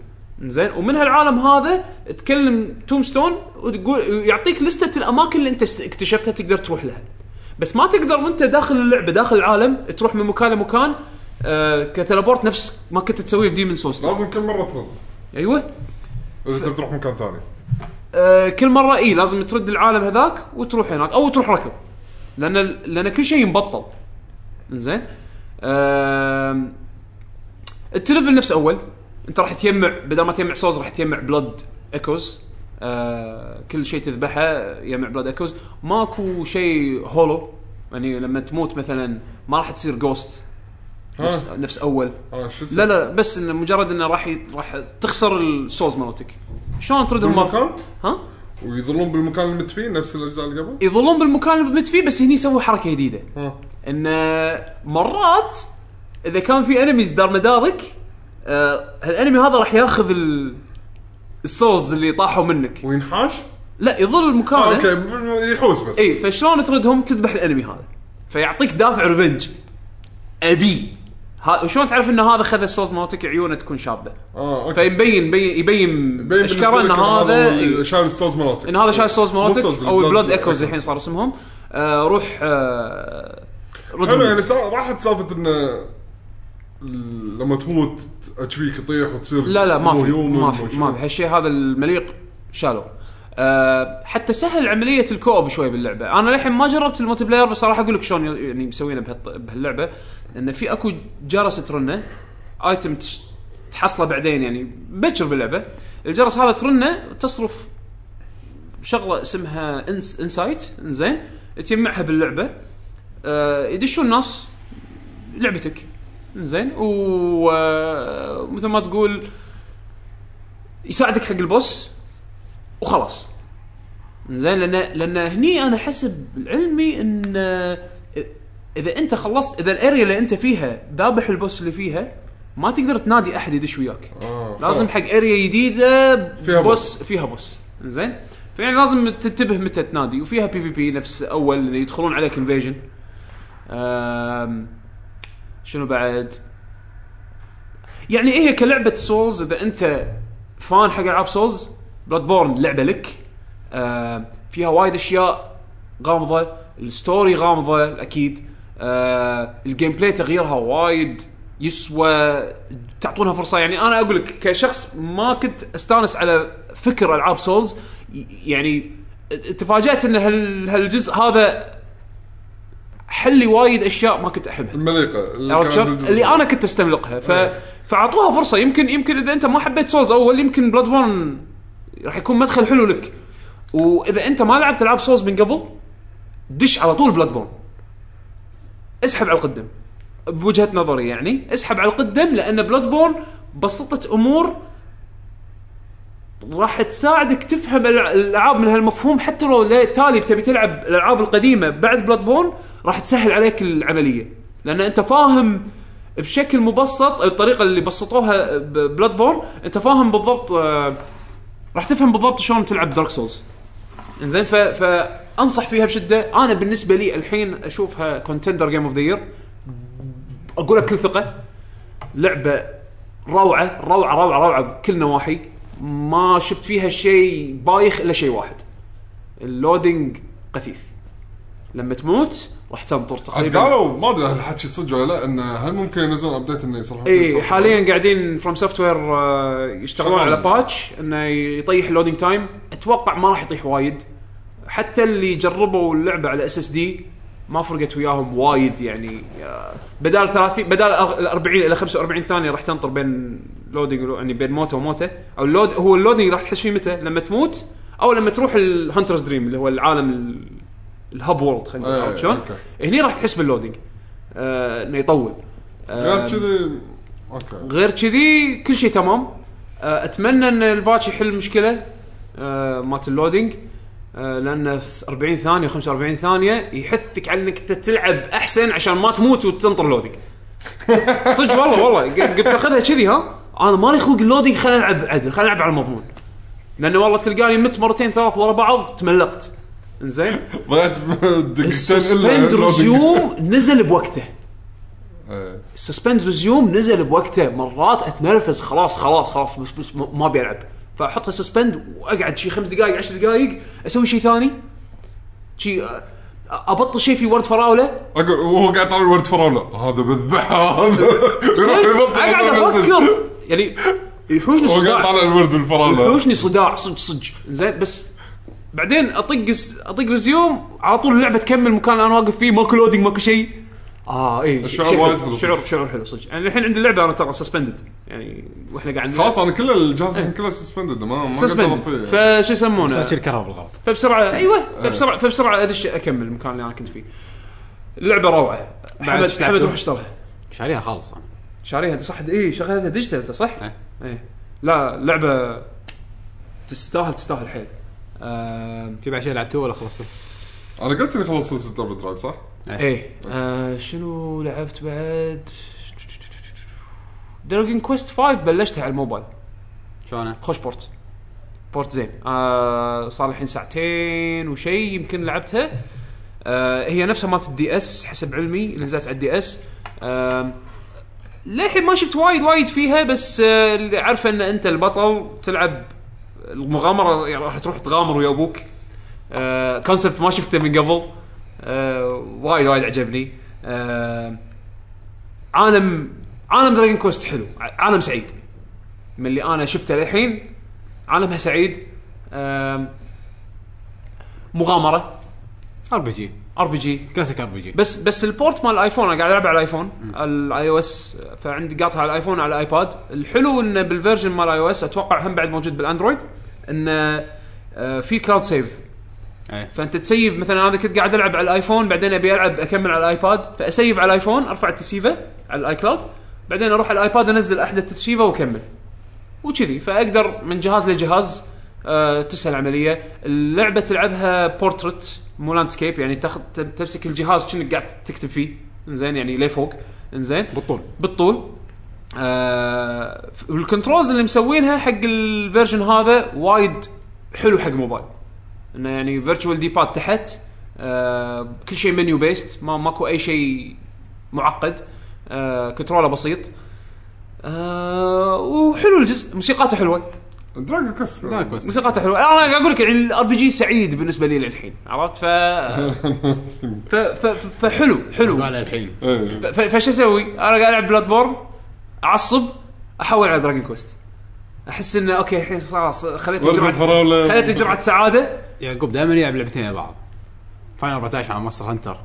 زين ومن هالعالم هذا تكلم تومستون وتقول يعطيك لسته الاماكن اللي انت است- اكتشفتها تقدر تروح لها بس ما تقدر وانت داخل اللعبه داخل العالم تروح من مكان لمكان آه كتلبورت نفس ما كنت تسويه بديمن سولز
لازم كل مره ترد
ايوه
اذا تبي تروح مكان ثاني
آه، كل مره اي لازم ترد العالم هذاك وتروح هناك او تروح ركض لان لان كل شيء مبطل زين آم، التلفل نفس اول انت راح تجمع بدل ما تجمع سوز راح تجمع بلود ايكوز آه كل شيء تذبحه يجمع بلود ايكوز ماكو شيء هولو يعني لما تموت مثلا ما راح تصير جوست
آه.
نفس, نفس اول
اه شو اسمه؟
لا لا بس انه مجرد انه راح ي- راح تخسر السولز مالتك شلون تردهم مرة؟
بالمكان
ها؟
ويظلون بالمكان اللي مت فيه نفس الاجزاء اللي قبل
يظلون بالمكان اللي بمت فيه بس هني سووا حركه جديده
ها
انه آه، مرات اذا كان في انميز دار مدارك آه هالانمي هذا راح ياخذ ال السولز اللي طاحوا منك
وينحاش؟
لا يظل
اه
مكانه
اوكي ب- يحوس بس
اي فشلون تردهم تذبح الانمي هذا فيعطيك دافع ريفنج ابي ها شلون تعرف ان هذا خذ السولز مالتك عيونه تكون شابه
اه اوكي
فيبين يبين يبين
بين
اشكاره ان
بالنسبة لك
طيب، هذا
هو شايل ستوز مالتك
ان هذا شاي سولز
مو
مالتك
سولز،
او
البلود
البلود ايكوز
إيكوز.
الحين صار اسمهم آه روح آه
حلو
ردهم.
يعني سا- راحت سالفه انه ال- لما تموت اشبيك يطيح وتصير
لا لا ما
مو
في
human
ما في
وشو.
ما في هالشيء هذا المليق شالو أه حتى سهل عمليه الكوب شوي باللعبه انا للحين ما جربت الملتي بلاير بس راح اقول لك شلون ي- يعني مسوينه بهالط- بهاللعبه انه في اكو جرس ترنه ايتم تش- تحصله بعدين يعني بكر باللعبه الجرس هذا ترنه تصرف شغله اسمها إنس انسايت انزين تجمعها باللعبه أه يدشون ناس لعبتك زين ومثل ما تقول يساعدك حق البوس وخلاص زين لان لان هني انا حسب علمي ان آه، اذا انت خلصت اذا الاريا اللي انت فيها ذابح البوس اللي فيها ما تقدر تنادي احد يدش وياك
آه،
لازم
خلاص.
حق اريا جديده
فيها
فيها
بوس.
بوس, فيها بوس زين فيعني لازم تنتبه متى تنادي وفيها بي في بي نفس اول اللي يدخلون عليك انفيجن شنو بعد يعني هي كلعبه سولز اذا انت فان حق العاب سولز بلاد بورن لعبه لك آم، فيها وايد اشياء غامضه الستوري غامضه اكيد آه، الجيم بلاي تغييرها وايد يسوى تعطونها فرصه يعني انا اقول لك كشخص ما كنت استانس على فكر العاب سولز ي- يعني تفاجات ان هال- هالجزء هذا حلي وايد اشياء ما كنت احبها
المليقه
عرفت
كانت
شلون؟
بالجزء
اللي
الأول.
انا كنت استملقها ف...
إيه.
فاعطوها فرصه يمكن يمكن اذا انت ما حبيت سولز اول يمكن بلاد بورن راح يكون مدخل حلو لك واذا انت ما لعبت العاب سولز من قبل دش على طول بلاد بورن اسحب على القدم بوجهه نظري يعني اسحب على القدم لان بلاد بورن بسطت امور راح تساعدك تفهم الع- الالعاب من هالمفهوم حتى لو لا- تالي تبي تلعب الالعاب القديمه بعد بلاد بورن راح تسهل عليك العمليه لان انت فاهم بشكل مبسط الطريقه اللي بسطوها بلاد بورن انت فاهم بالضبط آه، راح تفهم بالضبط شلون تلعب دارك سولز انزين ف... فانصح فيها بشده انا بالنسبه لي الحين اشوفها كونتندر جيم اوف ذا يير اقولها بكل ثقه لعبه روعه روعه روعه روعه بكل نواحي ما شفت فيها شيء بايخ الا شيء واحد اللودينج قثيث لما تموت راح تنطر
عاد
تقريبا
قالوا ما ادري هل الحكي صدق ولا لا انه هل ممكن ينزلون ابديت انه يصلحون
اي
يصلحون؟
حاليا إيه، قاعدين فروم سوفت وير يشتغلون
شغالين.
على باتش انه يطيح اللودينج تايم اتوقع ما راح يطيح وايد حتى اللي جربوا اللعبه على اس اس دي ما فرقت وياهم وايد يعني آه، بدال 30 بدال ال 40 الى 45 ثانيه راح تنطر بين لودينج ولو- يعني بين موته وموته او اللود هو اللودينج راح تحس فيه متى لما تموت او لما تروح الهانترز دريم اللي هو العالم ال- الهب وورلد خلينا نقول
إيه،
عرفت شلون؟
أوكي.
هني راح تحس باللودينج آه، انه يطول آه،
غير كذي اوكي
غير كذي كل شيء تمام آه، اتمنى ان الباتش يحل المشكله آه، مالت اللودينج آه، لان 40 ثانيه 45 ثانيه يحثك على انك أنت تلعب احسن عشان ما تموت وتنطر لودينج صدق والله والله ق- قلت اخذها كذي ها انا مالي خلق اللودينج خلينا نلعب عدل خلينا نلعب على المضمون لانه والله تلقاني مت مرتين ثلاث ورا بعض تملقت انزين
ضيعت دقيقتين
السسبند
اللودينج.
رزيوم نزل بوقته
إيه.
السسبند ريزيوم نزل بوقته مرات اتنرفز خلاص خلاص خلاص بس بس ما ما ابي العب فاحط السسبند واقعد شي خمس دقائق عشر دقائق اسوي شيء ثاني شي أ- ابطل شيء في ورد فراوله
اقول وهو قاعد يطلع ورد فراوله هذا بذبحه هذا يروح يبطل
اقعد
يطلع ينزل.
افكر يعني يحوشني
هو قاعد
صداع
طالع الورد الفراوله
يحوشني صداع صدق صدق زين بس بعدين اطق س- اطق ريزيوم على طول اللعبه تكمل مكان اللي انا واقف فيه ماكو لودينج ماكو شيء اه اي
الشعور وايد حلو
شعور
صدق.
شعور حلو صدق يعني الحين عندي اللعبه انا ترى سسبندد يعني واحنا قاعدين
خلاص انا كل الجهاز
إيه.
الحين كله سسبندد ما ما قاعد
سسبند
أضرب فيه يعني.
فشو يسمونه
صار الكهرباء بالغلط
فبسرعه ايوه فبسرعه فبسرعه ادش اكمل المكان اللي انا كنت فيه اللعبه روعه
بعد
حمد
شو لعبت؟
حمد روح اشترها
ايش شاريها خالص انا
شاريها دي صح اي شغلتها ديجيتال انت صح؟
إيه.
اي لا لعبه تستاهل تستاهل حيل آه، آم،
في بعد شيء لعبتوه ولا خلصته؟
انا قلت اني خلصت سلسله اوفر درايف صح؟
ايه آه شنو لعبت بعد دراجون كويست 5 بلشتها على الموبايل
شلونه؟
خوش بورت بورت زين آه صار الحين ساعتين وشي يمكن لعبتها آه هي نفسها مالت الدي اس حسب علمي اللي نزلت على الدي اس آم، للحين ما شفت وايد وايد فيها بس آه، اللي عارفه ان انت البطل تلعب المغامره يعني راح تروح تغامر ويا ابوك آه كونسبت ما شفته من قبل آه وايد وايد عجبني آه عالم عالم دراجون كويست حلو ع- عالم سعيد من اللي انا شفته للحين عالمها سعيد آم، مغامره
ار بي جي
ار بي جي
كلاسيك ار بي جي
بس بس البورت مال الايفون انا قاعد العب على الايفون الاي او اس فعندي قاطها على الايفون على الايباد الحلو انه بالفيرجن مال الاي او اس اتوقع هم بعد موجود بالاندرويد انه آه، في كلاود سيف
إيه.
فانت تسيف مثلا انا كنت قاعد العب على الايفون بعدين ابي العب اكمل على الايباد فاسيف على الايفون ارفع التسييفه على الاي كلاود بعدين اروح على الايباد انزل احدث تسييفه واكمل وكذي فاقدر من جهاز لجهاز أه تسهل العمليه اللعبه تلعبها بورتريت مو لاندسكيب يعني تاخذ تم- تمسك الجهاز كأنك قاعد تكتب فيه زين يعني لفوق زين
بالطول
بالطول آه الكنترولز اللي مسوينها حق الفيرجن هذا وايد حلو حق موبايل انه يعني فيرتشوال دي باد تحت آه كل شيء منيو بيست ما ماكو اي شيء معقد آه كنتروله بسيط آه وحلو الجزء موسيقاته حلوه
دراجون كويست
لا كويس
موسيقاته حلوه انا قاعد اقول لك يعني الار بي جي سعيد بالنسبه لي للحين عرفت ف... ف... ف... فحلو حلو
قال الحين
إيه.
ف- ف- فش اسوي؟ انا قاعد العب بلاد بورن اعصب احول على دراجون كويست احس انه اوكي الحين خلاص خليت لي
ورد
جرعه
الفراولة.
خليت لي جرعه سعاده
يعقوب دائما يلعب لعبتين مع بعض فاينل 14 مع مصر هنتر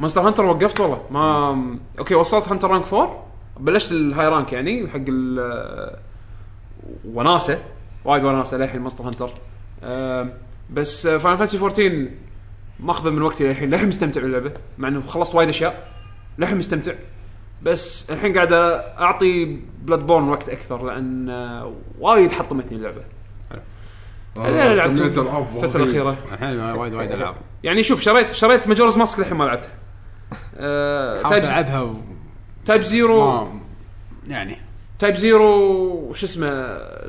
مونستر هانتر وقفت والله ما اوكي وصلت هانتر رانك 4 بلشت الهاي رانك يعني حق ال وناسه وايد وناسه للحين مونستر هانتر أم، بس فاينل فانتسي 14 ماخذه من وقتي للحين للحين مستمتع باللعبه مع انه خلصت وايد اشياء للحين مستمتع بس الحين قاعد اعطي بلاد بورن وقت اكثر لان أه، وايد حطمتني اللعبه
آه،
لعبت
كمية ألعاب
الفتره
وايد.
الاخيره
الحين وايد وايد العاب
يعني شوف شريت شريت ماجورز ماسك للحين ما لعبتها أه،
حاولت
تايب
العبها و...
تايب زيرو
ما- يعني
تايب زيرو وش اسمه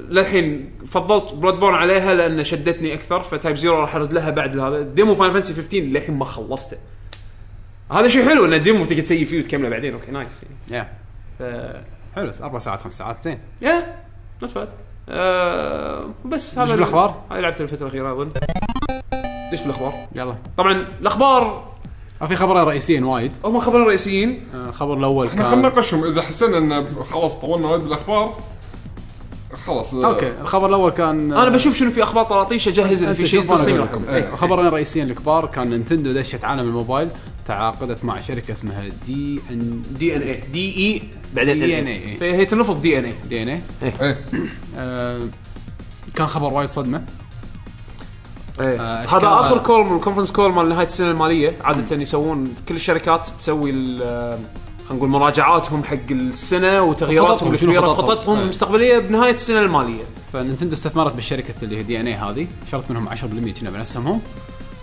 للحين فضلت بلاد بورن عليها لان شدتني اكثر فتايب زيرو راح ارد لها بعد هذا ديمو فاين فانسي 15 للحين ما خلصته هذا شيء حلو ان الديمو تقدر تسيب فيه وتكمله بعدين اوكي نايس يعني
يا
ف...
حلو اربع ساعات خمس ساعات زين
يا نوت باد آه، بس هذا
دش بالأخبار؟
هاي لعبت الفتره الاخيره اظن دش بالاخبار
يلا
طبعا الاخبار
آه، في خبرين رئيسيين وايد
هم خبرين رئيسيين
آه، الخبر الاول
احنا خلينا
كان
نناقشهم اذا حسينا انه خلاص طولنا وايد بالاخبار خلاص
اوكي الخبر الاول كان
انا بشوف شنو في اخبار طراطيش اجهز اذا
آه. أنت
في شيء
شوف أنا
تصميم
أقول لكم.
لكم
إيه.
إيه، خبرين رئيسيين الكبار كان نينتندو دشت عالم الموبايل تعاقدت مع شركه اسمها دي ان
دي ان اي دي اي بعدين
دي إن إيه.
فهي تنفض دي ان اي
دي ان اي
ايه
آه، كان خبر وايد صدمه آه،
إيه. هذا
أشكال-
اخر كول من الكونفرنس كول مال نهايه السنه الماليه عاده يسوون كل الشركات تسوي ال- آه، خلينا نقول مراجعاتهم حق السنه وتغييراتهم
خططهم، شنو
الكبيره
خططهم؟
خططهم
إيه.
المستقبليه بنهايه السنه الماليه
فنينتندو استثمرت بالشركه اللي هي دي ان اي هذه شرت منهم 10% كنا من اسهمهم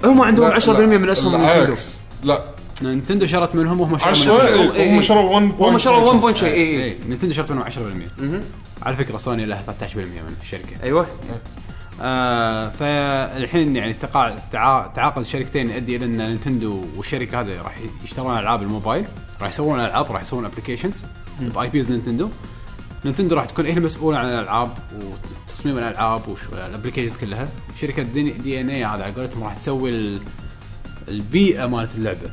هم عندهم
لا،
10%
لا،
من اسهم نينتندو
العكس. لا
نينتندو شرت منهم وهم شروا
10
منهم
شروا- إيه،
إيه،
إيه.
هم شروا 1
هم شروا 1 بوينت شيء اي اي
اي نينتندو شرت منهم 10% على فكره سوني لها 13% من الشركه
ايوه
إيه. آه فالحين يعني تقع تع- تعاقد شركتين يؤدي الى ان نينتندو والشركه هذه راح يشترون العاب الموبايل راح يسوون العاب راح يسوون ابلكيشنز باي بيز نينتندو نينتندو راح تكون هي المسؤوله عن الالعاب وتصميم الالعاب والابلكيشنز كلها شركه دي, دي ان اي هذا على قولتهم راح تسوي ال- البيئه مالت اللعبه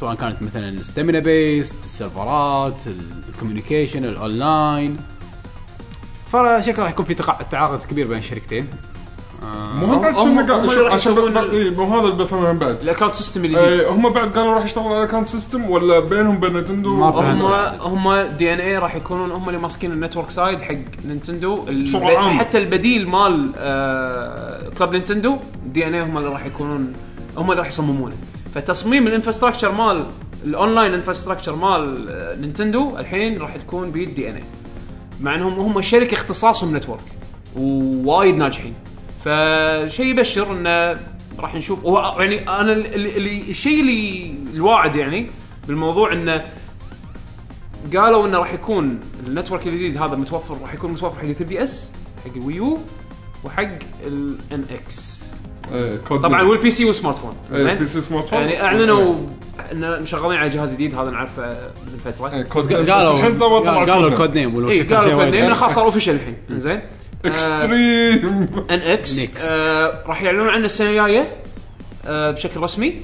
سواء كانت مثلا ستامينا بيست السيرفرات الكوميونيكيشن الاونلاين فشكله راح يكون في تقع- تعاقد كبير بين الشركتين
مو هم بعد
هم-
شنو
هم
قال- شوف،
راح
عشان
يسوون
بق- إيه، مو هذا اللي بفهمه بعد
الاكونت سيستم الجديد
إيه، هم بعد قالوا راح يشتغلوا على اكونت سيستم ولا بينهم بين
ما
نتندو
فهمت.
هم
فهمت.
هم دي ان اي راح يكونون هم اللي ماسكين النتورك سايد حق نينتندو ال-
بصورة عامة.
حتى البديل مال آه، كلاب نينتندو دي ان اي هم اللي راح يكونون هم اللي راح يصممونه فتصميم الانفراستراكشر مال الاونلاين انفراستراكشر مال آه، نينتندو الحين راح تكون بيد دي ان اي مع انهم هم شركه اختصاصهم نتورك ووايد ناجحين فشيء يبشر انه راح نشوف هو يعني انا ال- ال- اللي الشيء اللي الواعد يعني بالموضوع انه قالوا انه راح يكون النتورك الجديد هذا متوفر راح يكون متوفر حق 3 دي اس حق الويو وحق الان اكس
إيه، كود
طبعا
نيم.
والبي سي والسمارت فون
إيه،
زين؟
بي سي سمارت فون
يعني اعلنوا ان شغالين على جهاز جديد هذا نعرفه من فتره
إيه، كود نيم. بس
قالوا
الحين طبعا طلع
قالوا
كود نيم.
الكود نيم
اي
والوشك
إيه، قالوا
شيء
كود نيم
وايد.
خلاص صار اوفيشال الحين زين آه،
اكستريم
ان اكس
Next.
آه، راح يعلنون عنه السنه الجايه آه، بشكل رسمي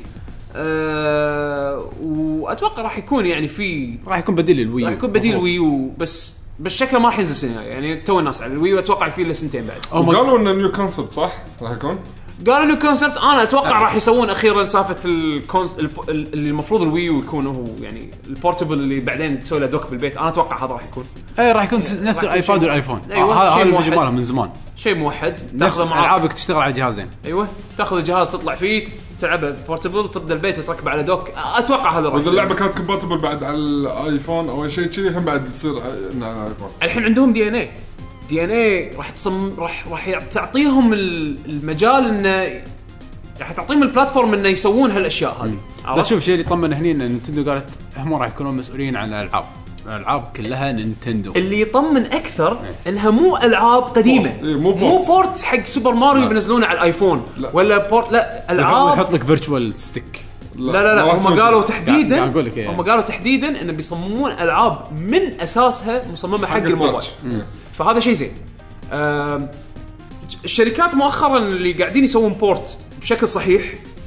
آه، واتوقع راح يكون يعني في
راح يكون بديل للويو
راح يكون بديل
مفروض.
ويو بس بس شكله ما راح ينزل السنه الجايه يعني تو الناس على الويو اتوقع فيه الا سنتين بعد
هم-
قالوا انه نيو كونسبت صح؟ راح يكون
قالوا انه كونسبت انا اتوقع راح يسوون اخيرا سالفه الكون الب- ال- اللي المفروض الويو يكون هو يعني البورتبل اللي بعدين تسوي له دوك بالبيت انا اتوقع هذا راح يكون
اي إيه، راح يكون نفس
راح يكون شيء-
الايباد والايفون
أيوة،
آه،
شيء
هذا هذا
موحد.
اللي من زمان
شيء موحد
نفس
تاخذه معاك
العابك تشتغل على جهازين
ايوه تاخذ الجهاز تطلع فيه تلعبه بورتبل ترد البيت تركبه على دوك اتوقع هذا راح
واذا
يصير.
اللعبه كانت كومباتبل بعد على الايفون او اي شيء كذي هم بعد تصير إيه، على الايفون
الحين عندهم دي ان اي دي ان اي راح تصم راح راح يع- تعطيهم ال- المجال انه راح تعطيهم البلاتفورم انه يسوون هالاشياء هذه
بس
عرفت؟
شوف الشيء اللي طمن هني ان نينتندو قالت هم راح يكونون مسؤولين عن الالعاب الالعاب كلها نينتندو
اللي يطمن اكثر انها مو العاب قديمه
إيه، مو
مو
بورت.
بورت حق سوبر ماريو
لا.
بينزلونه على الايفون
لا.
ولا بورت لا العاب
يحط لك فيرتشوال ستيك
لا لا
ما
لا
راح
هم
يسوي
قالوا
شيء.
تحديدا
قاعد أقول لك إيه.
هم قالوا تحديدا انه بيصممون العاب من اساسها مصممه حق,
حق إيه.
الموبايل
التاتش.
فهذا شيء زين آم، الشركات مؤخرا اللي قاعدين يسوون بورت بشكل صحيح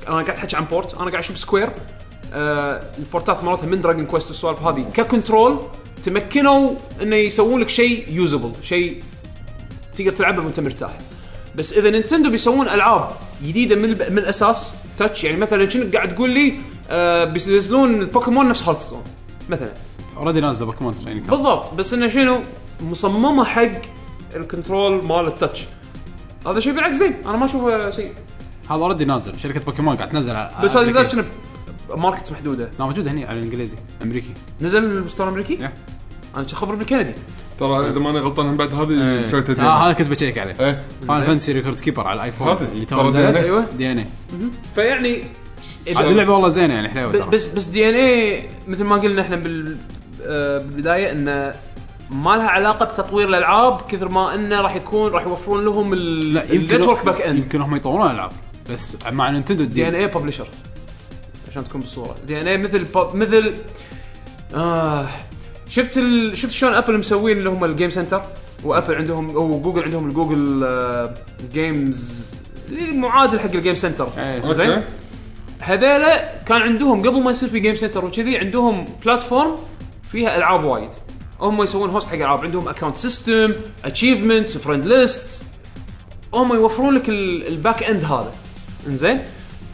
انا قاعد احكي عن بورت انا قاعد اشوف سكوير آه، البورتات مراتها من دراجون كويست والسوالف هذه ككنترول تمكنوا انه يسوون لك شيء يوزبل شيء تقدر تلعبه وانت مرتاح بس اذا نينتندو بيسوون العاب جديده من الب... من الاساس تاتش يعني مثلا كأنك قاعد تقول لي آه بينزلون بوكيمون نفس هارت زون مثلا
اوريدي نازله بوكيمون ترى يعني كان.
بالضبط بس انه شنو مصممه حق الكنترول مال التاتش هذا شيء بالعكس زين انا ما اشوفه سيء
هذا اوريدي نازل شركه بوكيمون قاعد تنزل على
بس هذا نزل شنو
applications.
ماركت محدوده
لا موجود هني على الانجليزي امريكي
نزل المستوى الامريكي
Yeah.
انا شو خبر بالكندي
ترى اذا ماني غلطان هم بعد هذه سويت تدريب
آه، هذا كنت بشيك عليه
ايه
فان فانسي ريكورد كيبر على الايفون
هذا.
اللي
ترى
تو نزلت
DNA.
أيوة.
دي ان اي
فيعني إذا-
هذه اللعبه والله زينه يعني حلوه
ب-
ترى
بس بس دي ان اي مثل ما قلنا احنا بال آه، بالبدايه انه ما لها علاقه بتطوير الالعاب كثر ما انه راح يكون راح يوفرون لهم ال-
لا يمكن
النتورك باك اند
يمكن هم يطورون العاب بس مع نينتندو إيه.
دي ان
الدين
اي ببلشر عشان تكون بالصوره دي ان اي مثل ب- مثل آه شفت ال... شفت شلون ابل مسوين اللي هم الجيم سنتر وابل عندهم او جوجل عندهم الجوجل آه جيمز اللي معادل حق الجيم سنتر
إيه.
زين
اوكي
هذيلا كان عندهم قبل ما يصير في جيم سنتر وكذي عندهم بلاتفورم فيها العاب وايد هم يسوون هوست حق العاب عندهم اكونت سيستم اتشيفمنتس فريند ليست هم يوفرون لك ال- الباك اند هذا انزين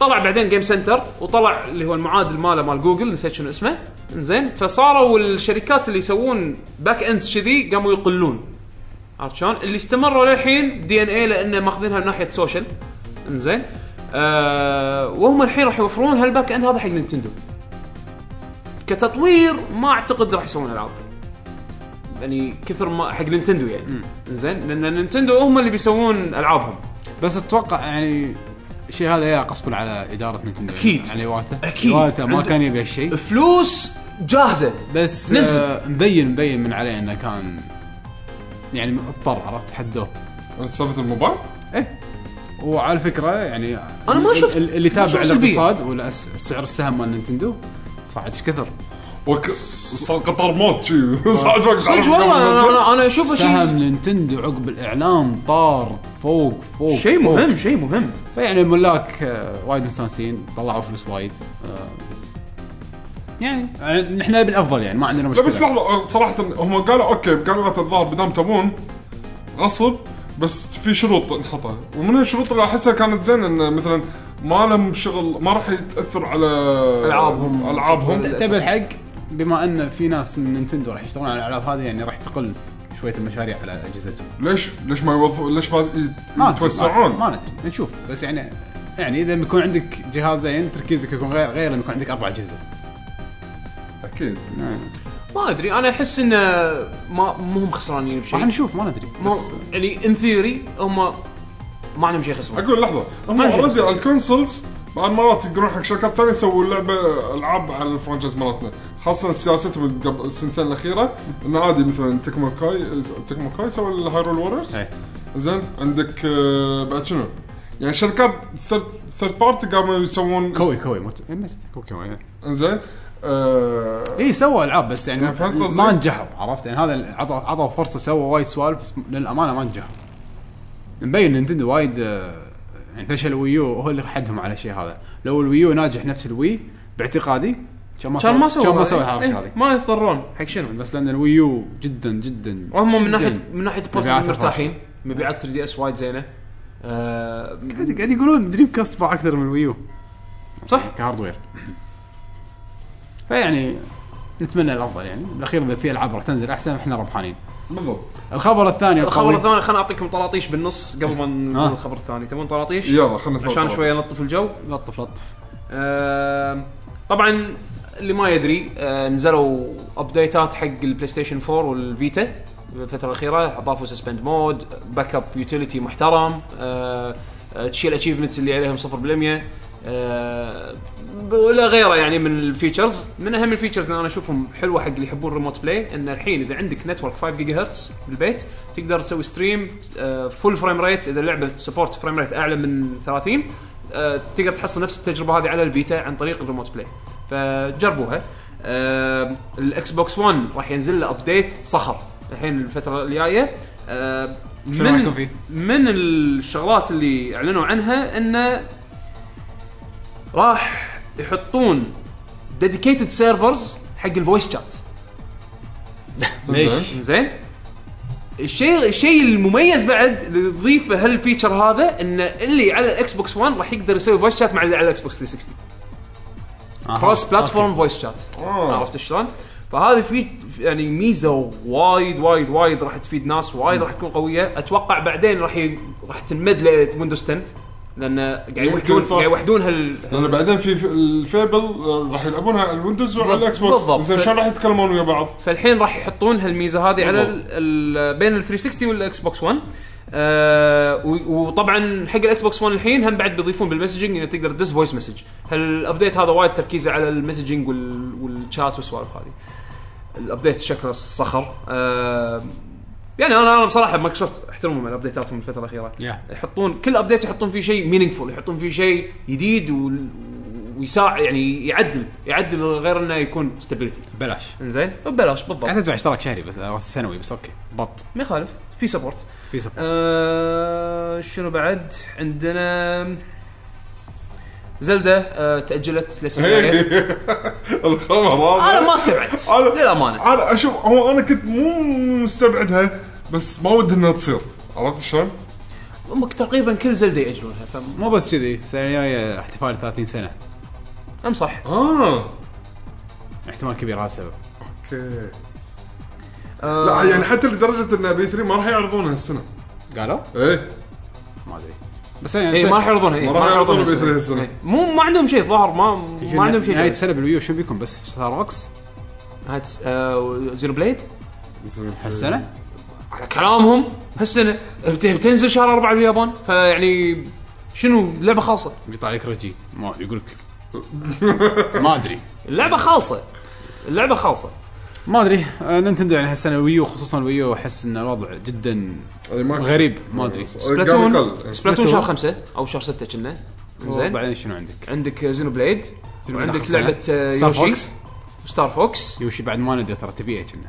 طلع بعدين جيم سنتر وطلع اللي هو المعادل ماله مال جوجل نسيت شنو اسمه انزين فصاروا الشركات اللي يسوون باك اندز كذي قاموا يقلون عرفت شلون؟ اللي استمروا للحين دي ان اي لانه ماخذينها من ناحيه سوشيال انزين آه وهم الحين راح يوفرون هالباك اند هذا حق نينتندو كتطوير ما اعتقد راح يسوون العاب يعني كثر ما حق نينتندو يعني زين لان نينتندو هم اللي بيسوون العابهم
بس اتوقع يعني الشيء هذا يا قصب على اداره نينتندو
أكيد.
على واتا
أكيد.
واتا ما
عنده-
كان يبي هالشيء
فلوس جاهزه
بس
نزل.
آه مبين مبين من عليه انه كان يعني مضطر عرفت حدوه
سالفه الموبايل
ايه وعلى فكره يعني
إيه. أنا ما
ال-
شفت-
ال- اللي
ما
تابع
شفت سلبية.
الاقتصاد والسعر السهم مال نينتندو صعد ايش كثر
وك... صار قطار موت شي صعد فوق
صدق والله أنا- انا انا اشوفه شيء
سهم نينتندو عقب الاعلام طار فوق فوق
شيء
فوق.
مهم شيء مهم
فيعني الملاك آه، وايد مستانسين طلعوا فلوس وايد آه، يعني يعني نحن نبي الافضل يعني ما عندنا
لا
مشكله
بس لحظه صراحه هم قالوا اوكي قالوا أنت الظاهر بدام تبون غصب بس في شروط انحطها ومن الشروط اللي احسها كانت زين انه مثلا ما لهم شغل ما راح يتاثر على
ألعابهم.
العابهم
تعتبر حق بما ان في ناس من نينتندو راح يشتغلون على الالعاب هذه يعني راح تقل شويه المشاريع على اجهزتهم
ليش ليش ما يوظفوا ليش ما
ما
ي-
أدري،
يتوسعون
ما ندري نشوف بس يعني يعني اذا بيكون عندك جهازين تركيزك يكون غير غير لما يكون عندك اربع اجهزه
اكيد
ما ادري انا احس انه ما مو هم خسرانين
راح
بشيء
نشوف ما ندري
مو-
بس
يعني ان ثيوري هم ما عندهم شيء يخسرون
اقول لحظه هم
ما في
اوريدي على الكونسولز بعد مرات يقولون حق شركات ثانيه يسووا لعبه العاب على الفرنشايز مالتنا خاصه سياستهم قبل السنتين الاخيره انه عادي مثلا تكمو كاي تكمو كاي سووا الهايرول ووريرز
إيه.
زين عندك آه، بعد شنو؟ يعني شركات ثيرد بارتي قاموا يسوون
كوي كوي مو ت- إيه، بس كوي كوي
زين آه
اي سووا العاب بس يعني
يعني فهمت قصدي؟
ما نجحوا عرفت يعني هذا ال- عطوا عطوا فرصه سووا وايد سوالف بس للامانه ما نجحوا مبين نينتندو وايد آه، يعني فشل الويو هو اللي حدهم على الشيء هذا لو الويو ناجح نفس الوي باعتقادي كان ما
عشان ما سووا
كان ما
هذا.
سوى الحركه
إيه،
هذه
ما يضطرون حق شنو
بس لان الويو جدا جدا
وهم من
جداً
ناحيه من ناحيه
مبيعات
البورتبل مرتاحين مبيعات 3 دي اس وايد زينه آه،
قاعد قاعد يقولون دريم كاست باع اكثر من الويو
صح
كهاردوير فيعني نتمنى الافضل يعني بالاخير اذا في العاب راح تنزل احسن احنا ربحانين
بالضبط
الخبر الثاني
الخبر
القوي
آه، الثاني خليني اعطيكم طراطيش بالنص قبل ما نقول
آه.
الخبر الثاني تبون طراطيش
يلا خلنا نسمع
عشان
الطرف.
شويه نلطف الجو
لطف لطف
آم، طبعا اللي ما يدري آه، نزلوا ابديتات حق البلاي ستيشن 4 والفيتا الفتره الاخيره اضافوا سسبند مود باك اب يوتيليتي محترم آه، آه، تشيل اتشيفمنتس اللي عليهم 0% آه، ب- ولا غيره يعني من الفيتشرز من اهم الفيتشرز اللي انا اشوفهم حلوه حق اللي يحبون الريموت بلاي ان الحين اذا عندك نتورك 5 جيجا هرتز بالبيت تقدر تسوي آه، ستريم فول فريم ريت اذا اللعبه سبورت فريم ريت اعلى من 30 آه، تقدر تحصل نفس التجربه هذه على الفيتا عن طريق الريموت بلاي فجربوها آه، الاكس بوكس 1 راح ينزل له ابديت صخر الحين الفتره الجايه آه،
شنو راح يكون
من
فيه؟
من الشغلات اللي اعلنوا عنها انه راح يحطون ديديكيتد سيرفرز حق الفويس شات
ليش؟
زين الشيء الشيء المميز بعد اللي ضيفه هالفيتشر هذا ان اللي على الاكس بوكس 1 راح يقدر يسوي فويس شات مع اللي على الاكس بوكس 360 كروس بلاتفورم فويس شات
آه.
عرفت شلون؟ فهذه في يعني ميزه وايد وايد وايد راح تفيد ناس وايد راح تكون قويه اتوقع بعدين راح ي... راح تنمد لويندوز 10 لان قاعد يوحدون
صح.
قاعد يوحدون هال
لان بعدين في في الفيبل آه، راح يلعبونها على الويندوز وعلى
بالضبط.
الاكس بوكس
بالضبط.
زين شلون راح يتكلمون ويا بعض؟
فالحين راح يحطون هالميزه هذه على ال
بالضبط.
ال بين ال 360 والاكس بوكس 1 آه و- وطبعا حق الاكس بوكس 1 الحين هم بعد بيضيفون بالمسجنج انك تقدر تدز فويس مسج هالابديت هذا وايد تركيزه على المسجنج وال والشات والسوالف هذه الابديت شكله صخر آه يعني انا انا بصراحه مايكروسوفت احترمهم على ابديتاتهم الفتره الاخيره
Yeah.
يحطون كل ابديت يحطون فيه شيء مينينغفول يحطون فيه شيء جديد و... ويساعد يعني يعدل يعدل غير انه يكون ستابيليتي
بلاش
انزين ببلاش بالضبط
قاعد ادفع اشتراك شهري بس آه، سنوي بس اوكي بط
ما يخالف في سبورت
في سبورت
آه شنو بعد عندنا زلدة آه تأجلت للسنة الجاية
الخبر هذا
انا ما استبعدت
أنا-
للامانة
انا اشوف هو انا كنت مو مستبعدها بس ما ودي انها تصير عرفت شلون؟
امك تقريبا كل زلدة يأجلونها فم-
مو بس كذي السنه الجايه احتفال 30 سنه
أم صح آه.
اه
احتمال كبير هذا السبب
اوكي
آه
لا يعني حتى لدرجه ان بي 3 ما راح يعرضونها السنه
قالوا؟
ايه
ما ادري بس يعني
اي ما راح يعرضونها إيه،
ما راح يعرضونها
السنة.
بإثنين السنة.
إيه. مو ما عندهم شيء الظاهر ما ما عندهم شيء
نهايه
جديد.
السنه بالويو شو بيكون بس ستار وكس
هات آه زيرو بليد
هالسنه؟
على كلامهم هالسنة بت- بتنزل شهر أربعة باليابان فيعني شنو لعبة خاصة
بيطلع لك رجي ما يقول لك ما ادري
اللعبة خالصة اللعبة خالصة
ما ادري آه، نينتندو يعني هالسنه الويو خصوصا الويو احس ان الوضع جدا
أي ما-
غريب ما ادري
قام
سبلاتون
يقل.
سبلاتون
سبلاتون.
شهر خمسة او شهر ستة كنا زين
بعدين شنو عندك؟
عندك زينو بليد
زينو بليد
وعندك
آخر
لعبة
سنة.
آه،
ستار
يوشي
فوكس.
ستار فوكس
يوشي بعد ما ندري ترى تي بي اي كنا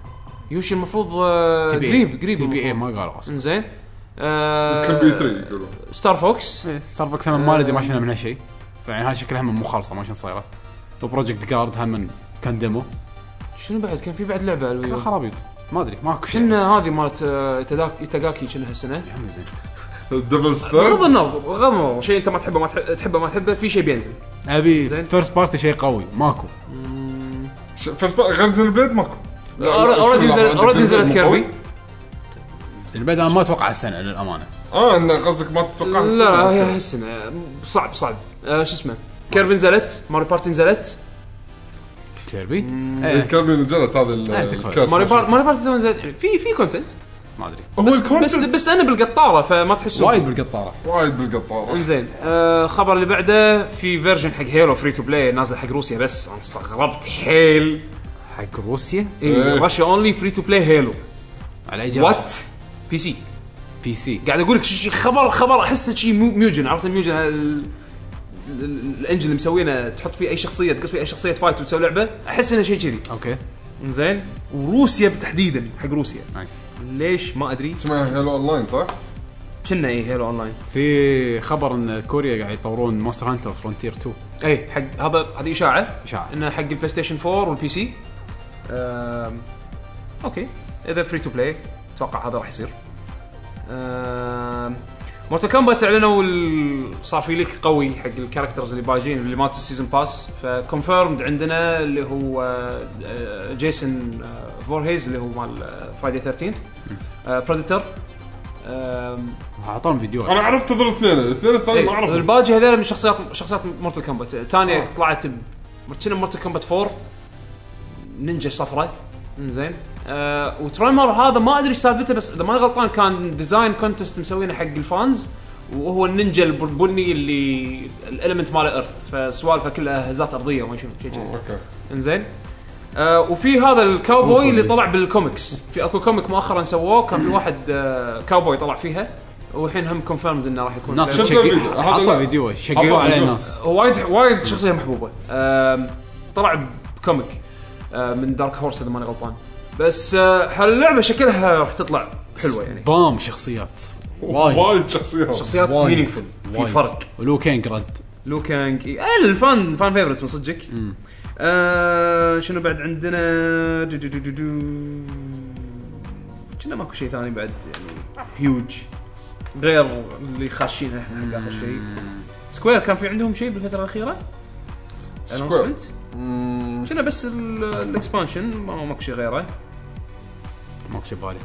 يوشي المفروض آه، قريب قريب
تي بي اي
المفروض.
ما قالوا اصلا
زين
كان
آه،
بي 3 يقولون
ستار فوكس
صار فوكس هم ما ندري ما شفنا منها شيء فيعني هذا شكلها هم مو خالصه ما شنو صايره وبروجكت جارد هم كان ديمو
شنو بعد كان في بعد لعبه على
كان
الويو
خرابيط ما ادري ماكو شيء
كنا
بس.
هذه مالت آه، تداك- تاكاكي كنا هالسنه
يا عمي زين
دبل
بغض
ستار
النظر بغض النظر شيء انت ما تحبه ما تح- تحبه ما تحبه في شيء بينزل
ابي
زين.
فيرست بارتي شيء قوي ماكو
ش- فيرست بار- غير زين البليد ماكو لا، لا،
أورا- اوريدي
شوف،
نزل-
عندك
اوريدي
زين
نزلت
البليد مو
كيربي
قوي.
زين بعد أنا ما اتوقع السنه للامانه
اه انه قصدك ما تتوقع
لا هي هالسنه صعب صعب آه، شو اسمه كيرب نزلت ماري بارتي نزلت
كيربي إيه،
كان نزلت هذا
آه، تكفى.
الكاس
ماري بار ماري بارتي نزلت حلو في في كونتنت
ما ادري
هو
بس بس,
الكونتنت
بس انا بالقطاره فما تحسون
وايد بالقطاره
وايد بالقطاره
انزين آه خبر اللي بعده في فيرجن حق هيلو فري تو بلاي نازل حق روسيا بس انا استغربت حيل
حق روسيا
إيه.
إيه.
رشيا اونلي فري تو بلاي هيلو
على اي
وات بي سي
بي سي
قاعد اقول لك شي- شي خبر خبر احسه شي مو- ميوجن عرفت الميوجن ال- ال- ال- الانجن اللي مسوينه تحط فيه اي شخصيه تقص فيه اي شخصيه فايت وتسوي لعبه احس انه شيء كذي
اوكي
انزين وروسيا تحديدا حق روسيا
نايس
ليش ما ادري
اسمها هيلو اونلاين صح؟
كنا اي هيلو اونلاين
في خبر ان كوريا قاعد يطورون مونستر هانتر فرونتير 2
اي إيه، حق هذا هذه اشاعه
إشاعة.
انه حق البلاي ستيشن 4 والبي سي أم، اوكي اذا فري تو بلاي اتوقع هذا راح يصير مورتال كومبات اعلنوا ال- صار في ليك قوي حق الكاركترز اللي باجين اللي ماتوا السيزون باس فكونفيرمد عندنا اللي هو آه، آه، جيسون آه، فورهيز اللي هو مال آه، فرايدي 13 بريدتر
اعطونا فيديو
انا عرفت هذول الاثنين الاثنين الثانيين ما
إيه،
اعرفهم
الباجي هذول من شخصيات شخصيات مورتال كومبات تانية طلعت ب- كنا مورتال كومبات 4 نينجا صفراء زين آه وتريمر هذا ما ادري ايش سالفته بس اذا ماني غلطان كان ديزاين كونتست مسوينه حق الفانز وهو النينجا الب- البني اللي الالمنت مال ايرث فسوالفه كلها هزات ارضيه وما شنو شيء كذي.
اوكي
انزين آه وفي هذا الكاوبوي اللي طلع بالكوميكس في اكو كوميك مؤخرا سووه كان في واحد آه كاوبوي طلع فيها والحين هم كونفيرمد انه راح يكون
الناس
شفت
تشقي-
الفيديو. هذا
عطوا
لا.
فيديو شققوا
عطوا
على
فيديو.
الناس
وايد وايد شخصيه محبوبه أم، طلع بكوميك أه، من دارك هورس اذا ماني غلطان بس أه، هاللعبه شكلها راح تطلع حلوه يعني
بام شخصيات وايد
وايد شخصيات
شخصيات
وايد.
مينينغفول في
وايد.
فرق
ولو كان جراد
لو كانج إي، آه الفان فان فيفرت من صدقك آه شنو بعد عندنا دو دو دو دو دو. كنا ماكو شيء ثاني بعد يعني هيوج غير اللي خاشينه يعني، احنا حق اخر شيء سكوير كان في عندهم شيء بالفتره الاخيره
سكوير.
announcement. شنو بس ال- الاكسبانشن ما ماكو شيء غيره
ما في شي ببالي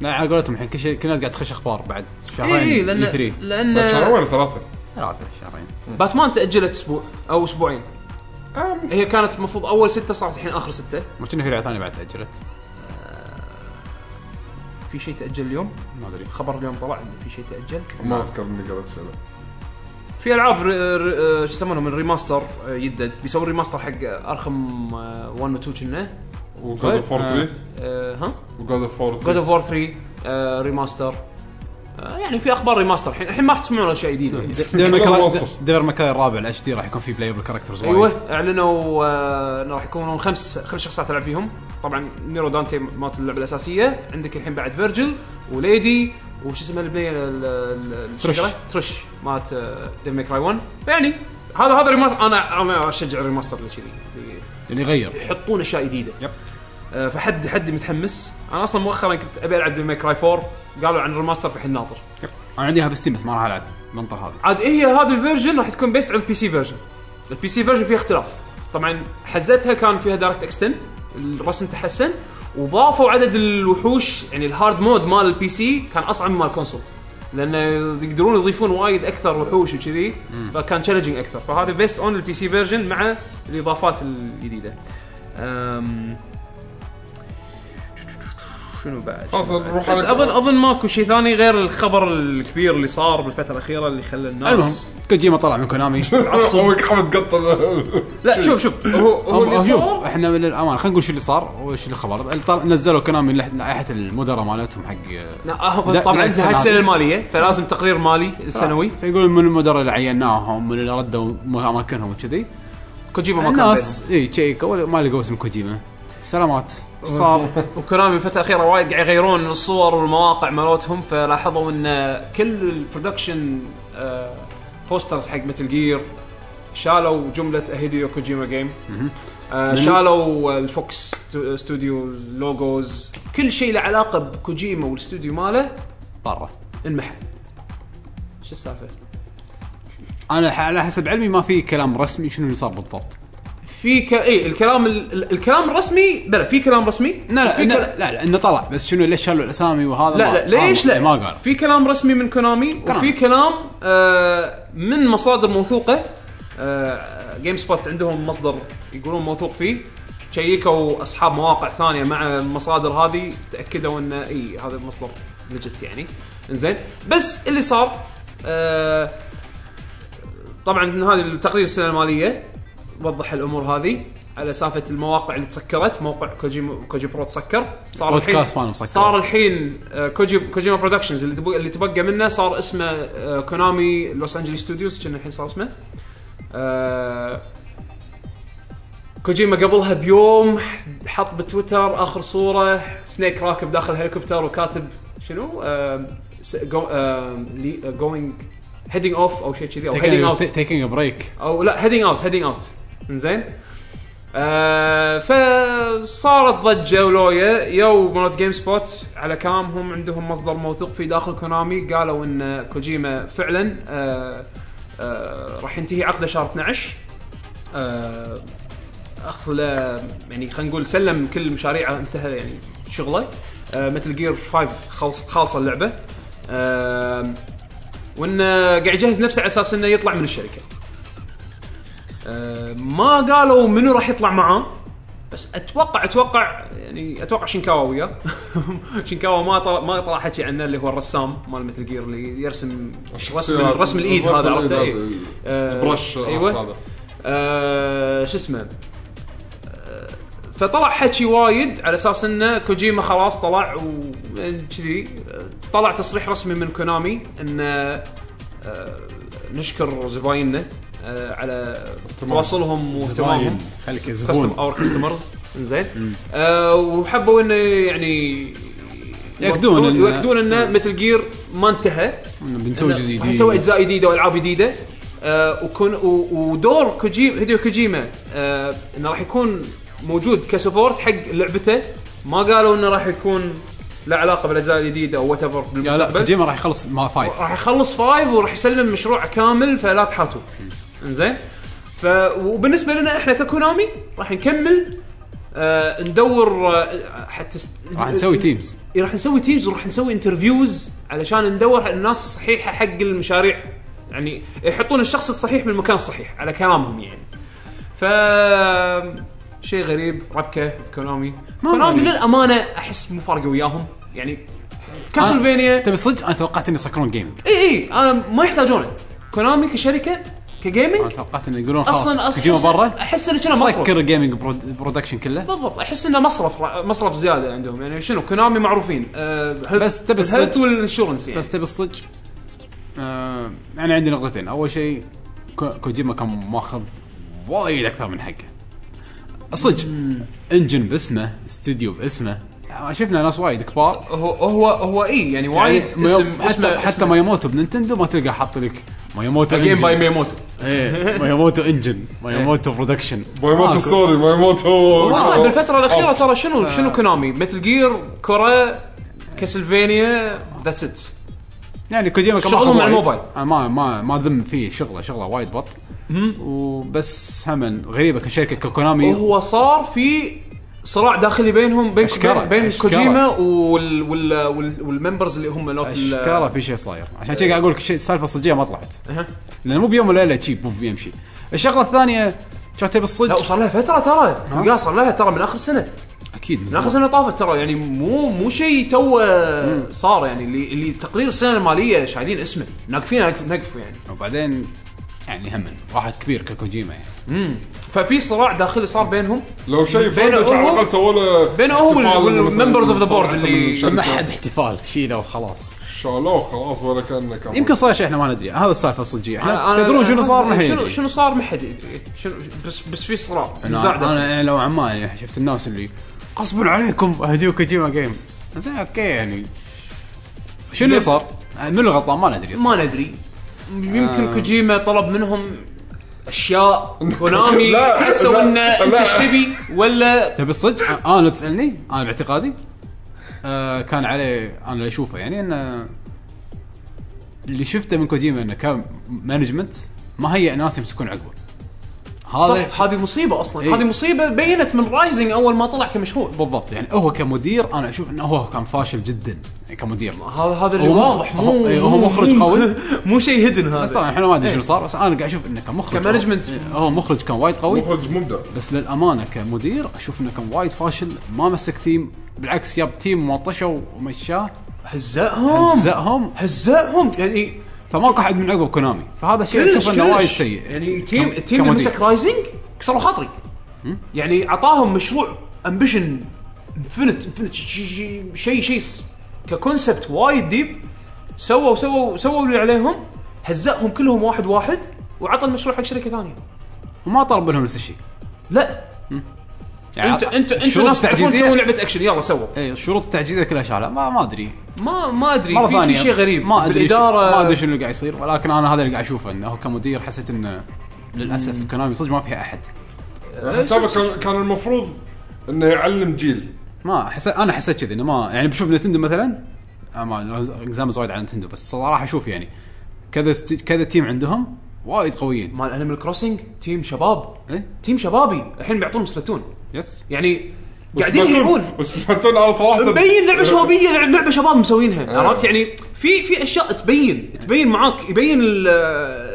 لا على قولتهم الحين كل شيء كل الناس قاعد تخش اخبار بعد شهرين
اي
لان 3
لان لان
شهرين ولا ثلاثه؟
ثلاثه شهرين
باتمان تاجلت اسبوع او اسبوعين هي كانت المفروض اول سته صارت الحين اخر سته
ما كنا في لعبه ثانيه بعد تاجلت
في شيء تاجل اليوم
ما ادري
خبر اليوم طلع انه في شيء تاجل
ما اذكر اني قريت شيء لا.
في العاب ر- ر- آه، شو يسمونهم الريماستر آه، يدد بيسوون ريماستر حق ارخم آه، 1 و 2 كنا
وجود
طيب.
اوف 4 3
آه، ها
وجود اوف
جود
4
اوف وور 3 آه، ريماستر آه، يعني في اخبار ريماستر الحين الحين ما راح تسمعون اشياء جديده يعني.
ديفل ماكراي
واصل.
ديفل ماكراي الرابع الاتش دي راح يكون فيه بلايبل كاركترز وايد
ايوه اعلنوا آه، انه راح يكونون خمس خمس شخصيات العب فيهم طبعا نيرو دانتي مالت اللعبه الاساسيه عندك الحين بعد فيرجل وليدي وش اسمها البنيه ال- ال-
ترش.
الشجرة؟ ترش مالت ديم ميك راي 1 فيعني هذا هذا ريماستر انا انا اشجع الريماستر اللي كذي
اللي يعني يغير
يحطون اشياء جديده
يب.
آه، فحد حد متحمس انا اصلا مؤخرا كنت ابي العب ديم ميك راي 4 قالوا عن الريماستر فالحين ناطر
انا عندي هاب ستيم بس ما راح العب منطر هذا
عاد إيه هي هذا الفيرجن راح تكون بيست على البي سي فيرجن البي سي فيرجن فيها اختلاف طبعا حزتها كان فيها دايركت اكستن الرسم تحسن وضافوا عدد الوحوش يعني الهارد مود مال البي سي كان اصعب من مال الكونسول لان يقدرون يضيفون وايد اكثر وحوش وكذي فكان تشالنجينج اكثر فهذا بيست اون البي سي فيرجن مع الاضافات الجديده أم... شنو بعد؟
خلاص نروح
بس
على
اظن اظن ماكو شيء ثاني غير الخبر الكبير اللي صار بالفتره الاخيره اللي خلى الناس
المهم كوجيما طلع من كونامي
اول حمد قطه
لا شوف شوف هو هو
هم-
اللي
شوف
صار
احنا للامانه خلينا نقول شو اللي صار وش اللي خبر اللي طلع- نزلوا كونامي لح- لائحه المدراء مالتهم حق آه،
لا، هو
لا،
طبعا
لا،
انت هاي السنه الماليه فلازم تقرير مالي السنوي
فيقول من المدراء اللي عيناهم من اللي ردوا م- اماكنهم وكذي
كوجيما ما كان بينهم.
الناس اي شيك أول ما لقوا اسم كوجيما سلامات إيش صار
وكونامي الفتره الاخيره وايد قاعد يغيرون الصور والمواقع مالتهم فلاحظوا ان كل البرودكشن آه، بوسترز حق مثل جير شالوا جمله هيديو كوجيما جيم آه، شالوا الفوكس ستو- ستوديو لوجوز كل شيء له علاقه بكوجيما والاستوديو ماله
برا
انمحى شو السالفه؟
انا ح- على حسب علمي ما في كلام رسمي شنو اللي صار بالضبط
في ك... اي الكلام ال... ال- الكلام الرسمي بلا في كلام رسمي
لا لا
في
إنه-
كل...
لا, لا انه طلع بس شنو ليش شالوا الاسامي وهذا
لا
ما-
لا ليش
ما-
لا
ما قال
في كلام رسمي من كونامي
كلام.
وفي كلام آه من مصادر موثوقه آه جيم سبوت عندهم مصدر يقولون موثوق فيه شيكوا اصحاب مواقع ثانيه مع المصادر هذه تاكدوا ان اي هذا المصدر لجت يعني انزين بس اللي صار آه طبعا إن هذه التقرير السنه الماليه وضح الامور هذه على سالفه المواقع اللي تسكرت موقع كوجي كوجي برو تسكر صار الحين
بودكاست مالهم مسكر.
صار الحين آه، كوجي كوجيما برودكشنز اللي تبقى- اللي تبقى منه صار اسمه آه، كونامي لوس انجلوس ستوديوز كنا الحين صار اسمه آه، كوجيما قبلها بيوم حط بتويتر اخر صوره سنيك راكب داخل هليكوبتر وكاتب شنو آه، جوينج هيدنج اوف او شيء كذي او هيدنج اوت
تيكينج بريك
او لا هيدنج اوت هيدنج اوت انزين آه فصارت ضجه ولويا يو مرات جيم سبوت على كلامهم عندهم مصدر موثوق في داخل كونامي قالوا ان كوجيما فعلا آه آه راح ينتهي عقده شهر 12 آه اخلى يعني خلينا نقول سلم كل مشاريعه انتهى يعني شغله آه مثل جير 5 خلص خالصه اللعبه آه وانه قاعد يجهز نفسه على اساس انه يطلع من الشركه آه، ما قالوا منو راح يطلع معاه بس اتوقع اتوقع يعني اتوقع شينكاوا وياه شينكاوا ما طلع ما طلع حكي عنه اللي هو الرسام مال مثل جير اللي يرسم رسم
الشخصيات-
رسم الايد
رسم
هذا
الإيد
عرفته
هذا،
إيه. آه،
برش
ايوه
هذا
آه، شو اسمه آه، فطلع حكي وايد على اساس انه كوجيما خلاص طلع وكذي طلع تصريح رسمي من كونامي انه آه، نشكر زبايننا آه، على تواصلهم واهتمامهم
خليك
كاستم
زبون
اور كاستمرز زين آه، وحبوا انه يعني
يأكدون إنه-
ياكدون انه مثل جير ما انتهى
إنه بنسوي
إنه
جزء
راح نسوي
جديد
اجزاء جديده والعاب جديده آه وكون و- ودور كوجيما هيديو كوجيما آه انه راح يكون موجود كسبورت حق لعبته ما قالوا انه راح يكون لا علاقه بالاجزاء الجديده او وات ايفر
لا لا كوجيما راح يخلص ما فايت
راح يخلص فايف وراح يسلم مشروع كامل فلا تحاتوا انزين ف وبالنسبه لنا احنا ككونامي راح نكمل آه ندور آه حتى س-
راح نسوي تيمز
إيه، راح نسوي تيمز وراح نسوي انترفيوز علشان ندور الناس الصحيحه حق المشاريع يعني يحطون الشخص الصحيح بالمكان الصحيح على كلامهم يعني ف شيء غريب ربكه كونامي كونامي
غريب.
للامانه احس مو فارقه وياهم يعني كاسلفينيا
تبي صدق انا توقعت اني يسكرون جيمنج
اي اي انا إيه، ما يحتاجونه كونامي كشركه
انا
كجيمنج
توقعت انه يقولون
اصلا
خلاص
اصلا
كوجيما
أحس-
آه، برا
احس انه كنا مصرف
سكر الجيمنج برو- برودكشن كله
بالضبط احس انه مصرف مصرف زياده عندهم يعني شنو كونامي معروفين أه
بس تبي
الهيلث
الصدق.
والانشورنس يعني
بس تبي الصدق آه، انا عندي نقطتين اول شيء كو- كوجيما كان ماخذ وايد اكثر من حقه صدق انجن باسمه استوديو باسمه آه، شفنا ناس وايد كبار
هو هو هو اي يعني وايد
يعني
اسم
ميو- حتى
اسمه
حتى مايموتو بننتندو ما تلقى حاط لك مايموتو
جيم باي
انجن
ميموتو
ايه مايموتو انجن مايموتو برودكشن
بايموتو
آه،
سوري بايموتو
اصلا بالفتره الاخيره
أوت.
ترى شنو
آه.
شنو كونامي متل جير كورا كاسلفينيا ذاتس ات
يعني كوجيما كان
شغله
ماخذ
مع
وايد.
الموبايل.
آه، ما ما ما ذم فيه شغله شغله وايد بط وبس هم غريبه كشركه كوكونامي
وهو صار في صراع داخلي بينهم بين
أشكره،
بين
أشكره.
كوجيما وال وال وال والممبرز اللي هم نوت ال-
اشكاله في شيء صاير عشان كذا قاعد اقول لك شيء- السالفه الصجيه ما طلعت
أها.
لان مو بيوم وليله شي بوف يمشي الشغله الثانيه كانت تبي
لا
الصدق
وصار لها فتره ترى
آه.
تلقاها صار لها ترى من اخر سنه
اكيد من
من اخر
زمان.
سنه طافت ترى يعني مو مو شيء تو صار يعني اللي اللي تقرير السنه الماليه شايلين اسمه ناقفين نقف يعني
وبعدين يعني هم واحد كبير ككوجيما يعني
ففي صراع داخلي صار بينهم
لو شيء
بينه
فردش على
هو-
الاقل سووا له
بينه هو وال-
احتفال إنه مثلاً
والmembers of the board
طلعته من
اللي-
الشركة.
ما حد احتفال شيله وخلاص
شالوه خلاص ولا كانه كان
يمكن صار شيء احنا ما ندري هذا السالفه الصجيه احنا
أنا-
تدرون شنو
أنا-
صار ما حد
شنو
يدري.
شنو صار ما حد يدري شنو بس بس في صراع نزاع
انا
داخلي.
أنا لو ما يعني شفت الناس اللي غصبا عليكم اهديو كوجيما جيم زين اوكي يعني شنو اللي صار؟ من الغلطان ما ندري
ما ندري يمكن كوجيما طلب منهم اشياء كونامي
لا،
حسوا
لا،
انه انت
لا.
ايش تبي ولا
تبي الصدق آه، انا لو تسالني انا باعتقادي آه كان عليه انا اللي اشوفه يعني انه اللي شفته من كوجيما انه كان مانجمنت ما هيئ ناس يمسكون عقبه هذا
صح هذه مصيبه اصلا
إيه.
هذه مصيبه بينت من رايزنج اول ما طلع كمشروع
بالضبط يعني هو كمدير انا اشوف انه هو كان فاشل جدا كمدير
هذا هذا اللي
هو مخ-
واضح مو
هو- إيه، هو مخرج قوي
مو شيء هدن هذا
بس طبعا احنا ما ادري شنو صار بس انا قاعد اشوف انه كمخرج
كمانجمنت.
هو- هو مخرج كان وايد قوي
مخرج مبدع
أه،
بس للامانه كمدير اشوف انه كان وايد فاشل ما مسك تيم بالعكس جاب تيم مطشه ومشاه
هزأهم
هزأهم
هزأهم يعني
فماكو احد من عقب كونامي فهذا الشيء
كلش
اشوف انه
كلش.
وايد سيء
يعني تيم
كم-
التيم اللي
كمدير.
مسك رايزنج كسروا خاطري يعني اعطاهم مشروع امبيشن انفنت انفنت شيء شيء شي س- ككونسبت وايد ديب سووا سووا سووا اللي عليهم هزأهم كلهم واحد واحد وعطى المشروع حق شركه ثانيه
وما طلب منهم نفس الشيء
لا
يعني
انت انت انت
الشروط
ناس تعرفون
التعجيزية-
تسوون لعبه اكشن يلا سووا
اي شروط التعجيزيه كلها شالها ما ما ادري
ما ما ادري
مره
في,
ثانيه
في شيء غريب
ما ادري شو-
بالاداره
ما ادري شنو اللي قاعد يصير ولكن انا هذا اللي قاعد اشوفه انه هو كمدير حسيت انه للاسف كونامي صدق ما فيها احد
يعني حسابه كان- كان المفروض انه يعلم جيل
ما حس... انا حسيت كذي انه ما يعني بشوف نتندو مثلا آه، ما اكزام وايد على نتندو بس صراحه اشوف يعني كذا ست... كذا تيم عندهم وايد قويين
مال انيمال كروسنج تيم شباب
ايه
تيم شبابي الحين بيعطون سبلاتون
يس
يعني قاعدين يلعبون
بس سمعتون انا صراحه
مبين لعبه
أه،
شبابيه لعب- لعبه شباب مسوينها عرفت يعني في في اشياء تبين تبين معاك يبين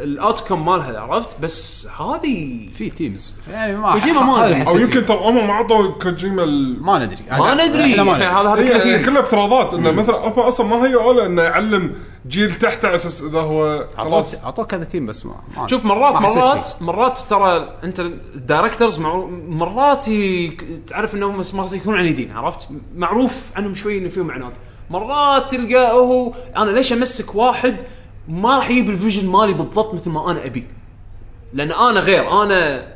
الاوتكم مالها عرفت بس هذه
في تيمز يعني ما
كوجيما ما
هذا
أدري.
اللي
او
حسيت
يمكن ترى هم ما عطوا كوجيما ال-
فيه. ما ندري
ما ندري
إحنا ما
يعني
ندري
هذا هذا كله
هي هي
في-
كلها افتراضات انه مثلا هم اصلا ما هيئوا له انه يعلم جيل تحته على اساس اذا هو خلاص
عطوك عطوك كذا تيم بس ما, ما
شوف مرات
ما حسيت
مرات
شيء.
مرات ترى انت الدايركترز معرو- مرات ي- تعرف انهم بس مرات يكونوا عنيدين عرفت؟ معروف عنهم شوي انه فيهم عناد مرات تلقاه هو انا ليش امسك واحد ما راح يجيب الفيجن مالي بالضبط مثل ما انا ابي لان انا غير انا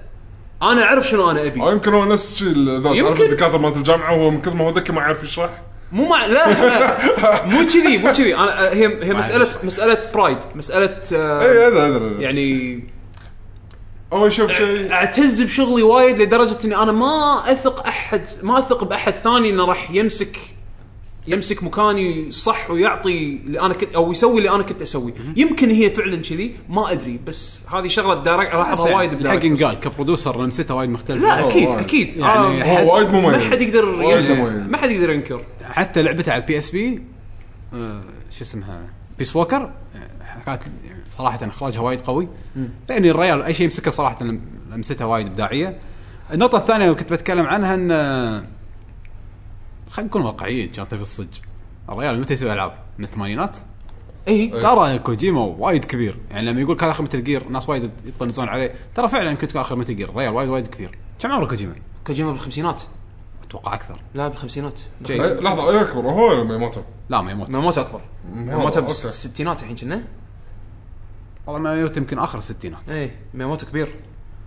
انا اعرف شنو انا ابي
او آه، يمكن هو نفس الشيء ال- ذا تعرف
يمكن.
الدكاتره مالت الجامعه هو من كثر ما هو ذكي ما يعرف يشرح
مو مع لا لا، مو كذي مو كذي انا هي هي مساله مساله برايد مساله آه،
اي هذا هذا
يعني
هو يشوف شيء
اعتز بشغلي وايد لدرجه اني انا ما اثق احد ما اثق باحد ثاني انه راح يمسك يمسك مكاني صح ويعطي اللي انا كنت او يسوي اللي انا كنت اسويه يمكن هي فعلا كذي ما ادري بس هذه شغله دايركت الاحظها وايد
الحق
بدايركت
انقال كبرودوسر لمسته وايد مختلفه
لا اكيد
وايد.
اكيد
يعني
آه،
هو وايد مميز.
ما حد يقدر
وايد
يعني-
مميز.
ما حد يقدر ينكر
حتى لعبته على البي اس بي آه، شو اسمها بيس ووكر آه، كانت صراحه اخراجها وايد قوي لان الريال اي شيء يمسكه صراحه لم- لمستها وايد ابداعيه النقطه الثانيه اللي كنت بتكلم عنها ان آه، خلينا نكون واقعيين كانت في الصج الريال متى يسوي العاب؟ من الثمانينات؟
اي
ترى كوجيما وايد كبير يعني لما يقول كان اخر متل جير ناس وايد يطنزون عليه ترى فعلا كنت اخر متل جير الريال وايد وايد كبير كم عمر كوجيما؟
كوجيما بالخمسينات
اتوقع اكثر
لا بالخمسينات
شيء.
أي- لحظه اي اكبر هو لما يموت
لا ما يموت
موتو اكبر موتو
أوكي.
بالستينات الحين كنا
والله ما يموت يمكن اخر الستينات
اي موتو كبير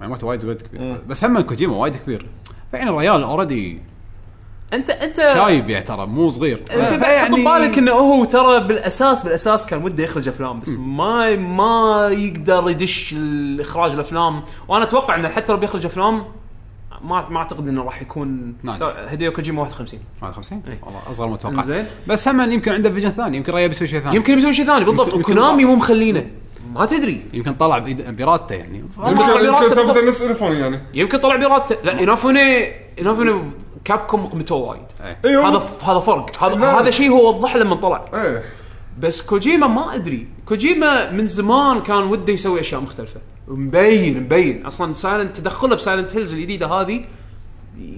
معلومات وايد وايد
إيه.
كبير بس هم كوجيما وايد كبير فيعني الريال اوريدي
انت انت
شايب يعني ترى مو صغير
انت
ف-
إيه. بعد حط
يعني-
ببالك انه هو ترى بالاساس بالاساس كان وده يخرج افلام بس ما ما يقدر يدش الاخراج الافلام وانا اتوقع انه حتى لو بيخرج افلام ما ما اعتقد انه راح يكون
ناجح.
هديو كوجيما 51
ما 50
إيه.
والله اصغر ما توقعت
إنزين.
بس هم يمكن عنده فيجن ثاني يمكن الريال بيسوي شيء ثاني
يمكن يسوي شيء ثاني بالضبط
يمكن- يمكن
وكونامي
ما-
مو مخلينه ما تدري
يمكن طلع بإيد- بارادته يعني
هم
يمكن
عبيرات
يمكن
بالضبط.
سالفه نفس الفون يعني
يمكن طلع بيرات لا انافوني انافوني كابكم قمته وايد
إيه.
ايوه
هذا هذا فرق هذا
لا.
هذا شيء هو وضحه لما طلع
ايه
بس كوجيما ما ادري كوجيما من زمان كان وده يسوي اشياء مختلفه مبين مبين اصلا سايلنت تدخله بسايلنت هيلز الجديده هذه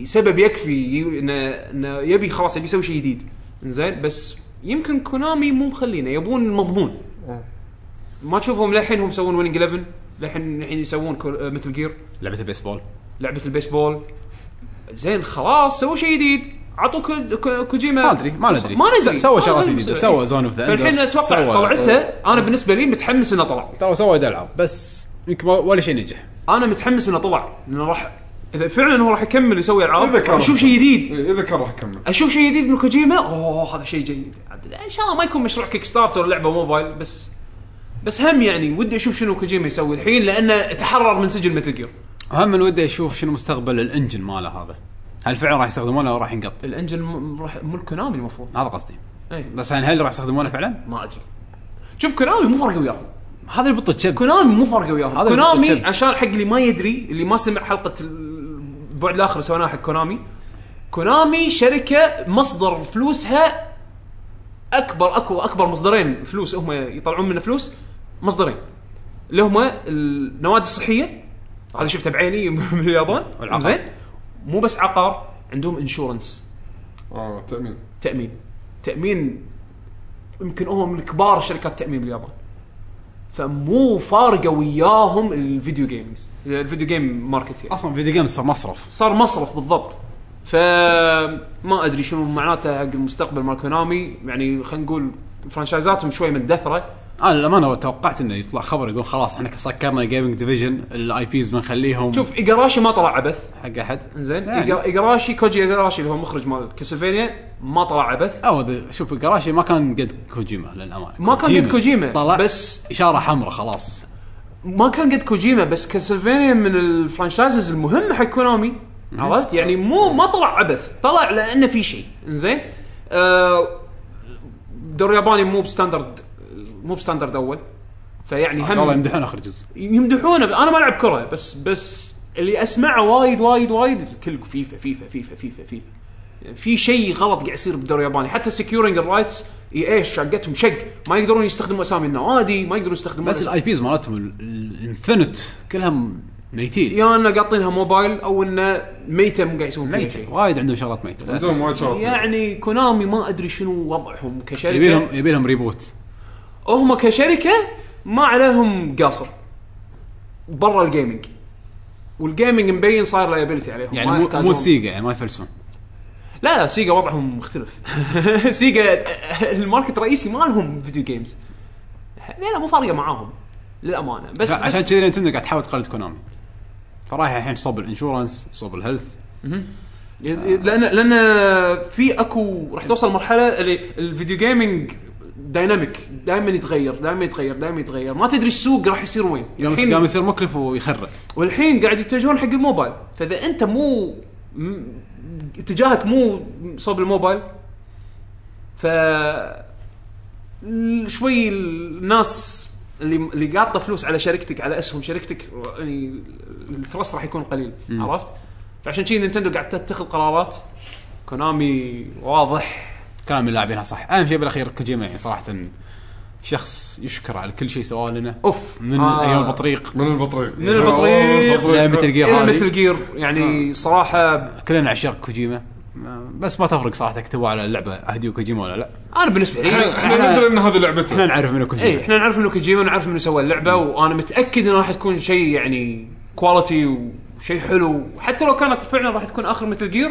سبب يكفي ي- انه انه يبي خلاص يبي يسوي شيء جديد زين بس يمكن كونامي مو مخلينه يبون مضمون ما تشوفهم للحين هم يسوون ويننج 11 للحين الحين يسوون آه، مثل جير
لعبه البيسبول
لعبه البيسبول زين خلاص سووا شيء جديد عطوا كو- كو- كوجيما
ما ادري ما ندري
ما ندري
س- سوى
ما
شغلات
ندري
جديده
مسوي.
سوى زون اوف ذا
فالحين اتوقع طلعتها انا بالنسبه لي متحمس انه طلع
ترى سوى وايد العاب بس يمكن ما- ولا شيء نجح
انا متحمس انه طلع لانه راح اذا فعلا هو راح يكمل يسوي العاب
إذا كان.
اشوف شيء جديد
إيه، اذا كان راح اكمل
اشوف شيء جديد من كوجيما اوه هذا شيء جيد عاد ان شاء الله ما يكون مشروع كيك ستارتر ولا لعبه موبايل بس بس هم يعني ودي اشوف شنو كوجيما يسوي الحين لانه تحرر من سجن متل جير
اهم من ودي اشوف شنو مستقبل الانجن ماله هذا هل فعلا راح يستخدمونه او راح ينقط
الانجن م- راح ملك كونامي المفروض
هذا قصدي
اي
بس يعني هل راح يستخدمونه فعلا
ما ادري شوف كونامي مو فارقه وياهم
هذا البطل كذب
كونامي مو فارقه وياهم
هذا
كونامي
المتشبث.
عشان حق اللي ما يدري اللي ما سمع حلقه البعد الاخر اللي سويناها حق كونامي كونامي شركه مصدر فلوسها اكبر اكو اكبر مصدرين فلوس هم يطلعون منه فلوس مصدرين اللي هم النوادي الصحيه هذا شفته بعيني من اليابان
والعقار.
زين مو بس عقار عندهم انشورنس
اه تامين
تامين تامين يمكن هم من كبار شركات التامين باليابان فمو فارقه وياهم الفيديو جيمز الفيديو جيم ماركت يعني
اصلا فيديو جيمز صار مصرف
صار مصرف بالضبط فما ادري شنو معناته حق المستقبل مال كونامي يعني خلينا نقول فرانشايزاتهم شوي متدثره
انا للامانه توقعت انه يطلع خبر يقول خلاص احنا سكرنا جيمنج ديفيجن الاي بيز بنخليهم
شوف ايجاراشي ما طلع عبث
حق احد
زين
يعني.
يعني. ايجاراشي كوجي ايجاراشي اللي هو مخرج مال كاسلفينيا ما طلع عبث
او ذا- شوف جراشي ما كان قد كوجيما للامانه
ما كان قد كوجيما،
طلع
بس-
بس اشاره حمراء خلاص
ما كان قد كوجيما بس كاسلفينيا من الفرانشايزز المهمه حق كونامي عرفت يعني مو ما طلع عبث طلع لانه في شيء زين آه دور ياباني مو بستاندرد مو بستاندرد اول فيعني
والله
هم
يمدحون اخر جزء
يمدحونه انا ما العب كره بس بس اللي اسمعه وايد وايد وايد الكل فيفا فيفا فيفا فيفا فيفا في شيء غلط قاعد يصير بالدوري الياباني حتى سكيورنج الرايتس اي ايش شقتهم شق ما يقدرون يستخدموا اسامي النوادي ما يقدرون يستخدمون
بس الاي بيز مالتهم ال- ال- الانفنت كلها م- ميتين
يا انه قاطينها موبايل او انه ميته مو قاعد يسوون فيها
ميتين
شيء
وايد عندهم شغلات ميته للأسف.
عندهم وايد شغلات
يعني كونامي ما ادري شنو وضعهم كشركه
يبيلهم يبيلهم ريبوت
هم كشركه ما عليهم قاصر برا الجيمنج والجيمنج مبين صاير لايبيلتي عليهم
يعني
ما
مو
يحتاجون-
مو سيجا يعني ما يفلسون
لا لا سيجا وضعهم مختلف سيجا الماركت الرئيسي مالهم فيديو جيمز لا لا مو فارقه معاهم للامانه بس
لا، عشان
بس
كذا نتندو قاعد تحاول تقلد كونامي فرايح الحين صوب الانشورنس صوب الهيلث
لان لان في اكو راح توصل مرحله اللي الفيديو جيمنج دايناميك دائما يتغير دائما يتغير دائما يتغير ما تدري السوق راح يصير وين
قام قام يصير مكلف ويخرع
والحين قاعد يتجهون حق الموبايل فاذا انت مو م- اتجاهك مو صوب الموبايل ف ال- شوي الناس اللي اللي قاطه فلوس على شركتك على اسهم شركتك يعني الترست راح يكون قليل عرفت؟ فعشان كذي نينتندو قاعد تتخذ قرارات كونامي واضح
كلام اللاعبينها صح اهم شيء بالاخير كوجيما يعني صراحه شخص يشكر على كل شيء سواه لنا
اوف
من
آه.
ايام البطريق
من البطريق آه، من
البطريق.
مثل جير
الى مثل
هذه آه.
جير يعني صراحه
كلنا عشاق كوجيما ما- بس ما تفرق صراحه اكتبوا على اللعبه هديو كوجيما ولا لا
انا بالنسبه لي
احنا ندري ان هذه
احنا
لعبته
نعرف منو
اي
كوجيما
احنا إيه، نعرف انه كوجيما نعرف انه سوى اللعبه وانا متاكد انه راح تكون شيء يعني كواليتي وشيء حلو حتى لو كانت فعلا راح تكون اخر مثل جير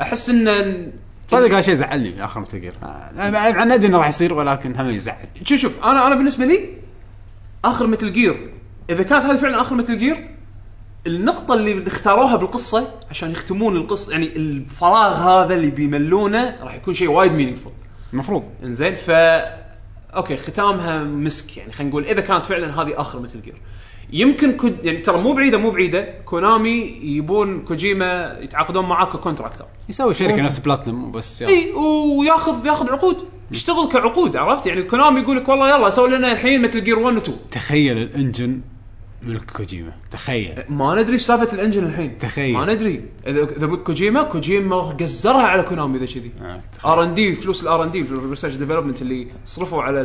احس ان
صدق هذا شيء زعلني في آه، اخر مثل جير مع إني ادري انه راح يصير ولكن هم يزعل
شوف شوف انا انا بالنسبه لي اخر مثل جير اذا كانت هذه فعلا اخر مثل جير النقطة اللي اختاروها بالقصة عشان يختمون القصة يعني الفراغ هذا اللي بيملونه راح يكون شيء وايد مينينفول
المفروض
انزين ف اوكي ختامها مسك يعني خلينا نقول اذا كانت فعلا هذه اخر مثل جير يمكن كود يعني ترى مو بعيده مو بعيده كونامي يبون كوجيما يتعاقدون معاه ككونتراكتر
يسوي شركه نفس بلاتنم وبس يلا.
اي وياخذ ياخذ عقود يشتغل كعقود عرفت يعني كونامي يقول لك والله يلا سوي لنا الحين مثل جير 1 و 2
تخيل الانجن ملك كوجيما تخيل
ما ندري ايش سالفه الانجن الحين
تخيل.
ما ندري اذا اذا بك كوجيما كوجيما قزرها على كونامي اذا كذي
آه،
ار ان دي فلوس الار ان دي الريسيرش ديفلوبمنت اللي صرفوا على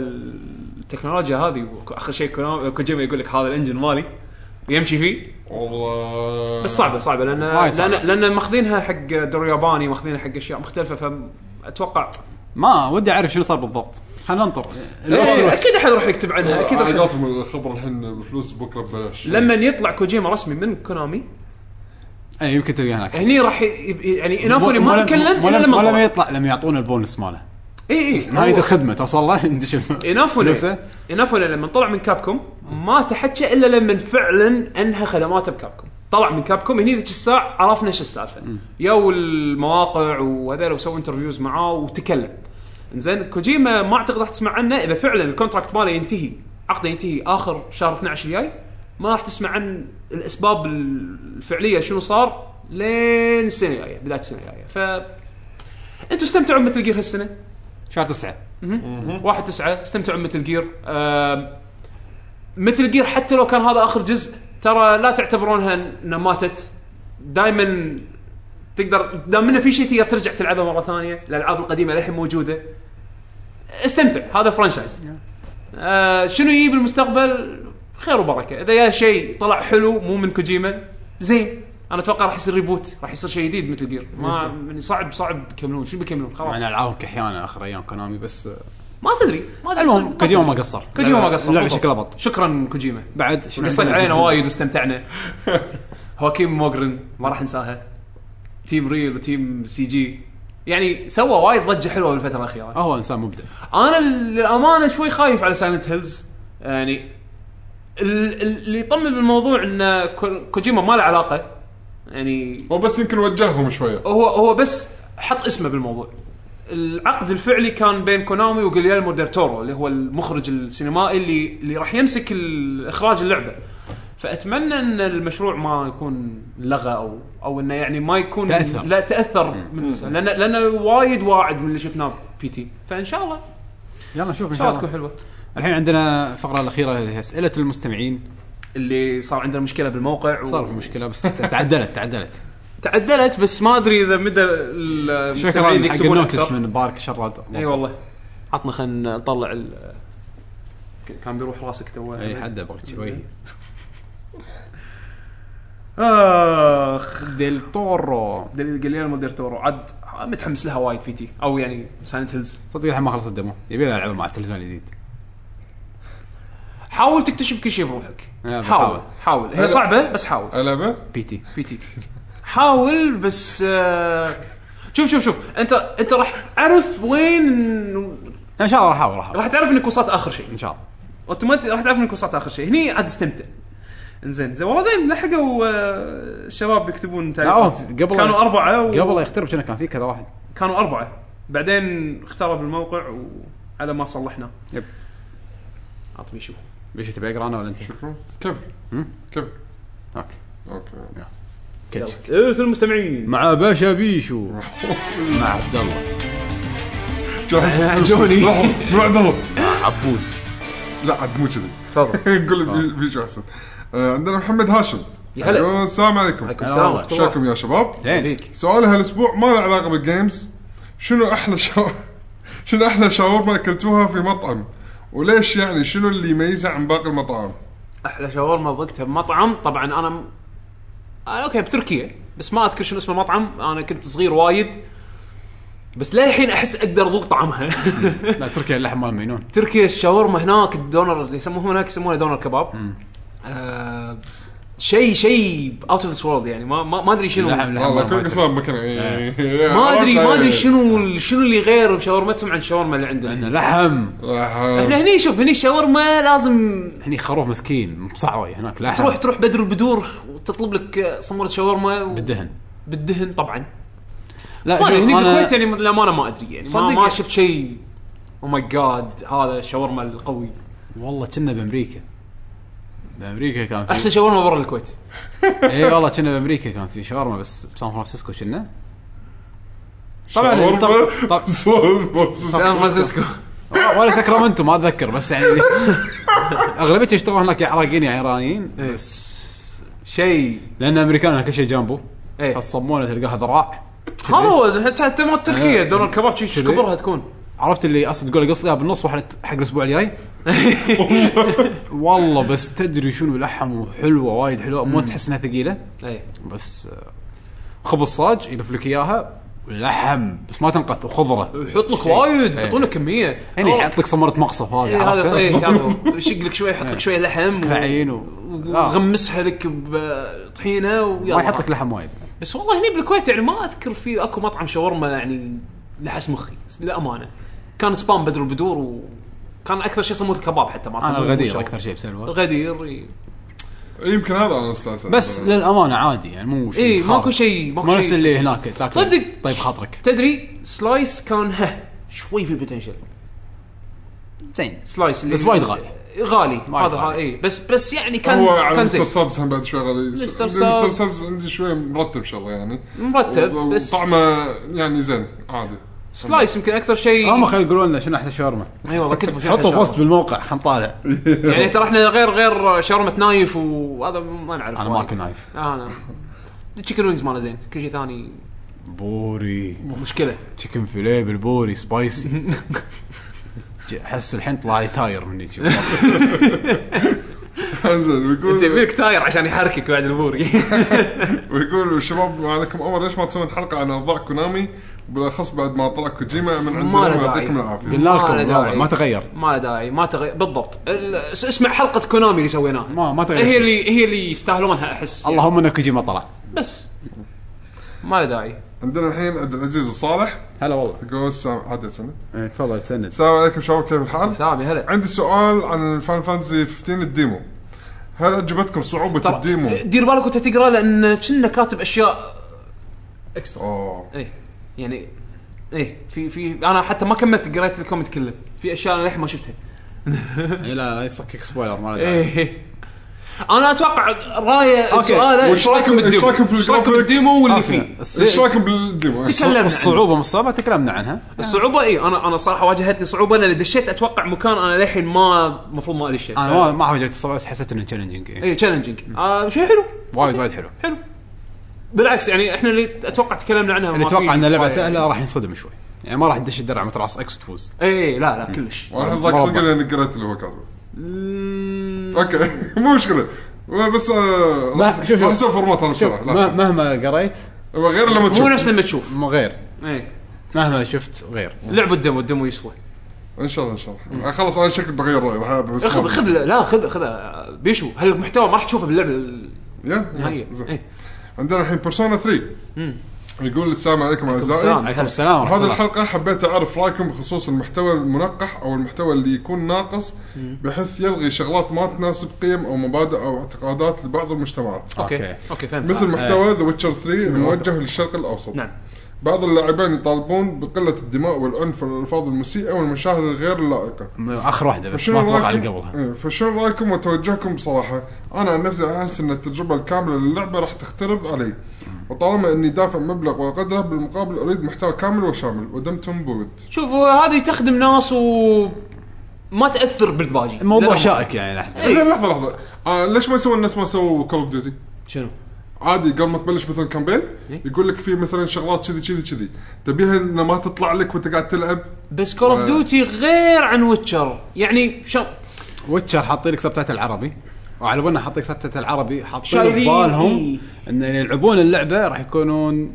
التكنولوجيا هذه واخر شيء كونا- كوجيما يقول لك هذا الانجن مالي يمشي فيه
والله
بس صعبه صعبه لان
وايد صعبة.
لان, لأن ماخذينها حق دور ياباني ماخذينها حق اشياء مختلفه فاتوقع
ما ودي اعرف شنو صار بالضبط خلينا ننطر
إيه، اكيد احد راح يكتب عنها اكيد
اكيد
راح-
قاطهم الخبر آه، الحين بفلوس بكره ببلاش
لما يطلع كوجيما رسمي من كونامي
اي إيه، يمكن تلقى هناك
هني راح ي- ي- يعني انافوري ما
ولا-
تكلم
ولا
الا لما إيه،
ولا
طلع.
ما يطلع لما يعطونا البونس ماله
اي اي
نهايه الخدمه توصل له يندش
انافولا
فلوسه.
انافولا لما طلع من كابكوم ما تحكى الا لما فعلا انهى خدماته بكابكوم طلع من كابكوم هني ذيك الساعه عرفنا شو السالفه يو المواقع وهذول وسووا انترفيوز معاه وتكلم زين كوجيما ما اعتقد راح تسمع عنه اذا فعلا الكونتراكت ماله ينتهي عقده ينتهي اخر شهر 12 الجاي ما راح تسمع عن الاسباب الفعليه شنو صار لين السنه الجايه بدايه السنه الجايه ف انتم استمتعوا بمثل جير هالسنه
شهر تسعه
واحد تسعة استمتعوا بمثل جير مثل جير حتى لو كان هذا اخر جزء ترى لا تعتبرونها انها ماتت دائما تقدر دام انه في شيء تقدر ترجع تلعبه مره ثانيه الالعاب القديمه للحين موجوده استمتع هذا فرانشايز آه شنو يجي بالمستقبل خير وبركه اذا يا شيء طلع حلو مو من كوجيما زين انا اتوقع راح يصير ريبوت راح يصير شيء جديد مثل جير ما من صعب صعب يكملون شو بيكملون خلاص
معنا العابهم كحيانه اخر ايام كونامي بس آه،
ما تدري ما تدري
المهم كوجيما ما قصر
كوجيما ما قصر
اللعبه
بالضبط.
شكلها بط
شكرا كوجيما
بعد شنو
قصيت
عندنا؟
علينا وايد واستمتعنا هواكيم موغرن ما راح ننساها تيم ريل وتيم سي جي يعني سوى وايد ضجه حلوه بالفتره الاخيره
هو انسان مبدع
انا للامانه شوي خايف على سايلنت هيلز يعني ال- ال- اللي يطمن بالموضوع ان كو- كوجيما ما له علاقه يعني
هو بس يمكن وجههم شويه
هو هو بس حط اسمه بالموضوع العقد الفعلي كان بين كونامي وجليرمو ديرتورو اللي هو المخرج السينمائي اللي اللي راح يمسك ال- اخراج اللعبه فاتمنى ان المشروع ما يكون لغى او او انه يعني ما يكون
تأثر.
لا تاثر من لان لانه وايد واعد من اللي شفناه بي تي فان شاء الله ان
يلا نشوف ان
شاء
شاء
الله تكون
الله
حلوه
الحين عندنا الفقره الاخيره اللي هي اسئله المستمعين
اللي صار عندنا مشكله بالموقع و...
صار في مشكله بس تعدلت تعدلت
تعدلت بس ما ادري اذا مدى المستمعين
شكرا حق
يكتبون
النوتس
أكثر.
من بارك شراد
اي إيه والله عطنا خلينا نطلع ال ك- كان بيروح راسك تو إيه.
اي حد ابغى إيه، شوي
اخ
ديل تورو
دليل جليرمو ديرتورو عاد متحمس لها وايد بي تي او يعني ساينت هيلز
صدق الحين ما خلصت الدمو يبي العبه مع التلفزيون الجديد
حاول تكتشف كل شيء بروحك
أنا
حاول
إيه، بحاول. إيه.
حاول هي صعبه بس حاول
لعبه
بي تي
بي تي حاول بس آه، شوف شوف شوف انت انت راح تعرف وين
ان شاء الله راح احاول راح أحاول.
راح تعرف انك وصلت اخر شيء
ان شاء الله
اوتوماتيك راح تعرف انك وصلت اخر شيء هني عاد استمتع انزين زين والله زين لحقوا آه، الشباب يكتبون تعليقات
أوه، قبل-
كانوا اربعه و...
قبل لا يخترب كنا كان في كذا واحد
كانوا اربعه بعدين اخترب الموقع وعلى ما صلحنا
يب.
عطني شوف
ليش تبي اقرا انا ولا انت؟
كيف
هم؟
كيف
اوكي
اوكي
كتش
اسئله المستمعين
مع باشا بيشو مع عبد الله
جاهز
جوني.
لحظة، شو بعد الله
عبود
لا عاد مو كذي
تفضل
قول لي في شو احسن آه، عندنا محمد هاشم
يا هلا.
يقول السلام عليكم
عليكم السلام ورحمه الله
شلونكم يا شباب؟
زين فيك
سؤالي هالاسبوع ما له علاقه بالجيمز شنو احلى شاور شنو احلى شاورما اكلتوها في مطعم؟ وليش يعني شنو اللي يميزها عن باقي المطاعم؟
احلى شاورما ضقتها بمطعم طبعا انا م... أنا اوكي بتركيا بس ما اذكر شنو اسم المطعم انا كنت صغير وايد بس للحين احس اقدر اذوق طعمها
لا تركيا اللحم مال مينون
تركيا الشاورما هناك الدونر يسموه هناك يسمونه دونر كباب آه، شيء شيء اوت اوف ذس وورلد يعني ما ما ما ادري شنو
اللحم
ما
اللحم
والله
مال
كل
مينون.
قصام مكان طيب.
ادري ما
إيه.
ادري شنو ال- شنو اللي غير بشاورمتهم عن الشاورما اللي عندنا
لحم
آه،
احنا هني شوف هني الشاورما لازم
هني خروف مسكين مصعوي هناك لحم
تروح تروح بدر البدور وتطلب لك آه، صمره شاورما و-
بالدهن
بالدهن طبعا
لا
ما ادري هني
شوف، أنا-
بالكويت يعني للامانه ما ادري طيب، يعني ما,
صدق.
ما شفت شيء او ماي جاد هذا الشاورما القوي
والله كنا بامريكا بامريكا كان في
احسن شاورما برا الكويت
اي إيه، والله كنا بامريكا كان في شاورما بس بسان فرانسيسكو كنا
طبعا
طبعا طب-
طبعا
طب-
سان فرانسيسكو
ولا ساكرامنتو ما اتذكر بس يعني اغلبيتهم يشتغلون هناك يا عراقيين يا ايرانيين
إيه.
بس
شيء
لان امريكان هناك كل شيء جنبه
إيه.
فالصمونه تلقاها ذراع
هذا هو حتى حتى مال تركيا
آه.
دونر كباب شي- شو
كذي.
كبرها تكون
عرفت اللي اصلا تقول قص لها بالنص واحد حق الاسبوع الجاي والله بس تدري شنو لحم وحلوه وايد حلوه مو تحس انها ثقيله
اي
بس آه، خبز صاج يلف لك اياها ولحم بس ما تنقث وخضره
يحط لك
شيء.
وايد آه،
إيه.
يحطون لك كميه
يعني يحط لك صمره مقصف هذه عرفت
إيه،
آه.
هذا يشق لك شوي يحط لك شويه لحم و-
كعين و... آه.
وغمسها لك بطحينه ويلا
ما يحط لك لحم وايد
بس والله هني بالكويت يعني ما اذكر في اكو مطعم شاورما يعني لحس مخي للامانه كان سبام بدر البدور وكان اكثر شيء صمود الكباب حتى ما
انا
أعتقد
الغدير
شاورما.
اكثر شيء بسلوى
الغدير إي.
يمكن هذا انا استانس
بس للامانه عادي يعني مو شيء
اي
خارق.
إيه، ماكو شيء
مو
ماكو
نفس
شيء
اللي هناك تاكل
صدق.
طيب خاطرك
تدري سلايس كان ها شوي في البوتنشل
زين
سلايس اللي
بس وايد غالي.
غالي
وايد
هذا
غالي.
اي بس بس يعني كان
هو على
كان
مستر
زين
سبس هم بعد شوي غالي
مستر
مستر
سبس.
سبس عندي شوي مرتب شغله يعني
مرتب
و-
بس
وطعمه يعني زين عادي
سلايس يمكن اكثر شيء
هم خلينا يقولوا لنا شنو احلى شاورما
اي والله كتبوا شنو
حطوا
إحنا
بوست بالموقع حنطالع
شاورما. يعني ترى احنا غير غير شاورما نايف وهذا ما نعرف
انا ما
وايد.
اكل نايف
آه، انا التشيكن وينجز ماله زين كل شيء ثاني
بوري
مشكله
تشيكن فيليه بالبوري سبايسي ج- احس الحين طلع لي تاير مني شوف.
انزين
انت
ويقول
يبيلك تاير عشان يحركك بعد البوري
ويقول الشباب وعليكم امر ليش ما تسوون حلقه عن اوضاع كونامي بالاخص بعد ما طلع كوجيما من
ما له
عندنا
داعي.
ويعطيكم العافيه
قلنا
ما له
لكم
داعي.
ما تغير
ما له داعي ما تغي... بالضبط ال... اس- اسمع حلقه كونامي اللي سويناها
ما- ما تغير
هي
شيء.
اللي هي اللي يستاهلونها احس يعني.
اللهم انه كوجيما طلع
بس ما له داعي
عندنا الحين عبد العزيز الصالح
هلا والله
يقول السلام عادي سنه
إيه، تفضل تسند
السلام عليكم شباب كيف الحال؟
سامي هلا
عندي سؤال عن فان فانتسي 15 الديمو هل عجبتكم صعوبة
ترى
الديمو؟
طيب، دير بالك وانت تقرا لان كنا كاتب اشياء اكسترا
اوه
ايه يعني ايه في في انا حتى ما كملت قريت الكومنت كله في اشياء انا للحين ما شفتها
إيه، لا لا يصكك سبويلر ما له داعي.
ايه انا اتوقع رايه سؤاله
إيه. وش
ايش رايكم
رأيكم-
بالديمو؟
إيش رأيكم في
إيش رأيكم
الجرافيك؟
بالديمو واللي
أوكي.
فيه؟
الس-
ايش رايكم بالديمو؟
تكلمنا عنه.
الصعوبه من الصعوبه تكلمنا عنها
الصعوبه اي انا انا صراحه واجهتني صعوبه لان دشيت اتوقع مكان انا للحين ما المفروض ما ادشه
انا ما ما عجبتني الصعوبه بس حسيت انه تشالنجنج
اي تشالنجينج آه شيء حلو
وايد وايد حلو
حلو بالعكس يعني احنا اللي اتوقع تكلمنا عنها
اللي
ما في
اتوقع ان اللعبه
وايد.
سهله راح ينصدم شوي يعني ما راح تدش الدرع متر راس اكس وتفوز
اي إيه، لا لا كلش
وانا الحين ضاق صدق
مربع.
لان قريت اللي هو كاتبه اوكي مو مشكله بس آه،
ما-
راح-
شوف-
راح
شوف.
اسوي فورمات انا بسرعه
ما-
لا
مهما قريت
غير لما
مو
تشوف
نفس لما تشوف
ما غير
اي
مهما شفت غير
لعبوا الدمو الدمو يسوى
ان شاء الله ان شاء الله آه، خلاص انا شكلي بغير رايي راح بس
خذ خذ لا خذ خذ بيشو هالمحتوى ما راح تشوفه باللعبه
يا؟
النهائيه
زين.
إيه.
عندنا الحين بيرسونا 3 يقول السلام عليكم اعزائي
السلام.
عليكم السلام ورحمه
هذه
الله
الحلقة حبيت أعرف رأيكم بخصوص المحتوى المنقح أو المحتوى اللي يكون ناقص بحيث يلغي شغلات ما تناسب قيم أو مبادئ أو اعتقادات لبعض المجتمعات
اوكي
أوكي.
اوكي فهمت
مثل محتوى
آه.
ذا ويتشر 3 الموجه للشرق الأوسط
نعم.
بعض اللاعبين يطالبون بقلة الدماء والعنف والألفاظ المسيئة والمشاهد الغير اللائقة
م- اخر واحده بس ما اتوقع اللي
رأيكم-
قبلها
إيه، فشنو رايكم وتوجهكم بصراحه؟ انا عن نفسي احس ان التجربه الكامله للعبه راح تخترب علي وطالما اني دافع مبلغ وقدره بالمقابل اريد محتوى كامل وشامل ودمتم بوت
شوف هذه تخدم ناس و ما تاثر بالباجي
الموضوع
للأمانة.
شائك يعني لحظه
إيه.
زين لحظه لحظه آه ليش ما يسوون الناس ما سووا كول اوف ديوتي؟
شنو؟
عادي قبل ما تبلش مثلا كامبين
إيه.
يقول لك في مثلا شغلات كذي كذي كذي تبيها انه ما تطلع لك وانت قاعد تلعب
بس كول اوف
آه.
ديوتي غير عن ويتشر يعني شو
ويتشر حاطين لك سبتايتل عربي وعلى بالنا حاطين لك سبتايتل عربي حاطين
شايلين.
ببالهم ان اللي يلعبون اللعبه راح يكونون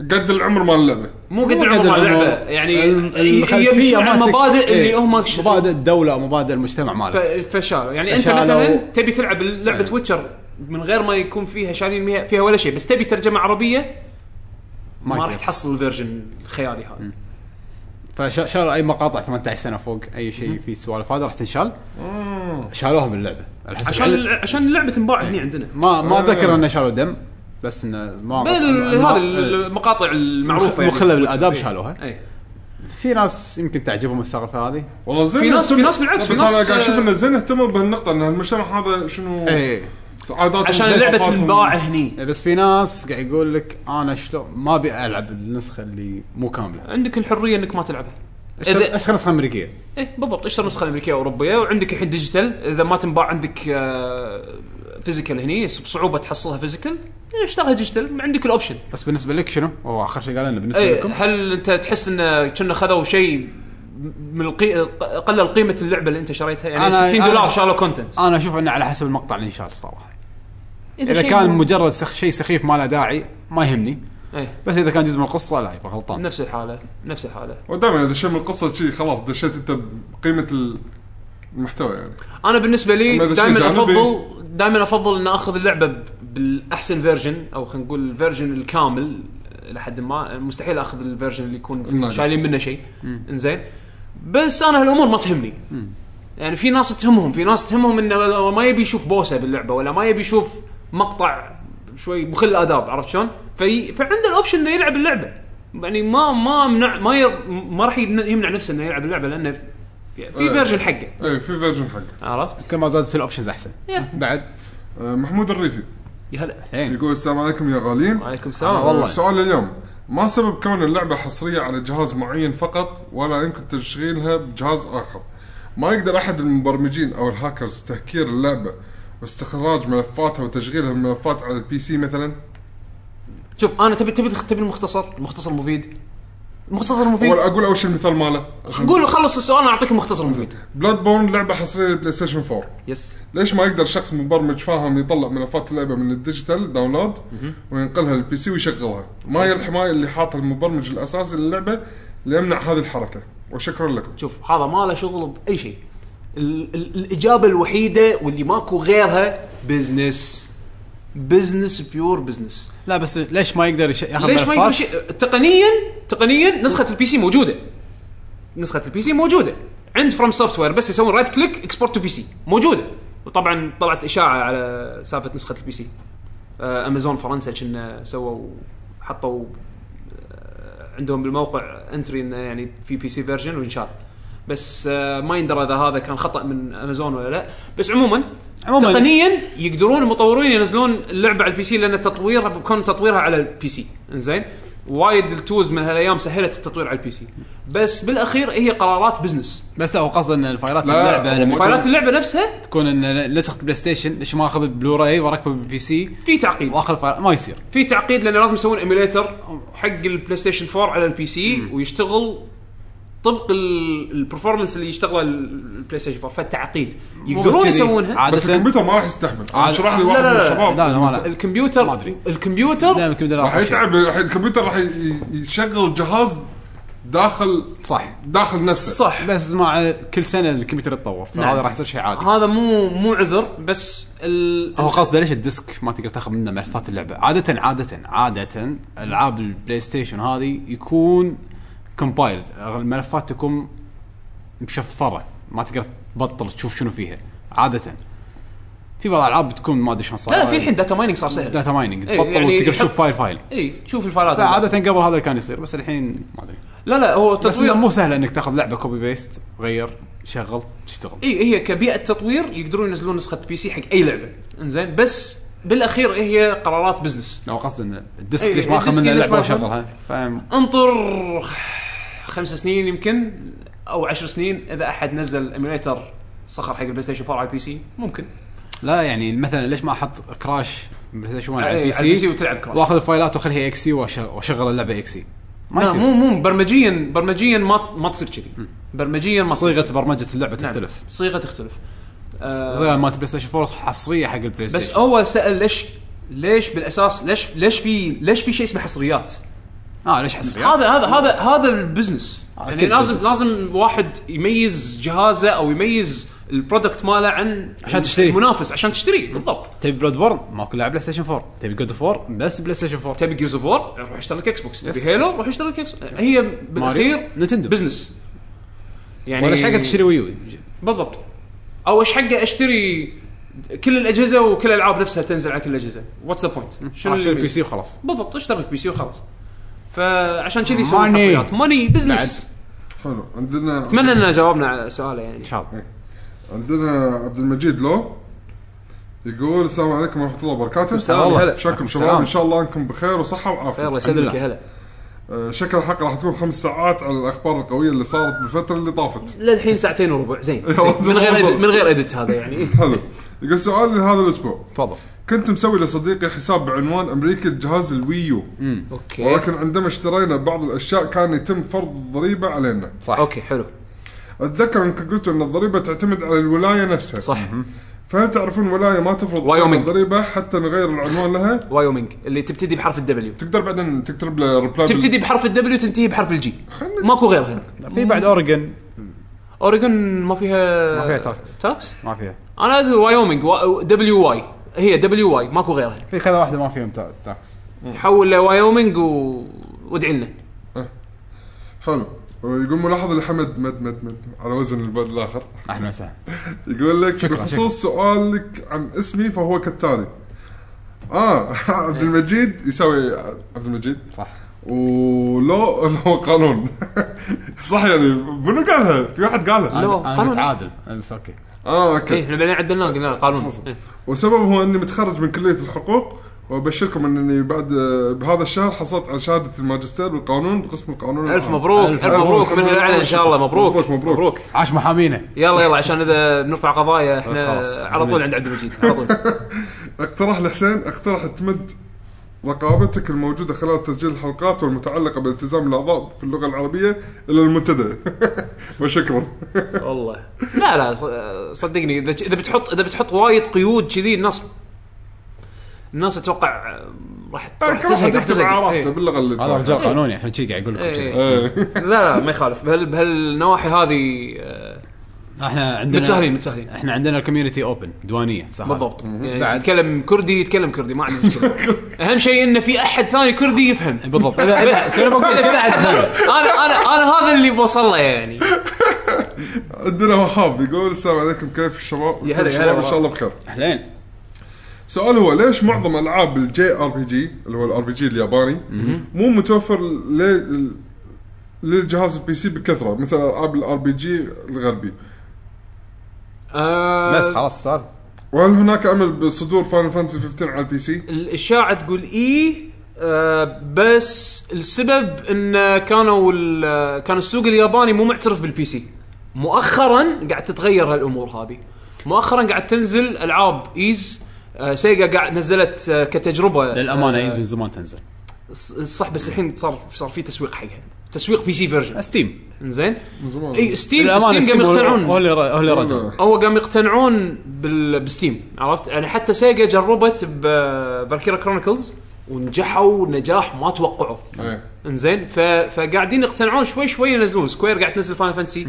قد العمر مال اللعبه
مو قد
مو
العمر على
العمر.
اللعبه يعني
ال-
يمشون على
مالتك-
المبادئ اللي
إيه،
هم ش-
مبادئ الدوله او مبادئ المجتمع مالك
ف- فشالوا يعني انت
فشالوا.
مثلا تبي تلعب لعبه
نعم.
ويتشر من غير ما يكون فيها شايلين ميها- فيها ولا شيء بس تبي ترجمه عربيه ما,
ما
راح
يصير
تحصل الفيرجن الخيالي هذا
فشالوا اي مقاطع 18 سنه فوق اي شيء في سوالف هذا راح تنشال شالوها من اللعبه على حسب
عشان
علم-
الع- عشان اللعبه تنباع هنا عندنا
ما ما اتذكر انه شالوا دم بس انه ما
بال-
ما-
هذا المقاطع المعروفه يعني
مخلب الاداب شالوها
إيه.
في ناس يمكن تعجبهم السالفه هذه
والله زين
في ناس- في ناس بالعكس،
بس
في
انا
ناس-
قاعد اشوف انه زين اهتموا بهالنقطه ان المجتمع هذا شنو
إيه.
ايه
عاداتهم
عشان اللعبه
وثقافاتهم.
تنباع هني
بس في ناس قاعد يقول لك انا شلون ما ابي العب النسخه اللي مو كامله
عندك الحريه انك ما تلعبها
اشتري اشتري نسخه امريكيه
ايه بالضبط اشتري نسخه امريكيه واوروبيه وعندك الحين ديجيتال اذا ما تنباع عندك فيزيكال هني بصعوبه تحصلها فيزيكال اشتريها ديجيتال عندك الاوبشن
بس بالنسبه لك شنو؟ هو اخر شيء قال لنا بالنسبه
ايه
لكم
هل انت تحس انه كنا خذوا شيء من القي... قلل قيمه اللعبه اللي انت شريتها يعني
أنا-
60
أنا-
دولار شالوا كونتنت
انا اشوف انه على حسب المقطع اللي انشال صراحه اذا كان مجرد سخ شيء سخيف ما له داعي ما يهمني
ايه
بس اذا كان جزء من القصه لا يبقى غلطان
نفس الحاله نفس الحاله
ودائما اذا شيء من القصه شيء خلاص دشيت انت بقيمه ال- المحتوى يعني
انا بالنسبه لي
أما إذا شيء
دائما
جانبي-
افضل دائما افضل ان اخذ اللعبه ب- بالاحسن فيرجن او خلينا نقول الفيرجن الكامل لحد ما مستحيل اخذ الفيرجن اللي يكون فيه
الناقص.
شايلين منه شيء انزين بس انا هالامور ما تهمني يعني في ناس تهمهم في ناس تهمهم انه ولا- ما يبي يشوف بوسه باللعبه ولا ما يبي يشوف مقطع شوي مخل الاداب عرفت شلون؟ في فعنده الاوبشن انه يلعب اللعبه يعني ما ما منع ما ير ما راح يمنع نفسه انه يلعب اللعبه لانه في
إيه.
فيرجن حقه
اي في فيرجن حقه
عرفت؟
كل ما زادت الاوبشنز احسن
يا.
بعد
آه، محمود الريفي
يا هلا
الحين
إيه. يقول السلام عليكم يا غاليين آه،
وعليكم
هلا
السلام
والله.
سؤال اليوم ما سبب كون اللعبة حصرية على جهاز معين فقط ولا يمكن تشغيلها بجهاز آخر ما يقدر أحد المبرمجين أو الهاكرز تهكير اللعبة واستخراج ملفاتها وتشغيلها الملفات على البي سي مثلا
شوف انا تبي تبي تبي المختصر المختصر مفيد المختصر مفيد
ولا أقول أول شيء المثال ماله
قول خلص السؤال انا اعطيك المختصر المفيد
بلاد بون لعبة حصرية للبلاي ستيشن 4
يس
ليش ما يقدر شخص مبرمج فاهم يطلع ملفات اللعبه من الديجيتال داونلود وينقلها للبي سي ويشغلها ما
طيب.
هي الحمايه اللي حاطها المبرمج الاساسي للعبه ليمنع هذه الحركه وشكرا لكم
شوف هذا ما له شغل باي شيء ال- ال- الاجابه الوحيده واللي ماكو غيرها بزنس بزنس بيور بزنس
لا بس ليش ما يقدر يش- ياخذ
ليش ما يقول
ملفات؟
شيء تقنيا تقنيا نسخه البي سي موجوده نسخه البي سي موجوده عند فروم سوفت وير بس يسوون رايت كليك اكسبورت تو بي سي موجوده وطبعا طلعت اشاعه على سالفه نسخه البي سي آه، امازون فرنسا كنا سووا حطوا آه، عندهم بالموقع انتري انه يعني في بي سي فيرجن وانشال بس آه، ما يندرى اذا هذا كان خطا من امازون ولا لا بس عموما
عموماً.
تقنيا يقدرون المطورين ينزلون اللعبه على البي سي لان تطويرها بكون تطويرها على البي سي انزين وايد التوز من هالايام سهلت التطوير على البي سي بس بالاخير هي قرارات بزنس
بس لا هو قصده ان الفايلات
لا،
اللعبه
هو
لما
مو-
فايلات اللعبه نفسها
تكون ان نسخه بلاي ستيشن ليش ما اخذ البلوراي واركبه بالبي سي
في تعقيد
واخذ فايل ما يصير
في تعقيد لانه لازم يسوون ايميليتر حق البلاي ستيشن 4 على البي سي ويشتغل طبق ال- البرفورمانس اللي يشتغله البلاي ستيشن 4 فالتعقيد يقدرون
كذي.
يسوونها
عادة-
بس الكمبيوتر ما راح يستحمل انا
عاد-
شرح لي
لا،
واحد
لا،
من
لا،
لا
الشباب
لا ما لا ما
الكمبيوتر
أدري.
الكمبيوتر
دائما الكمبيوتر
راح يتعب راح- الكمبيوتر راح ي- يشغل جهاز داخل
صح
داخل نفسه
صح
بس مع كل سنه الكمبيوتر يتطور فهذا
نعم.
راح يصير شيء عادي
هذا مو مو عذر بس ال...
هو قصده ليش الديسك ما تقدر تاخذ منه ملفات اللعبه عاده عاده عاده العاب البلاي ستيشن هذه يكون كومبايلد الملفات تكون مشفره ما تقدر تبطل تشوف شنو فيها عاده في بعض الالعاب بتكون ما ادري شلون صار
لا لا، في الحين داتا مايننج صار سهل
داتا مايننج
إيه،
تبطل
يعني
وتقدر
يحط-
تشوف فايل فايل
اي شوف الفايلات
فعاده قبل هذا اللي كان يصير بس الحين ما ادري
لا لا هو
بس إنه
تطوير
مو سهل انك تاخذ لعبه كوبي بيست غير شغل تشتغل
اي هي كبيئه تطوير يقدرون ينزلون نسخه بي سي حق اي لعبه انزين بس بالاخير هي قرارات بزنس
لو قصد ان الديسك
إيه،
ليش ما اخذ
الديسك
منه
ليش
اللعبه
ما أخذ؟
وشغلها فاهم
انطر خمس سنين يمكن او عشر سنين اذا احد نزل ايميوليتر صخر حق البلاي ستيشن 4 على البي سي ممكن
لا يعني مثلا ليش ما احط كراش بلاي ستيشن 1 على
إيه،
البي
على البي سي
سي
وتلعب كراش.
واخذ الفايلات واخليها اكسي واشغل اللعبه اكسي ما
لا
يصير
مو مو برمجيا برمجيا ما ما تصير كذي برمجيا ما تصير
صيغه برمجه اللعبه
نعم،
تختلف
صيغه تختلف آه،
صيغه مالت بلاي ستيشن 4 حصريه حق البلاي
بس
ستيشن
اول سال ليش ليش بالاساس ليش ليش في ليش في شيء اسمه حصريات
اه ليش حصريه؟
هذا هذا هذا هذا البزنس
آه،
يعني
أكيد
لازم
بزنس.
لازم واحد يميز جهازه او يميز البرودكت ماله عن
عشان تشتري.
المنافس عشان تشتري بالضبط
تبي بلاد بورن ماكو لاعب بلاي ستيشن 4 تبي جود اوف 4 بس بلاي ستيشن 4
تبي جيرز اوف وور روح اشتري لك اكس بوكس تبي
يس.
هيلو روح اشتري لك اكس Uh, هي بالاخير
نتندو.
بزنس يعني
ولا ايش حقك تشتري ويو
بالضبط او ايش حقه اشتري كل الاجهزه وكل الالعاب نفسها تنزل على كل الاجهزه واتس ذا بوينت
شنو البي سي وخلاص
بالضبط اشتري لك بي سي وخلاص فعشان كذي
Money.
يسوون حصريات ماني بزنس
حلو عندنا
اتمنى ان جاوبنا على سؤاله يعني
ان شاء الله
عندنا عبد المجيد لو يقول السلام عليكم ورحمه الله وبركاته
السلام
والله.
هلا
شكرا شباب
السلام.
ان شاء الله انكم بخير وصحه
خير الله
وعافيه
الحمد
يسلمك
لله.
يا هلا
آه، شكل الحلقه راح تكون خمس ساعات على الاخبار القويه اللي صارت بالفتره اللي طافت
للحين ساعتين وربع زين زين.
والله.
من غير edit- من غير ادت هذا يعني
حلو يقول سؤال لهذا الاسبوع
تفضل
كنت مسوي لصديقي حساب بعنوان امريكي الجهاز الويو
اوكي
ولكن عندما اشترينا بعض الاشياء كان يتم فرض ضريبه علينا
صح
اوكي حلو
اتذكر انك قلت ان الضريبه تعتمد على الولايه نفسها
صح
فهل تعرفون ولايه ما تفرض
وايومينغ.
الضريبه حتى نغير العنوان لها
وايومينج اللي تبتدي بحرف الدبليو
تقدر بعدين تكتب له ريبلاي بال-
تبتدي بحرف الدبليو تنتهي بحرف الجي ماكو غيرها هنا
في بعد اوريجن
اوريجون ما فيها
ما فيها تاكس.
تاكس
ما فيها
انا ادري وايومينج دبليو واي هي دبليو واي ماكو غيرها
في كذا واحده ما فيهم تا- تاكس
حول لوايومينج و... وادعي لنا
حلو ويقول ملاحظه لحمد مد مد مد على وزن البلد الاخر
اهلا وسهلا
يقول لك
شكراً،
بخصوص سؤالك عن اسمي فهو كالتالي اه
إيه.
عبد المجيد يساوي عبد المجيد
صح
ولو لو قانون صح يعني منو قالها؟ في واحد قالها
لا،
انا
قانون.
متعادل أنا بس اوكي
اه
ايه
إيه.
اوكي
احنا بعدين عدلناه قلنا قانون إيه.
والسبب هو اني متخرج من كليه الحقوق وابشركم انني بعد آه، بهذا الشهر حصلت على شهاده الماجستير بالقانون بقسم القانون
الف
العام.
مبروك
ألف
الف مبروك مثل الاعلى ان شاء الله مبروك
مبروك، مبروك.
عاش محامينا
يلا يلا عشان اذا بنرفع قضايا احنا
خلاص.
على طول عند عبد المجيد على طول
اقترح لحسين اقترح تمد رقابتك الموجوده خلال تسجيل الحلقات والمتعلقه بالالتزام الاعضاء في اللغه العربيه الى المنتدى وشكرا
والله لا لا ص- صدقني اذا اذا بتحط اذا بتحط وايد قيود كذي الناس الناس اتوقع آه، راح راح
كل
تزهق
واحد
راح
يكتب
تزهق إيه.
عرفته باللغه اللي
هذا
تعرفها.
رجال قانوني عشان كذي قاعد يقول لكم كذي.
إيه. لا لا ما يخالف بهال بهالنواحي هذه آه،
احنا عندنا
متسهلين متسهلين
احنا عندنا الكوميونتي اوبن دوانيه صح
بالضبط يعني
إيه، بعد.
تتكلم كردي يتكلم كردي ما عندي مشكله اهم شيء انه في احد ثاني كردي يفهم
بالضبط إذا- إذا- كنا بقول كذا عاد ثاني.
انا انا انا هذا اللي بوصل له يعني
عندنا وهاب يقول السلام عليكم كيف الشباب؟
يا هلا، يا
الشباب
هلا
ان شاء الله بخير
اهلين
سؤال هو ليش معظم العاب الجي ار بي جي اللي هو الار بي جي الياباني مو متوفر ل- للجهاز البي سي بكثره مثل العاب الار بي جي الغربي
آه،
بس خلاص صار
وهل هناك امل بصدور فاينل فانتسي 15 على البي سي؟
الاشاعه تقول اي آه بس السبب ان كانوا ال- كان السوق الياباني مو معترف بالبي سي مؤخرا قاعد تتغير هالامور هذه مؤخرا قاعد تنزل العاب ايز آه سيجا قاعد نزلت آه كتجربه
للامانه ايز إيه، من زمان تنزل
ص- صح بس الحين صار صار في تسويق حقها تسويق بي سي
أه.
فيرجن
ستيم
زين
من زمان.
اي ستيم ستيم قام يقتنعون
هو اللي هو اللي رجع
والله.
هو قام يقتنعون بال... بستيم عرفت يعني حتى سيجا جربت بفالكيرا كرونيكلز ونجحوا نجاح ما توقعوا
إيه.
انزين ف... فقاعدين يقتنعون شوي شوي ينزلون سكوير قاعد تنزل فاين فانسي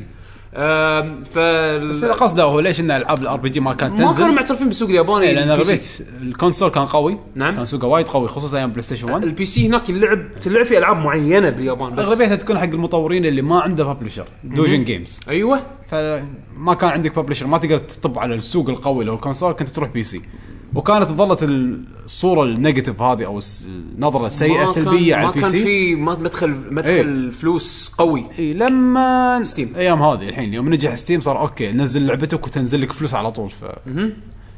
ف
بس أنا قصده هو ليش ان العاب الار بي جي ما كانت
ما كانوا
تنزل
معترفين بالسوق الياباني
إيه، لان
البي سي.
اغلبيه الكونسول كان قوي
نعم.
كان سوقه وايد قوي خصوصا ايام بلاي ستيشن 1
البي سي هناك يلعب تلعب في العاب معينه باليابان بس
اغلبيتها تكون حق المطورين اللي ما عنده ببلشر دوجن جيمز
ايوه
فما كان عندك ببلشر ما تقدر تطب على السوق القوي لو الكونسول كنت تروح بي سي وكانت ظلت الصوره النيجاتيف هذه او الس- النظره السيئه
ما كان-
سلبيه على البي
ما كان
سي
في ما- مدخل مدخل
يعني إيه.
فلوس قوي
إي، لما
ستيم.
ايام هذه الحين يوم نجح ستيم صار اوكي نزل لعبتك وتنزل لك فلوس على طول ف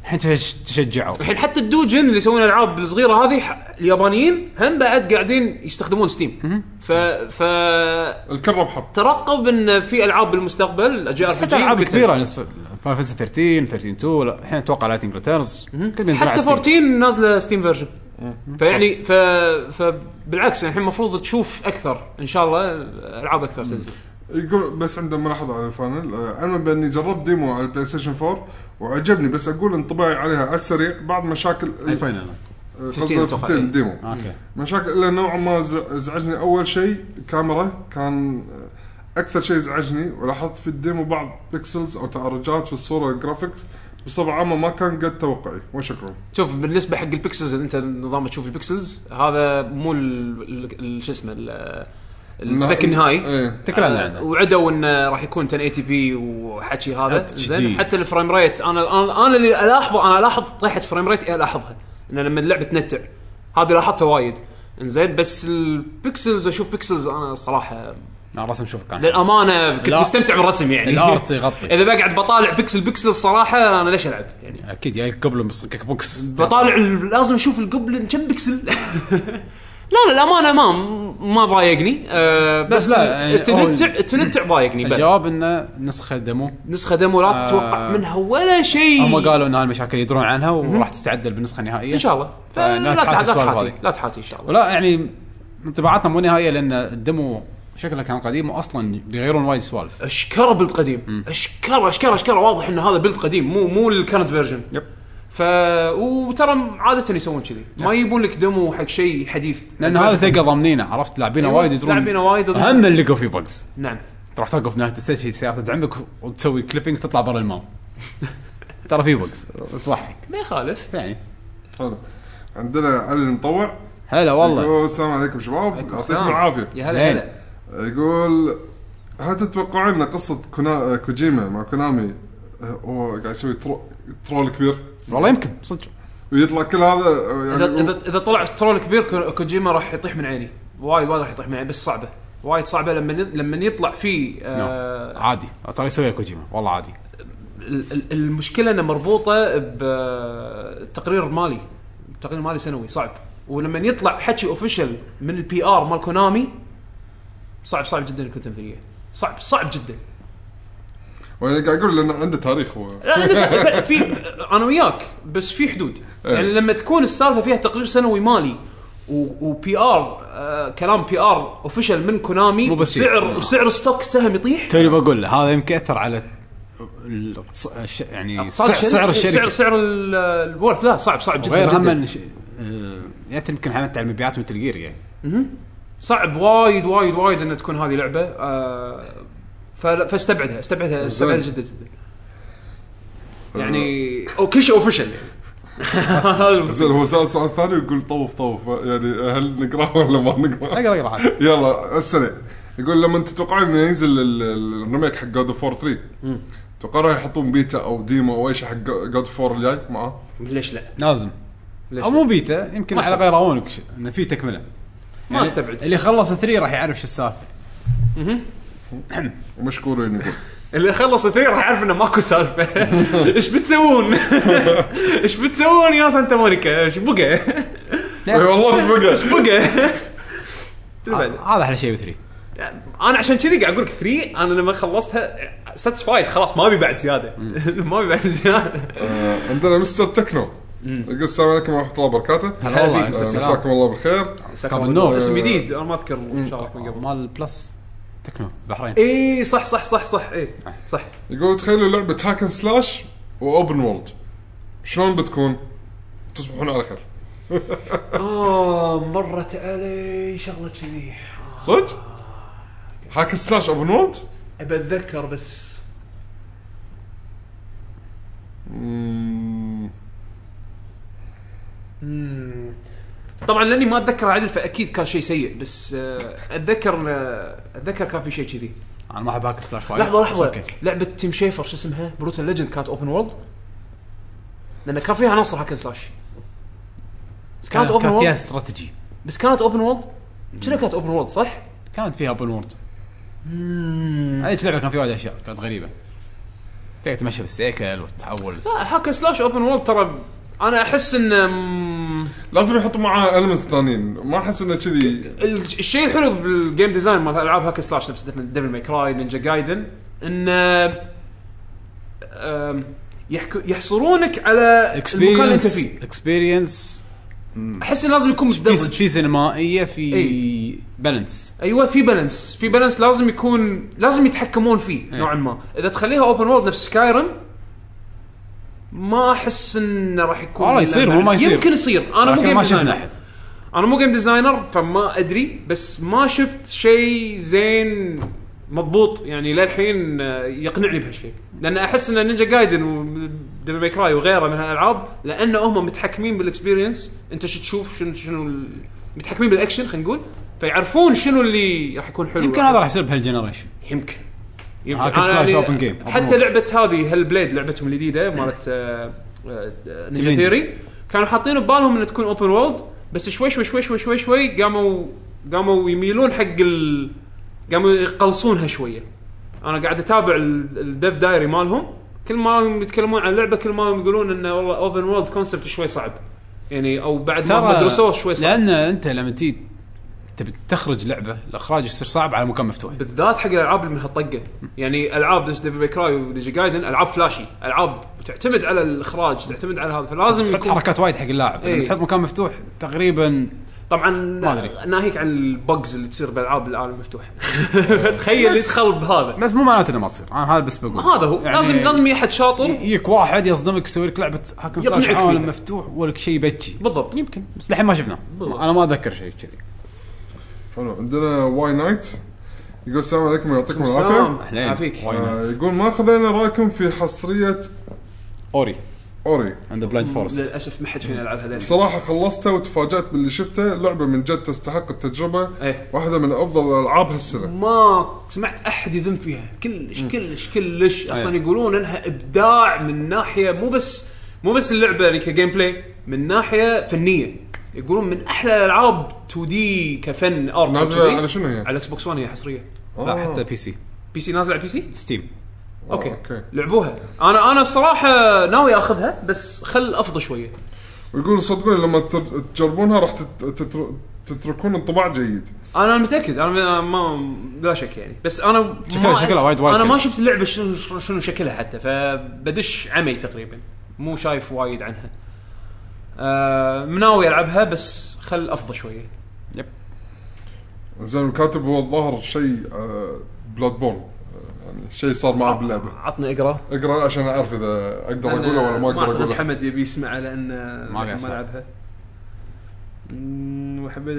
الحين تش- تشجعوا
الحين حتى الدوجن اللي يسوون الالعاب الصغيره هذه ح- اليابانيين هم بعد قاعدين يستخدمون ستيم ف ف
الكره بحر
ترقب ان في العاب بالمستقبل اجي ار
بس حتى العاب كبيره نفس فاينل 13 13 2 لا، الحين اتوقع لايتنج ريتيرنز كل بينزل على إيه. طيب.
حتى
ستيم
14 نازله ستيم فيرجن فيعني ف فبالعكس يعني الحين المفروض تشوف اكثر ان شاء الله العاب اكثر تنزل
طيب. يقول بس عنده ملاحظه على الفاينل آه، انا باني جربت ديمو على البلاي ستيشن 4 وعجبني بس اقول انطباعي عليها على السريع بعض مشاكل
اي فاينل
آه،
15
قصدي
أتوقع،
15
إيه.
ديمو
اوكي
مشاكل الا نوعا ما ز- ازعجني اول شيء كاميرا كان اكثر شيء ازعجني ولاحظت في الديمو بعض بيكسلز او تعرجات في الصوره الجرافيكس بصفه عامه ما كان قد توقعي وشكرا
شوف بالنسبه حق البكسلز انت نظام تشوف البكسلز هذا مو ال- ال- ال- شو اسمه ال- السبيك النهائي
ايه
تكلمنا
آه،
عنه
وعدوا انه راح يكون 1080 بي وحكي هذا
At
زين
HD.
حتى الفريم ريت انا انا انا اللي الاحظه انا الاحظ طيحه فريم ريت الاحظها ان لما اللعبه تنتع هذه لاحظتها وايد انزين بس البكسلز اشوف بكسلز انا صراحه
لا، رسم شوف كان
للامانه كنت
لا.
مستمتع بالرسم يعني
الارت يغطي
اذا بقعد بطالع بكسل بكسل صراحه انا ليش العب يعني
اكيد يا قبل بس كيك بوكس
بطالع ال- لازم اشوف القبل كم بكسل لا لا الامانه ما ما ضايقني أه بس,
بس
بس
لا، يعني
التنتع
هو-
التنتع ضايقني بس.
الجواب انه نسخه دمو
نسخه ديمو لا
آه. Oh
تتوقع منها ولا شيء
هم قالوا ان هالمشاكل يدرون عنها وراح تستعدل بالنسخه النهائيه
ان شاء الله
فلا
فلا
آه، تحاتي
تح- لا
السوالف
تحاتي
هذه.
لا تحاتي ان شاء الله
ولا يعني انطباعاتنا مو نهائيه لان الدمو شكله كان قديم واصلا بيغيرون وايد سوالف
اشكره بلد قديم اشكره اشكره اشكره واضح ان هذا بلد قديم مو مو الكرنت فيرجن
يب.
ف وترى عاده يسوون كذي ما يبون لك دمو حق شيء حديث
لان هذا ثقه ضامنينه عرفت لاعبينه
أيوة،
وايد يدرون
لاعبينه وايد يدرون.
هم اللي جو في بوكس
نعم
تروح توقف ناحيه الستيج هي السياره تدعمك وتسوي كليبنج تطلع برا الماء ترى في بوكس تضحك
ما يخالف
يعني
حلو عندنا علي المطوع
هلا
أيوة.
والله
يقول السلام عليكم شباب يعطيكم العافيه
يا هلا
زين.
هلا
يقول هل تتوقعون ان قصه كونا... كوجيما مع كونامي آه، هو قاعد يسوي ترو... ترول كبير
والله يمكن صدق
ويطلع كل هذا آه، يعني
اذا اذا اذا طلع ترول كبير كو- كوجيما راح يطيح من عيني وايد وايد راح يطيح من عيني بس صعبه وايد صعبه لما ي- لما يطلع فيه آه،
عادي ترى يسويها كوجيما والله عادي
ال- ال- المشكله انها مربوطه بتقرير مالي تقريبا مالي سنوي صعب ولما يطلع حكي اوفيشال من البي ار مال كونامي صعب صعب جدا يكون تمثيليه صعب صعب جدا
وانا يعني قاعد اقول لان عنده تاريخ هو
لا أنت- في انا وياك بس في حدود
إيه.
يعني لما تكون السالفه فيها تقرير سنوي مالي وبي ار آه كلام بي ار اوفيشال من كونامي
مو بس آه.
وسعر وسعر ستوك سهم يطيح
توني بقول له، هذا يمكن اثر على الاقتص- الش- يعني
اقتصاد
سعر,
الشركة- سعر
سعر الشركه
سعر ال- الورث لا صعب صعب جدا
غير
جداً.
هم إن ش- آه، ياثر يمكن حتى على المبيعات مثل جير يعني
صعب وايد وايد وايد ان تكون هذه لعبه آه فلا- فاستبعدها استبعدها استبعدها
زين.
جدا جدا يعني او كل شيء اوفشل يعني هذا المفروض.
زين هو سال السؤال الثاني ويقول طوف طوف يعني هل نقراه ولا ما نقراه؟
اقرا اقرا عادي.
يلا السريع يقول لما انتم تتوقعون انه ينزل ال- ال- الريميك حق جود اوف 3 تتوقعون راح يحطون بيتا او ديمو او اي شيء حق جود اوف 4 الجاي معاه؟
ليش لا؟
لازم
ليش
او مو بيتا يمكن
ما
على الاقل يراونك ش- انه في تكمله
ما استبعد
اللي خلص 3 راح يعرف شو السالفه
ومشكورين يقول
اللي خلص اثنين راح يعرف انه ماكو سالفه ايش بتسوون؟ ايش بتسوون يا سانتا مونيكا؟ ايش بقى؟
اي والله مش بقى
بقى
هذا احلى شيء ب 3
انا عشان كذي قاعد اقول لك 3 انا لما خلصتها ساتسفايد خلاص ما ابي بعد زياده ما ابي بعد زياده
آه، عندنا مستر تكنو يقول السلام عليكم ورحمه الله وبركاته
هلا والله
حبيبي،
عليك،
آه،
السلام.
مساكم الله بالخير
كابل نور.
اسم جديد انا ما اذكر شغله من قبل
مال بلس تكنو بحرين
اي صح صح صح صح اي صح
يقول تخيلوا لعبه هاكن سلاش واوبن وورلد شلون بتكون؟ تصبحون على خير
اه مرت علي شغله كذي آه،
صدق؟ هاكن سلاش اوبن وورلد؟
ابى اتذكر بس
مم،
طبعا لاني ما اتذكر عدل فاكيد كان شيء سيء بس آه، اتذكر آه، اتذكر كان في شيء كذي
انا ما احب هاك سلاش وايد
لحظه
بس
لحظه
أوكي.
لعبه تيم شيفر شو اسمها بروتال ليجند كانت اوبن وورلد لان كان فيها عناصر هاكن سلاش بس كانت اوبن
كان فيها
وورلد
استراتيجي
بس كانت اوبن وورلد شنو كانت اوبن وورلد صح؟
كانت فيها اوبن وورد هذيك اللعبه كان فيها وايد اشياء كانت غريبه تقدر تمشي بالسيكل وتتحول
لا هاكن سلاش اوبن وورلد ترى انا احس ان أم،
لازم يحطوا معاه المنتس ثانيين ما احس انه كذي
ال- الشيء الحلو بالجيم ديزاين مال العاب هاك سلاش نفس ديفل ماي كراي نينجا جايدن انه أم، يحكو يحصرونك على المكان اللي انت
اكسبيرينس
فيه
اكسبيرينس
احس إنه لازم يكون متدرج
في سينمائيه في
إي.
بالانس
ايوه في بالانس في بالانس لازم يكون لازم يتحكمون فيه
إيه.
نوعا ما اذا تخليها اوبن وورلد نفس سكايرم ما احس انه راح يكون
والله
له
يصير،
معنى.
مو ما يصير.
يمكن يصير انا مو
لكن
جيم
ما شفنا
ديزاينر
احد
انا مو جيم ديزاينر فما ادري بس ما شفت شيء زين مضبوط يعني للحين آه، يقنعني بهالشيء لان احس ان نينجا جايدن وديفل ماي كراي وغيره من هالالعاب لانه هم متحكمين بالاكسبيرينس انت شو تشوف شنو شنو ال- متحكمين بالاكشن خلينا نقول فيعرفون شنو اللي راح يكون حلو
يمكن هذا راح يصير بهالجنريشن
يمكن يمكن
هاك
أنا
سلاش
يعني
open game.
حتى لعبه هذه هالبليد لعبتهم الجديده مالت آه، آه، نينجا
نينجا.
ثيري كانوا حاطين ببالهم انها تكون اوبن وورلد بس شوي شوي شوي شوي شوي شوي قاموا قاموا يميلون حق ال قاموا يقلصونها شويه انا قاعد اتابع ال- الديف دايري مالهم كل ما يتكلمون عن اللعبه كل ما يقولون انه والله اوبن وورلد كونسبت شوي صعب يعني او بعد ما درسوه شوي صعب
لان انت لما تيجي تبي تخرج لعبه الاخراج يصير صعب على مكان مفتوح
بالذات حق الالعاب اللي من هالطقه يعني العاب ديس ديفل كراي ونيجي جايدن العاب فلاشي العاب تعتمد على الاخراج تعتمد على هذا فلازم
تحط
يكون
حركات وايد حق اللاعب لما
إي.
تحط مكان مفتوح تقريبا
طبعا
أدري.
ناهيك عن البجز اللي تصير بالالعاب العالم المفتوح تخيل
بس-
يدخل بهذا
بس مو معناته انه ما تصير انا هذا بس بقول
هذا هو
يعني
لازم لازم يجي احد شاطر
يجيك واحد يصدمك يسوي لك لعبه هاكن
يقنعك
سلاش عالم
فيها.
مفتوح ولك شيء بتشي
بالضبط
يمكن بس للحين ما شفناه
بالضبط.
انا ما اتذكر شيء كذي
حلو عندنا واي نايت يقول السلام عليكم ويعطيكم
سلام
العافيه
أهلين.
عافيك
وايد.
آه، يقول ما خذينا رايكم في حصريه
اوري
اوري
اند بلايند فورست
للاسف ما حد فينا يلعبها لين
صراحة خلصته وتفاجأت باللي شفته لعبة من جد تستحق التجربة
إيه.
واحدة من أفضل الألعاب هالسنة
ما سمعت احد يذم فيها كلش كلش كلش اصلا يقولون انها ابداع من ناحيه مو بس مو بس اللعبه يعني كجيم بلاي من ناحيه فنيه يقولون من احلى الالعاب 2 دي كفن ارت
نازلة
وكذي.
على شنو هي؟
على الاكس بوكس 1 هي حصريه
آه.
لا حتى بي سي
بي سي نازله على بي سي
ستيم
اوكي
أوكي.
لعبوها انا انا الصراحه ناوي اخذها بس خل افضى شويه
ويقول صدقوني لما تر- تجربونها راح تت- تتر- تتركون انطباع جيد
انا متاكد انا ما بلا شك يعني بس انا
شكلها-
ما-
شكلها وايد- وايد
انا ما
حلو.
شفت اللعبه شنو شنو شكلها حتى فبدش عمي تقريبا مو شايف وايد عنها آه مناوي العبها بس خل افضى شويه
زين الكاتب هو الظاهر شيء بلاد بون يعني شيء صار معه باللعبه
عطنا اقرا
اقرا عشان اعرف اذا اقدر اقوله ولا ما اقدر
اقول
اقوله
حمد يبي يسمع لان ما
قاعد أسمع.
لعبها أمم، وحبيت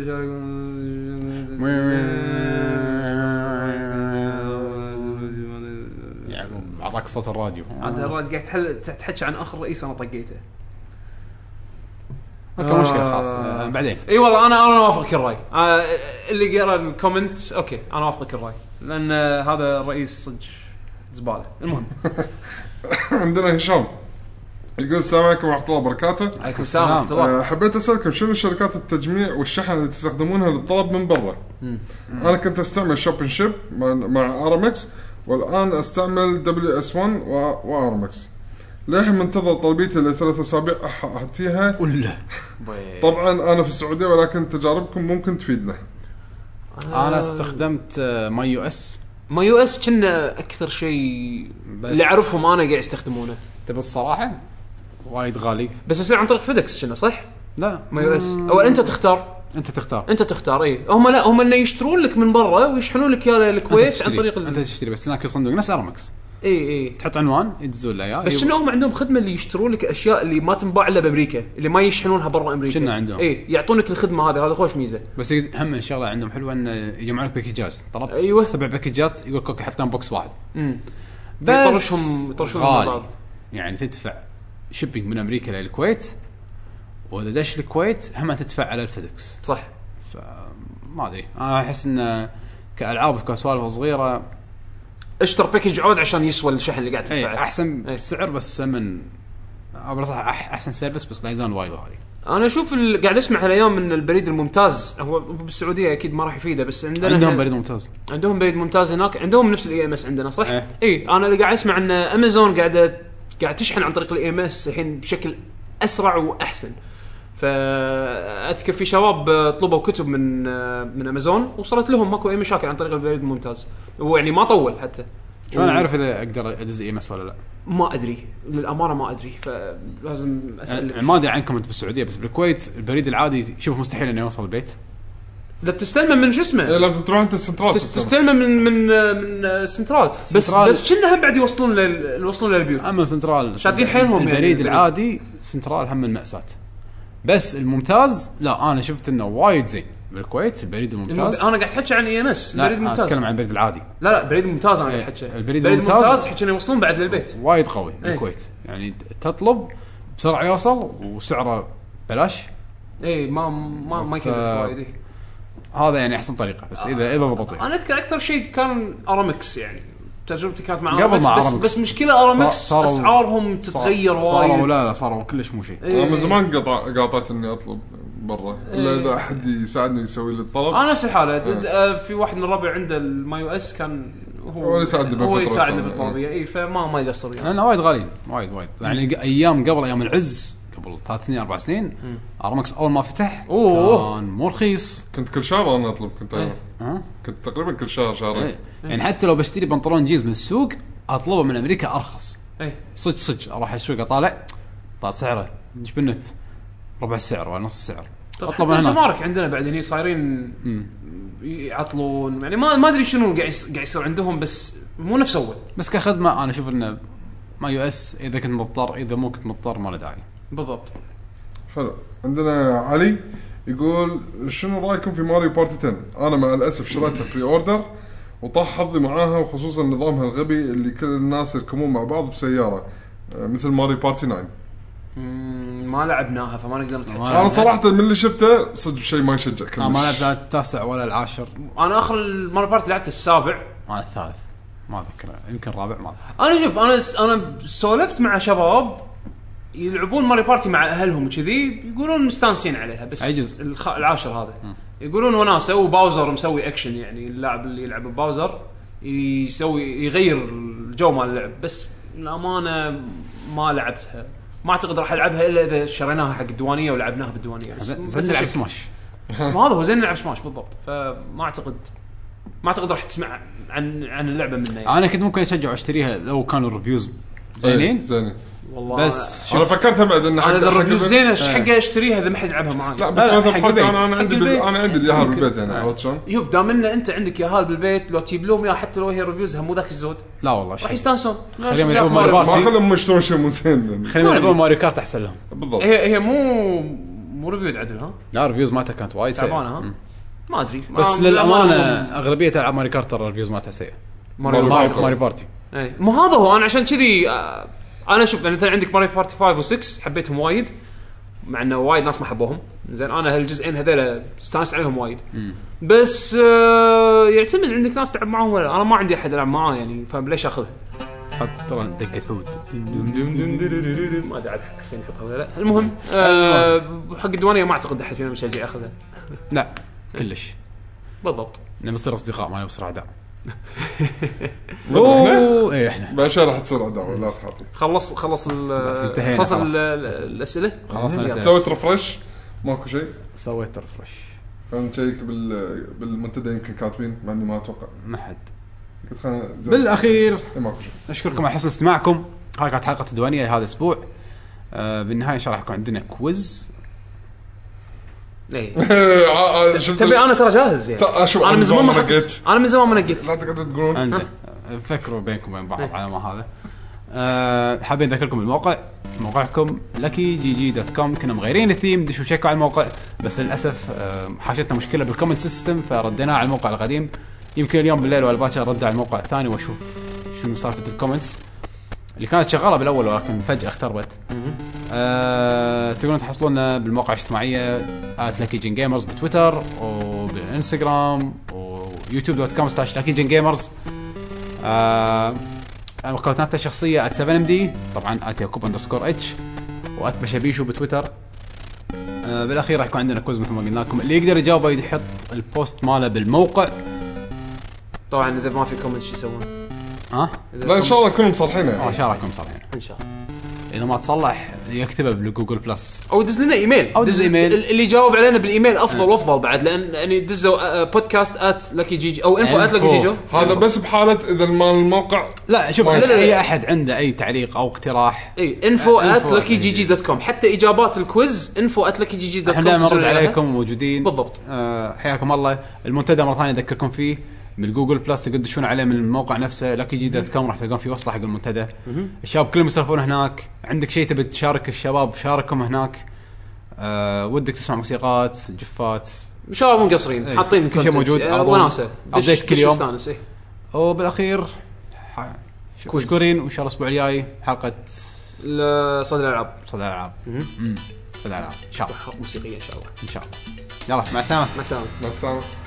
يعقوب اعطاك صوت الراديو
انت الراد قاعد تحل- تحكي عن اخر رئيس انا طقيته
اوكي مشكله خلاص
آه.
آه، بعدين
اي والله انا انا وافقك الراي آه، اللي قرا الكومنت اوكي انا وافقك الراي لان آه، هذا الرئيس صدق زباله المهم
عندنا هشام يقول السلام عليكم ورحمه الله وبركاته
عليكم السلام ورحمه الله
آه، حبيت اسالكم شنو شركات التجميع والشحن اللي تستخدمونها للطلب من برا؟ انا كنت استعمل شوب شيب مع, مع ارامكس والان استعمل دبليو اس 1 و- وارامكس. للحين منتظر طلبيتي لثلاث اسابيع أح- احتيها
ولا طيب.
طبعا انا في السعوديه ولكن تجاربكم ممكن تفيدنا.
انا استخدمت آه، ماي يو اس
ما يو اس كنا اكثر شيء
بس-
اللي اعرفهم انا قاعد يستخدمونه
تبي الصراحه وايد غالي
بس يصير عن طريق فيدكس كنا صح؟
لا
ما يو اس اول انت تختار
انت تختار
انت تختار اي هم لا هم اللي يشترون لك من برا ويشحنون لك اياه للكويت عن طريق
ال... انت
ال...
تشتري بس هناك في صندوق نفس ارامكس
اي اي
تحط عنوان يدزون له اياه
بس
يب-
شنو هم عندهم خدمه اللي يشترون لك اشياء اللي ما تنباع الا بامريكا اللي ما يشحنونها برا امريكا
شنو عندهم؟
اي يعطونك الخدمه هذه هذا خوش ميزه
بس يقد- هم ان شاء الله عندهم حلوه انه يجمعوا لك باكجات طلبت
أيوة.
سبع باكجات يقول لك اوكي حط لنا بوكس واحد بس
يطرشهم- يطرشون مع
غالي
بعض.
يعني تدفع شيبينج من امريكا للكويت واذا دش الكويت هم تدفع على الفيزكس
صح
فما ادري انا احس انه كالعاب كسوالف صغيره
اشتر باكج عود عشان يسوى الشحن اللي قاعد
اي
تدفعه
احسن
إي.
سعر إيه، بس ثمن او صح احسن سيرفس بس لا يزال وايد غالي
انا اشوف ال- قاعد اسمع هالايام ان البريد الممتاز هو بالسعوديه اكيد ما راح يفيده بس عندنا
عندهم
هنا-
بريد ممتاز
عندهم بريد ممتاز هناك عندهم نفس الاي ام اس عندنا صح؟
إيه.
اي انا اللي قاعد اسمع ان امازون قاعده قاعد تشحن عن طريق الاي ام اس الحين بشكل اسرع واحسن فاذكر في شباب آه، طلبوا كتب من آه، من امازون وصلت لهم ماكو اي مشاكل عن طريق البريد الممتاز ويعني ما طول حتى
شلون اعرف اذا اقدر ادز اي مس E ولا لا؟
ما ادري للامانه ما ادري فلازم اسالك
يعني ما ادري عنكم انتم بالسعوديه بس بالكويت البريد العادي شوف مستحيل انه يوصل البيت
لا تستلمه من شو اسمه
إيه لازم تروح انت السنترال
تس- تستلمه من من من آه، سنترال بس
سنترال.
بس كنا هم بعد يوصلون لل- يوصلون للبيوت
اما سنترال
شادين حيلهم يعني.
البريد العادي سنترال هم المأساة بس الممتاز لا انا شفت انه وايد زين بالكويت البريد الممتاز
انا قاعد احكي عن اي ام اس
لا
بريد
أنا
ممتاز
اتكلم عن البريد العادي
لا لا بريد ممتاز انا
إيه،
قاعد احكي
البريد
ممتاز,
الممتاز-
حكينا يوصلون بعد للبيت
وايد قوي
إيه.
بالكويت يعني تطلب بسرعه يوصل وسعره بلاش
اي إيه، ما ما ما
ف-
يكلف وايد إيه.
هذا يعني احسن طريقه بس اذا اذا ضبطوها
انا اذكر اكثر شيء كان ارامكس يعني تجربتي كانت مع
قبل
ارامكس
مع
بس,
Aramex.
بس مشكله
صار-
ارامكس
صاروا-
اسعارهم تتغير
صاروا
وايد
لا لا صاروا كلش مو شيء
انا من زمان قطع قاطعت اني اطلب برا الا اذا احد يساعدني يسوي لي الطلب
انا نفس
إيه.
الحاله د- د- آه، في واحد من الربع عنده الماي او اس كان هو
هو اللي يساعدني
هو
بالفترة
يساعدني
الثانية.
بالطلبيه اي فما ما يقصر يعني. ويانا.
لانه وايد غاليين وايد وايد يعني ق- ايام قبل ايام العز قبل ثلاث سنين اربع سنين ارمكس اول ما فتح
أوه.
كان مو رخيص
كنت كل شهر انا اطلب كنت أنا.
ها
كنت تقريبا كل شهر
إيه.
شهرين
يعني حتى لو بشتري بنطلون جينز من السوق اطلبه من امريكا ارخص
اي
صدق صدق اروح السوق اطالع طال سعره ايش بالنت ربع السعر ولا نص السعر
طب طيب،
اطلب
حتى
من هناك
الجمارك عندنا بعد هني صايرين يعطلون يعني ما ما ادري شنو قاعد يص- قاعد يصير عندهم بس مو نفس اول
بس كخدمه انا اشوف انه ما يو اس اذا كنت مضطر اذا مو كنت مضطر ما له داعي
بالضبط
حلو عندنا علي يقول شنو رايكم في ماريو بارتي 10 انا مع الاسف شريتها بري اوردر وطاح حظي معاها وخصوصا نظامها الغبي اللي كل الناس يركبون مع بعض بسياره آه، مثل ماريو بارتي 9
مم، ما لعبناها فما نقدر نتحكى
انا صراحه من اللي شفته صدق شيء ما يشجع
انا ما
كلش
لعبت التاسع ولا العاشر
انا اخر المره بارت لعبت السابع
ما الثالث ما اذكر يمكن الرابع ما اذكر
انا شوف انا س- انا سولفت مع شباب يلعبون ماري بارتي مع اهلهم وكذي يقولون مستانسين عليها بس
عجز.
الخ... العاشر هذا يقولون وناسه وباوزر مسوي اكشن يعني اللاعب اللي يلعب بباوزر يسوي يغير الجو مال اللعب بس الامانه ما لعبتها ما اعتقد راح العبها الا اذا شريناها حق الديوانيه ولعبناها بالديوانيه بس
زين
بس
زين نلعب
شك.
سماش
ما هذا هو زين نلعب سماش بالضبط فما اعتقد ما اعتقد راح تسمع عن عن اللعبه منه يعني.
انا كنت ممكن اشجع واشتريها لو كانوا الريفيوز زينين
إيه، زينين
والله
بس شوف
انا فكرت بعد انه
انا اذا الريفيو زين ايش
إيه.
حقه اشتريها اذا ما حد يلعبها معي
لا بس
لا،
مثلا
حق
حتى انا انا
البيت. حق
عندي بال-
البيت.
انا عندي الياهل
ممكن. آه.
بالبيت يعني عرفت شلون؟
يوف دام ان انت عندك ياهال بالبيت لو تجيب لهم اياه حتى لو هي ريفيوزها مو ذاك الزود
لا والله شيء.
راح يستانسون لا،
خليهم
شوف
يلعبون
جاك
مع
ماريو.
بعض.
ما خلهم يشترون شيء مو زين لأن-
خلينا نلعبون ماريو كارت احسن لهم
بالضبط
هي هي مو مو ريفيو عدل ها
لا الريفيوز مالتها كانت وايد سيئه
تعبانه ها ما ادري ما-
بس
ما-
للامانه
ما-
اغلبيه العاب ماري كارت ترى الريفيوز مالتها سيئه
ماريو
ماريو
بارتي.
بارتي.
ماري بارتي
إيه. مو هذا هو انا عشان كذي آه، انا شوف يعني مثلا عندك ماري بارتي 5 و6 حبيتهم وايد مع انه وايد ناس ما حبوهم زين انا هالجزئين هذول استانست عليهم وايد بس آه يعتمد عندك ناس تلعب معاهم ولا لا. انا ما عندي احد العب معاه يعني فليش اخذها
حط ترى دقه حوت
ما ادري عاد حسين يحطها ولا لا المهم آه حق الديوانيه ما اعتقد احد فينا مشجع ياخذها
لا كلش
بالضبط
لما نصير اصدقاء ما نصير اعداء
إحنا؟
اوه اي احنا
بعد شوي راح تصير عداوه لا تحاطي
خلص خلص ال-
انتهينا
فصل
خلاص.
ال- ال- الاسئله
خلصنا
إيه.
الأسئلة.
سويت ريفرش ماكو شيء
سويت رفرش
خلينا نشيك بال بالمنتدى يمكن كاتبين مع اني ما اتوقع
ما حد
قلت خلينا زين.
بالاخير
إيه، ماكو شيء
اشكركم على حسن استماعكم هاي كانت حلقه الديوانيه هذا الاسبوع آه بالنهايه ان شاء الله يكون عندنا كويز
إيه.
آه، آه، شفت
تبي
ال- آه،
انا ترى جاهز يعني
تا- شو،
انا من زمان ما
نقيت.
حطيت انا من زمان ما نقيت
لا تقعدوا تقولون
انزين آه، فكروا بينكم وبين بعض على ما هذا آه حابين نذكركم بالموقع موقعكم لكي جي جي دوت كوم كنا مغيرين الثيم دشوا شيكوا على الموقع بس للاسف آه حاشتنا مشكله بالكومنت سيستم فرديناه على الموقع القديم يمكن اليوم بالليل ولا باكر ارد على الموقع الثاني واشوف شنو سالفه الكومنتس اللي كانت شغاله بالاول ولكن فجاه اختربت آه، تقدرون تحصلونا بالمواقع الاجتماعيه @lucky جن جيمرز بتويتر وبالانستغرام ويوتيوب دوت كوم سلاش لاكي جن جيمرز آه، اكونتاتنا الشخصيه @7 ام دي طبعا @يعقوب اندرسكور اتش واتبشبيشو بتويتر آه، بالاخير راح يكون عندنا كوز مثل ما قلنا لكم اللي يقدر يجاوبه يحط البوست ماله بالموقع
طبعا اذا ما في كومنت شو يسوون؟
ها
إذا
لا ان شاء الله
comments-
كلهم مصلحين
آه، ان
يعني
شاء الله يكون صالحين
ان شاء الله
اذا ما تصلح يكتبه بالجوجل بلس
او دز لنا ايميل
أو دز إيميل.
ال- اللي يجاوب علينا بالايميل افضل وافضل بعد لان يعني دزوا بودكاست ات لكي جيجو او انفو ات لكي
Info.
جيجو
هذا بس بحاله اذا مال الموقع
لا شوف
ما
لا لا
يحتاج.
اي احد عنده اي تعليق او اقتراح
اي انفو ات
إيه، info at
لكي جي جي دوت كوم حتى اجابات الكويز انفو ات لكي جي جي دوت
احنا
كوم
دائما نرد عليكم موجودين
بالضبط.
آه حياكم الله المنتدى مره ثانيه اذكركم فيه من جوجل بلس تقدر تدشون عليه من الموقع نفسه لاكي جي دوت كوم راح تلقون فيه وصله حق المنتدى الشباب كلهم يسولفون هناك عندك شيء تبي تشارك الشباب شاركهم هناك آه ودك تسمع موسيقات جفات
ان شاء الله مو مقصرين
إي.
حاطين
إيه. كل شيء
content.
موجود
آه،
على طول.
وناسه دش-
Update كل
دش
يوم.
استانس إيه. إي.
وبالاخير ح- مشكورين وان شاء الله الاسبوع الجاي حلقه
ل- صدر الالعاب
صدى الالعاب مم. صدى الالعاب ان شاء الله
موسيقيه ان شاء الله
ان شاء الله يلا مع السلامه
مع السلامه
بس أنا-